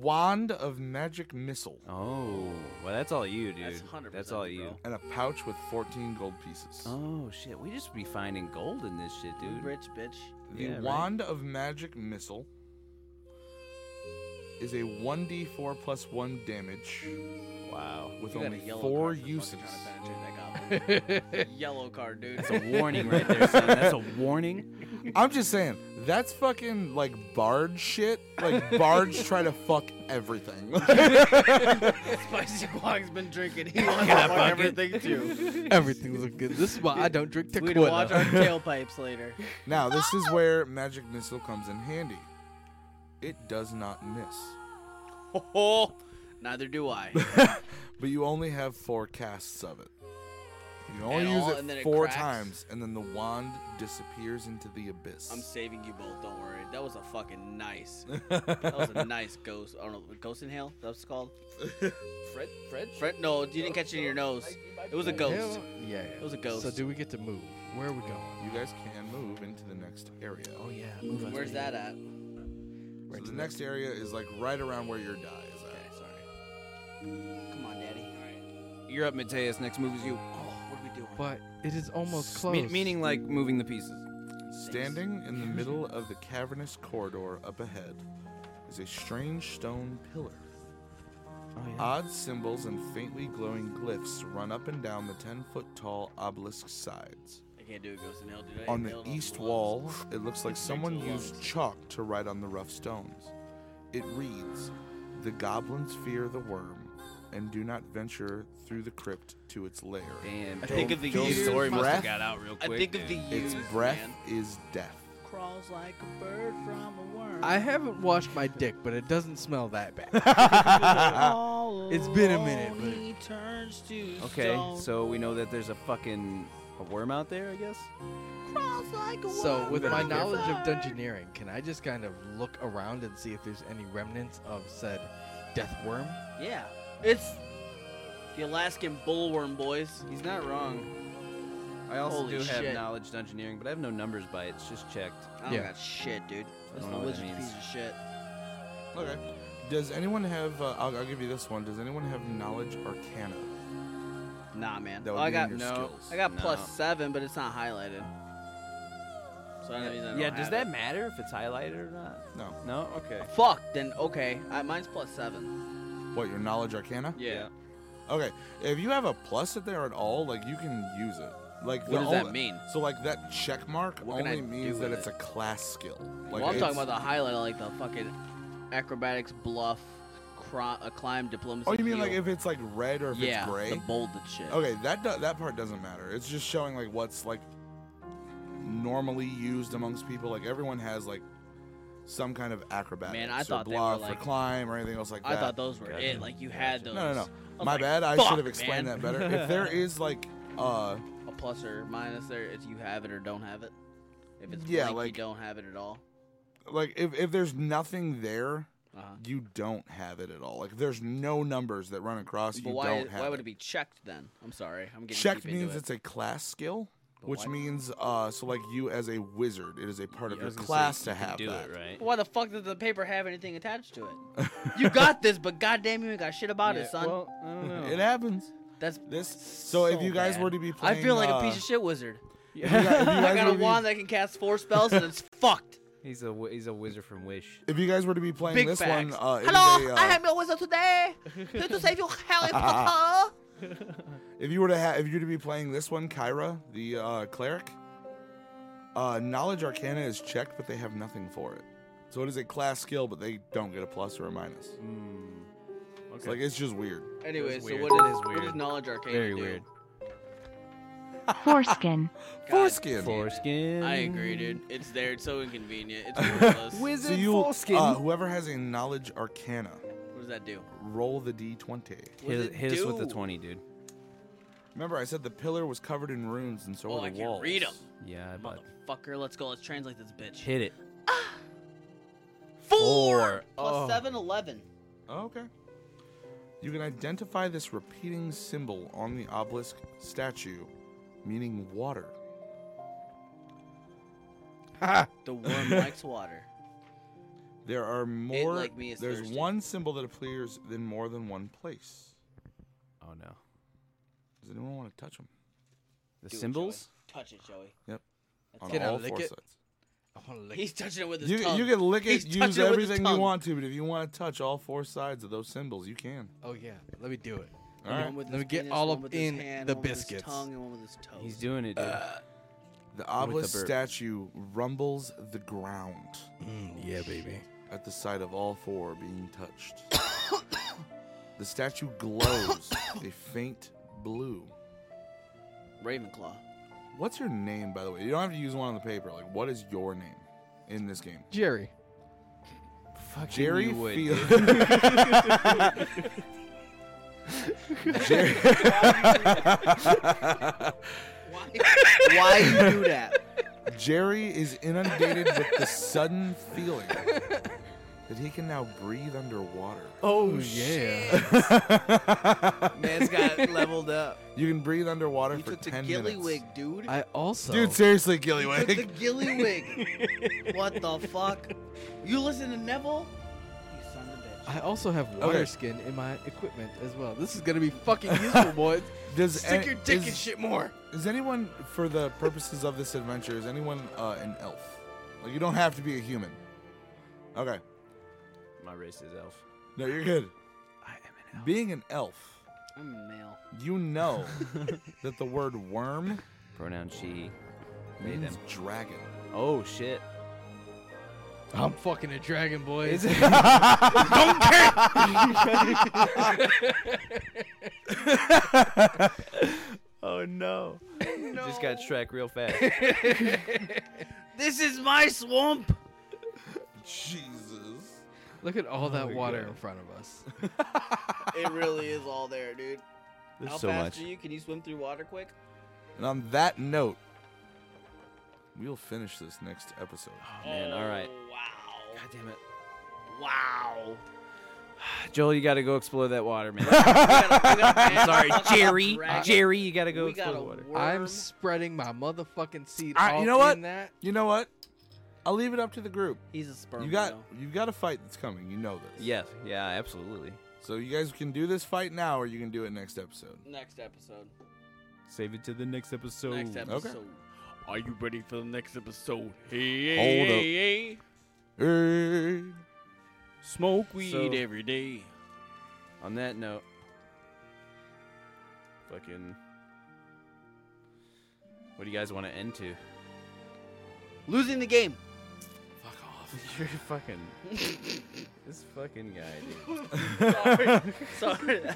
Speaker 3: wand of magic missile.
Speaker 1: oh, well, that's all you, dude.
Speaker 4: That's
Speaker 1: That's,
Speaker 4: 100%
Speaker 1: all
Speaker 4: you,
Speaker 1: you.
Speaker 4: bro.
Speaker 3: And a pouch with 14 gold pieces.
Speaker 1: Oh shit, we just be finding gold in this shit,
Speaker 4: You
Speaker 1: dude.
Speaker 4: Rich bitch.
Speaker 3: The
Speaker 1: Yeah, right.
Speaker 3: wand of magic missile is a 1d4 plus 1 damage.
Speaker 2: Wow.
Speaker 3: With
Speaker 4: You got a
Speaker 3: only
Speaker 4: yellow
Speaker 3: four
Speaker 4: card for
Speaker 3: uses.
Speaker 4: Yellow card, dude.
Speaker 3: That's
Speaker 4: a
Speaker 26: warning right there, son. That's a warning.
Speaker 3: I'm just saying, that's fucking like Bard shit. Like Bards try to fuck everything.
Speaker 4: Spicy Wong's been drinking. He wants
Speaker 2: Get a
Speaker 4: to fuck
Speaker 2: bucket.
Speaker 4: everything too.
Speaker 2: Everything's looking good. This is why I don't drink
Speaker 4: We
Speaker 2: tequila.
Speaker 4: to watch our tailpipes later.
Speaker 3: Now, this is where Magic Missile comes in handy. It does not miss.
Speaker 4: Oh, neither do I.
Speaker 3: but you only have four casts of it. You only
Speaker 4: And
Speaker 3: use
Speaker 4: all-
Speaker 3: it
Speaker 4: and then it
Speaker 3: four
Speaker 4: cracks?
Speaker 3: times, and then the wand disappears into the abyss.
Speaker 4: I'm saving you both. Don't worry. That was a fucking nice. that was a nice ghost. I don't know. Ghost in hell. That's called.
Speaker 2: Fred, Fred,
Speaker 4: Fred. No, you didn't catch it in your nose. It was a ghost.
Speaker 2: Yeah, yeah.
Speaker 4: It was a ghost.
Speaker 2: So do we get to move? Where are we going?
Speaker 3: You guys can move into the next area. Oh yeah,
Speaker 4: move us, Where's baby. that at?
Speaker 3: so the next area is like right around where your die is at.
Speaker 4: Come on, Daddy.
Speaker 1: You're up, Mateus. Next move is you.
Speaker 4: Oh, what are we doing?
Speaker 2: But it is almost
Speaker 1: S-
Speaker 2: close.
Speaker 1: me- meaning like moving the pieces.
Speaker 3: Standing in the middle of the cavernous corridor up ahead is a strange stone pillar. Oh, Odd symbols and faintly glowing glyphs run up and down the 10 foot tall obelisk sides.
Speaker 4: I can't do a ghost in hell, dude. I
Speaker 3: On
Speaker 4: ain't
Speaker 3: the
Speaker 4: built
Speaker 3: east
Speaker 4: lungs.
Speaker 3: wall, it looks like someone
Speaker 4: the
Speaker 3: used chalk to write on the rough stones. It reads The goblins fear the worm and do not venture through the crypt to its lair.
Speaker 1: Damn,
Speaker 4: I think of the
Speaker 3: Don't
Speaker 4: years.
Speaker 3: story
Speaker 4: Must've
Speaker 3: breath-
Speaker 4: got out real I quick, think of dude. the
Speaker 3: Its
Speaker 4: years,
Speaker 3: breath
Speaker 4: man.
Speaker 3: is death.
Speaker 27: Crawls like a bird from a worm.
Speaker 2: I haven't washed my dick, but it doesn't smell that bad. it's been a minute. But
Speaker 27: He turns to
Speaker 1: Okay,
Speaker 27: stone.
Speaker 1: so we know that there's a fucking a worm out there, I guess.
Speaker 27: Crawls like a
Speaker 2: So,
Speaker 27: worm
Speaker 2: with
Speaker 27: from
Speaker 2: my
Speaker 27: a
Speaker 2: knowledge of
Speaker 27: bird.
Speaker 2: dungeoneering, can I just kind of look around and see if there's any remnants of said death worm?
Speaker 4: Yeah. It's the Alaskan bullworm, boys.
Speaker 1: He's not wrong. I also
Speaker 4: Holy
Speaker 1: do have
Speaker 4: shit.
Speaker 1: knowledge dungeoneering, but I have no numbers by it. It's just checked.
Speaker 4: I don't got shit, dude. That's
Speaker 1: don't
Speaker 4: the
Speaker 1: know what that
Speaker 4: wizard's
Speaker 1: means.
Speaker 4: piece of shit.
Speaker 3: Okay. Does anyone have? Uh, I'll, I'll give you this one. Does anyone have knowledge arcana?
Speaker 4: Nah, man.
Speaker 3: That would
Speaker 4: Oh, I
Speaker 3: be in
Speaker 4: got
Speaker 3: your
Speaker 4: no.
Speaker 3: skills.
Speaker 4: I got
Speaker 3: No.
Speaker 4: plus seven, but it's not highlighted. So that means I
Speaker 1: Yeah,
Speaker 4: don't
Speaker 1: yeah,
Speaker 4: have
Speaker 1: does
Speaker 4: it.
Speaker 1: that matter if it's highlighted or not?
Speaker 3: No.
Speaker 1: No? Okay.
Speaker 4: Fuck. Then okay. I, mine's plus seven.
Speaker 3: What your knowledge arcana?
Speaker 4: Yeah.
Speaker 3: Okay. If you have a plus at there at all, like you can use it. Like
Speaker 4: What
Speaker 3: the
Speaker 4: does that
Speaker 3: only-
Speaker 4: mean?
Speaker 3: So like that check mark
Speaker 4: What can I
Speaker 3: only
Speaker 4: do
Speaker 3: means that
Speaker 4: with
Speaker 3: it's a
Speaker 4: it?
Speaker 3: class skill. Like
Speaker 4: well, I'm talking
Speaker 3: it's-
Speaker 4: about the highlight, like the fucking acrobatics, bluff, cro- uh, climb, diplomacy.
Speaker 3: Oh, you mean like
Speaker 4: heal.
Speaker 3: if it's like red or if
Speaker 4: Yeah,
Speaker 3: it's
Speaker 4: the
Speaker 3: gray?
Speaker 4: bolded shit.
Speaker 3: Okay, that do- that part doesn't matter. It's just showing like what's like normally used amongst people. Like everyone has like some kind of acrobatics.
Speaker 4: Man, I
Speaker 3: or
Speaker 4: thought they were,
Speaker 3: bluff or
Speaker 4: like-
Speaker 3: climb or anything else like
Speaker 4: I
Speaker 3: that.
Speaker 4: thought those were it. Like you had those.
Speaker 3: No, no,
Speaker 4: I
Speaker 3: no.
Speaker 4: was
Speaker 3: My
Speaker 4: like,
Speaker 3: bad. I
Speaker 4: "Fuck,
Speaker 3: should have explained
Speaker 4: man."
Speaker 3: that better. If there is like uh
Speaker 4: a plus or minus there, if you have it or don't have it. If it's
Speaker 3: Yeah,
Speaker 4: blank,
Speaker 3: like-
Speaker 4: you don't have it at all.
Speaker 3: like if if there's nothing there,
Speaker 4: Uh-huh.
Speaker 3: you don't have it at all. Like there's no numbers that run across you
Speaker 4: But why?
Speaker 3: don't have
Speaker 4: why would
Speaker 3: it.
Speaker 4: it be checked then? I'm sorry. I'm getting
Speaker 3: Checked
Speaker 4: deep into
Speaker 3: means
Speaker 4: it.
Speaker 3: it's a class skill,
Speaker 4: But
Speaker 3: which
Speaker 4: why-
Speaker 3: means uh so like you as a wizard, it is a part of
Speaker 1: I
Speaker 3: your
Speaker 1: was gonna say,
Speaker 3: class
Speaker 1: you
Speaker 3: to
Speaker 1: can
Speaker 3: have
Speaker 1: do
Speaker 3: that.
Speaker 1: it, right?
Speaker 4: Why the fuck does the paper have anything attached to it? you got this, but goddamn, you ain't got shit about
Speaker 3: Yeah,
Speaker 4: it, son.
Speaker 1: well, I don't know.
Speaker 3: It happens.
Speaker 4: That's
Speaker 3: this. So, if you guys
Speaker 4: bad.
Speaker 3: were to be
Speaker 4: I
Speaker 3: playing,
Speaker 4: feel like
Speaker 3: uh,
Speaker 4: a piece of shit wizard.
Speaker 3: you guys- if you
Speaker 4: I
Speaker 3: guys
Speaker 4: got a
Speaker 3: would be-
Speaker 4: wand that can cast four spells, and it's fucked.
Speaker 1: He's a wi- he's a wizard from Wish.
Speaker 3: If you guys were to be playing
Speaker 4: Big
Speaker 3: this
Speaker 4: facts.
Speaker 3: one, uh, it is
Speaker 28: Hello,
Speaker 3: a,
Speaker 28: I
Speaker 3: uh,
Speaker 28: am your wizard today. Here to save you, Harry Potter.
Speaker 3: if you were to ha- if you were to be playing this one, Kyra, the uh, cleric, uh, knowledge arcana is checked, but they have nothing for it. So it is a class skill, but they don't get a plus or a minus.
Speaker 4: Hmm.
Speaker 3: It's like it's just weird.
Speaker 4: Anyway,
Speaker 3: That's
Speaker 4: so
Speaker 3: weird.
Speaker 4: what
Speaker 3: That
Speaker 4: is,
Speaker 3: is
Speaker 4: what
Speaker 3: weird.
Speaker 4: does knowledge arcane
Speaker 3: Very
Speaker 4: do?
Speaker 3: weird.
Speaker 10: Foreskin.
Speaker 3: Foreskin.
Speaker 1: Foreskin.
Speaker 4: I agree, dude. It's there. It's so inconvenient. It's worthless.
Speaker 3: so you, Uh, whoever has a knowledge arcana,
Speaker 4: what does that do?
Speaker 3: roll the d20.
Speaker 4: What does
Speaker 1: Hit,
Speaker 4: it
Speaker 1: hit us with the
Speaker 4: do?
Speaker 1: twenty, dude.
Speaker 3: Remember, I said the pillar was covered in runes, and so
Speaker 4: Oh,
Speaker 3: were the
Speaker 4: I
Speaker 3: walls.
Speaker 4: can read them.
Speaker 1: Yeah, but
Speaker 4: Fucker, let's go. Let's translate this bitch.
Speaker 1: hit it.
Speaker 4: Four. Plus
Speaker 3: Oh.
Speaker 4: seven, eleven.
Speaker 3: okay. You can identify this repeating symbol on the obelisk statue, meaning water.
Speaker 4: The worm likes water.
Speaker 3: There are more.
Speaker 4: like me, it's
Speaker 3: there's
Speaker 4: thirsty.
Speaker 3: one symbol that appears in more than one place.
Speaker 1: Oh no.
Speaker 3: Does anyone want to touch them?
Speaker 1: The
Speaker 4: Do it,
Speaker 1: symbols?
Speaker 4: Joey. Touch it, Joey.
Speaker 3: Yep.
Speaker 4: That's
Speaker 3: On
Speaker 4: it. Can I
Speaker 3: all
Speaker 4: lick
Speaker 3: four
Speaker 4: it?
Speaker 3: sides.
Speaker 2: I want to lick.
Speaker 4: He's touching it with his
Speaker 3: You,
Speaker 4: tongue.
Speaker 3: you can lick it,
Speaker 4: He's
Speaker 3: use
Speaker 4: touching it with his
Speaker 3: everything you
Speaker 4: tongue.
Speaker 3: want to, but if you want to touch all four sides of those symbols, you can.
Speaker 2: Oh yeah, let me do it.
Speaker 3: All right.
Speaker 2: Let me get all up in the biscuits.
Speaker 1: He's doing it, dude.
Speaker 3: The
Speaker 1: With the
Speaker 3: obelisk
Speaker 1: burp.
Speaker 3: statue rumbles the ground.
Speaker 2: yeah, baby.
Speaker 3: At the sight of all four being touched. the statue glows a faint blue.
Speaker 4: Ravenclaw.
Speaker 3: What's your name, by the way? You don't have to use one on the paper. Like, what is your name in this game?
Speaker 2: Jerry.
Speaker 1: Fucking
Speaker 3: Jerry
Speaker 1: you would,
Speaker 3: Field.
Speaker 1: dude.
Speaker 3: Jerry.
Speaker 4: Why you do that?
Speaker 3: Jerry is inundated with the sudden feeling that he can now breathe underwater.
Speaker 29: Oh, yeah. Man's got leveled up.
Speaker 3: You can breathe underwater
Speaker 4: You
Speaker 3: for
Speaker 4: took the
Speaker 3: 10 minutes.
Speaker 4: Gillywig, dude.
Speaker 2: I also
Speaker 3: Dude, seriously,
Speaker 4: You took the
Speaker 3: Gillywig.
Speaker 4: Gillywig. what the fuck? You listen to Neville? You son of a bitch.
Speaker 2: I also have water
Speaker 4: Okay.
Speaker 2: skin in my equipment as well. This is gonna be fucking useful, boys.
Speaker 3: Does
Speaker 2: Stick
Speaker 3: an-
Speaker 2: your dick
Speaker 3: is-
Speaker 2: in shit more.
Speaker 3: Is anyone, for the purposes of this adventure, is anyone uh, an elf? Like, you don't have to be a human. Okay.
Speaker 1: My race is elf.
Speaker 3: No, you're good. I am an elf. Being an elf,
Speaker 4: I'm a male.
Speaker 3: you know that the word worm
Speaker 1: Pronoun she. They,
Speaker 3: means
Speaker 1: them.
Speaker 3: dragon.
Speaker 1: Oh shit.
Speaker 2: I'm fucking a dragon, boy.
Speaker 1: Is it-
Speaker 2: Don't care.
Speaker 1: oh no. Just got Shrek real fast.
Speaker 4: This is my swamp.
Speaker 3: Jesus.
Speaker 2: Look at all that
Speaker 1: my
Speaker 2: water
Speaker 1: God.
Speaker 2: in front of us.
Speaker 4: It really is all there, dude.
Speaker 3: There's
Speaker 4: How
Speaker 3: so
Speaker 4: fast
Speaker 3: much.
Speaker 4: are you? Can you swim through water quick?
Speaker 3: And on that note, we'll finish this next episode.
Speaker 1: Man, all right.
Speaker 2: Oh,
Speaker 4: Wow.
Speaker 1: God damn it.
Speaker 4: Wow.
Speaker 1: Joel, you gotta go explore that water, man.
Speaker 2: I'm
Speaker 1: I'm sorry, Jerry. Jerry, you gotta go explore the water.
Speaker 2: I'm spreading my motherfucking seed.
Speaker 3: I-
Speaker 2: all
Speaker 3: you know what?
Speaker 2: In that.
Speaker 3: You know what? I'll leave it up to the group.
Speaker 4: He's a sperm.
Speaker 3: You got
Speaker 4: whale.
Speaker 3: you've got a fight that's coming. You know this.
Speaker 1: Yes, yeah, absolutely.
Speaker 3: So you guys can do this fight now, or you can do it next episode.
Speaker 4: Next episode.
Speaker 1: Save it to the next episode.
Speaker 4: Next episode.
Speaker 2: Are you ready for the next episode?
Speaker 3: Hold up.
Speaker 4: Hey.
Speaker 3: Hey.
Speaker 1: Smoke
Speaker 4: weed
Speaker 2: every day.
Speaker 1: On that note, fucking. What do you guys want to end to?
Speaker 4: Losing the game.
Speaker 1: You're fucking. this fucking guy, dude.
Speaker 4: sorry. Sorry.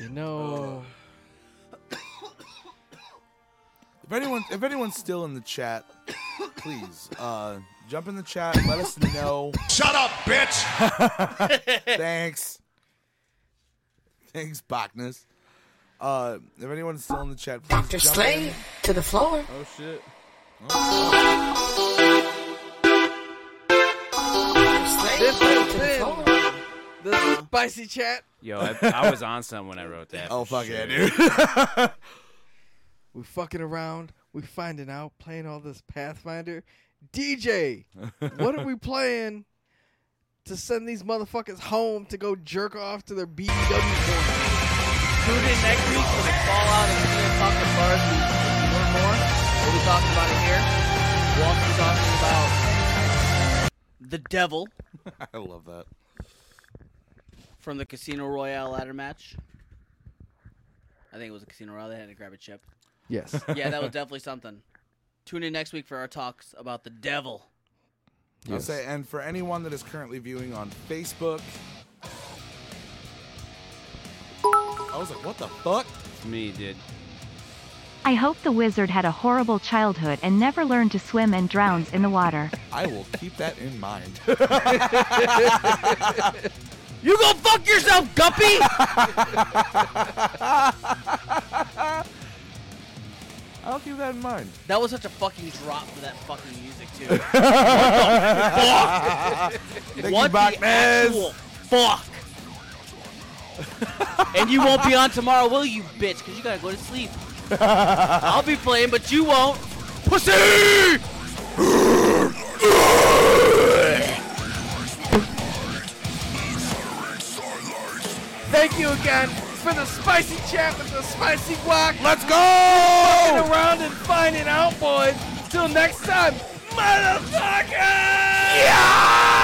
Speaker 2: You know,
Speaker 3: If anyone if anyone's still in the chat, please uh, jump in the chat. Let us know. Shut up, bitch. Thanks. Thanks, Bachnus. Uh, if anyone's still in the chat, please
Speaker 30: Dr.
Speaker 3: jump
Speaker 30: Slade,
Speaker 3: in.
Speaker 30: to the floor.
Speaker 3: Oh shit.
Speaker 2: this has been the spicy chat.
Speaker 1: Yo, I, I was on some when I wrote that.
Speaker 3: Oh,
Speaker 1: for
Speaker 3: fuck
Speaker 1: sure.
Speaker 3: yeah, dude.
Speaker 2: we fucking around. We finding out. Playing all this Pathfinder. DJ, what are we playing to send these motherfuckers home to go jerk off to their BW corner?
Speaker 4: Tune in next week for the Fallout and Ian Talk to Bars. We can learn more. What we talking about in here? We'll also be talking about the devil
Speaker 3: I love that.
Speaker 4: from the Casino Royale ladder match. I think it was a Casino Royale. They had to grab a chip.
Speaker 2: Yes.
Speaker 4: Yeah, that was definitely something. Tune in next week for our talks about the devil.
Speaker 3: I'll say, and for anyone that is currently viewing on Facebook, I was like, what the fuck?
Speaker 1: It's me, dude.
Speaker 10: I hope the wizard had a horrible childhood and never learned to swim and drowns in the water.
Speaker 3: I will keep that in mind.
Speaker 4: You go fuck yourself, Guppy!
Speaker 3: I'll keep that in mind.
Speaker 4: That was such a fucking drop for that fucking music too.
Speaker 3: Thank you,
Speaker 4: what the fuck? what the
Speaker 3: Bachmans.
Speaker 4: actual fuck? and you won't be on tomorrow, will you, bitch? Because you gotta go to sleep. I'll be playing, but you won't. Pussy!
Speaker 2: Thank you again
Speaker 3: for the spicy chat with the spicy guac.
Speaker 31: Let's go!
Speaker 3: Fucking around and finding out, boys. Till next time, motherfucker!
Speaker 31: Yeah!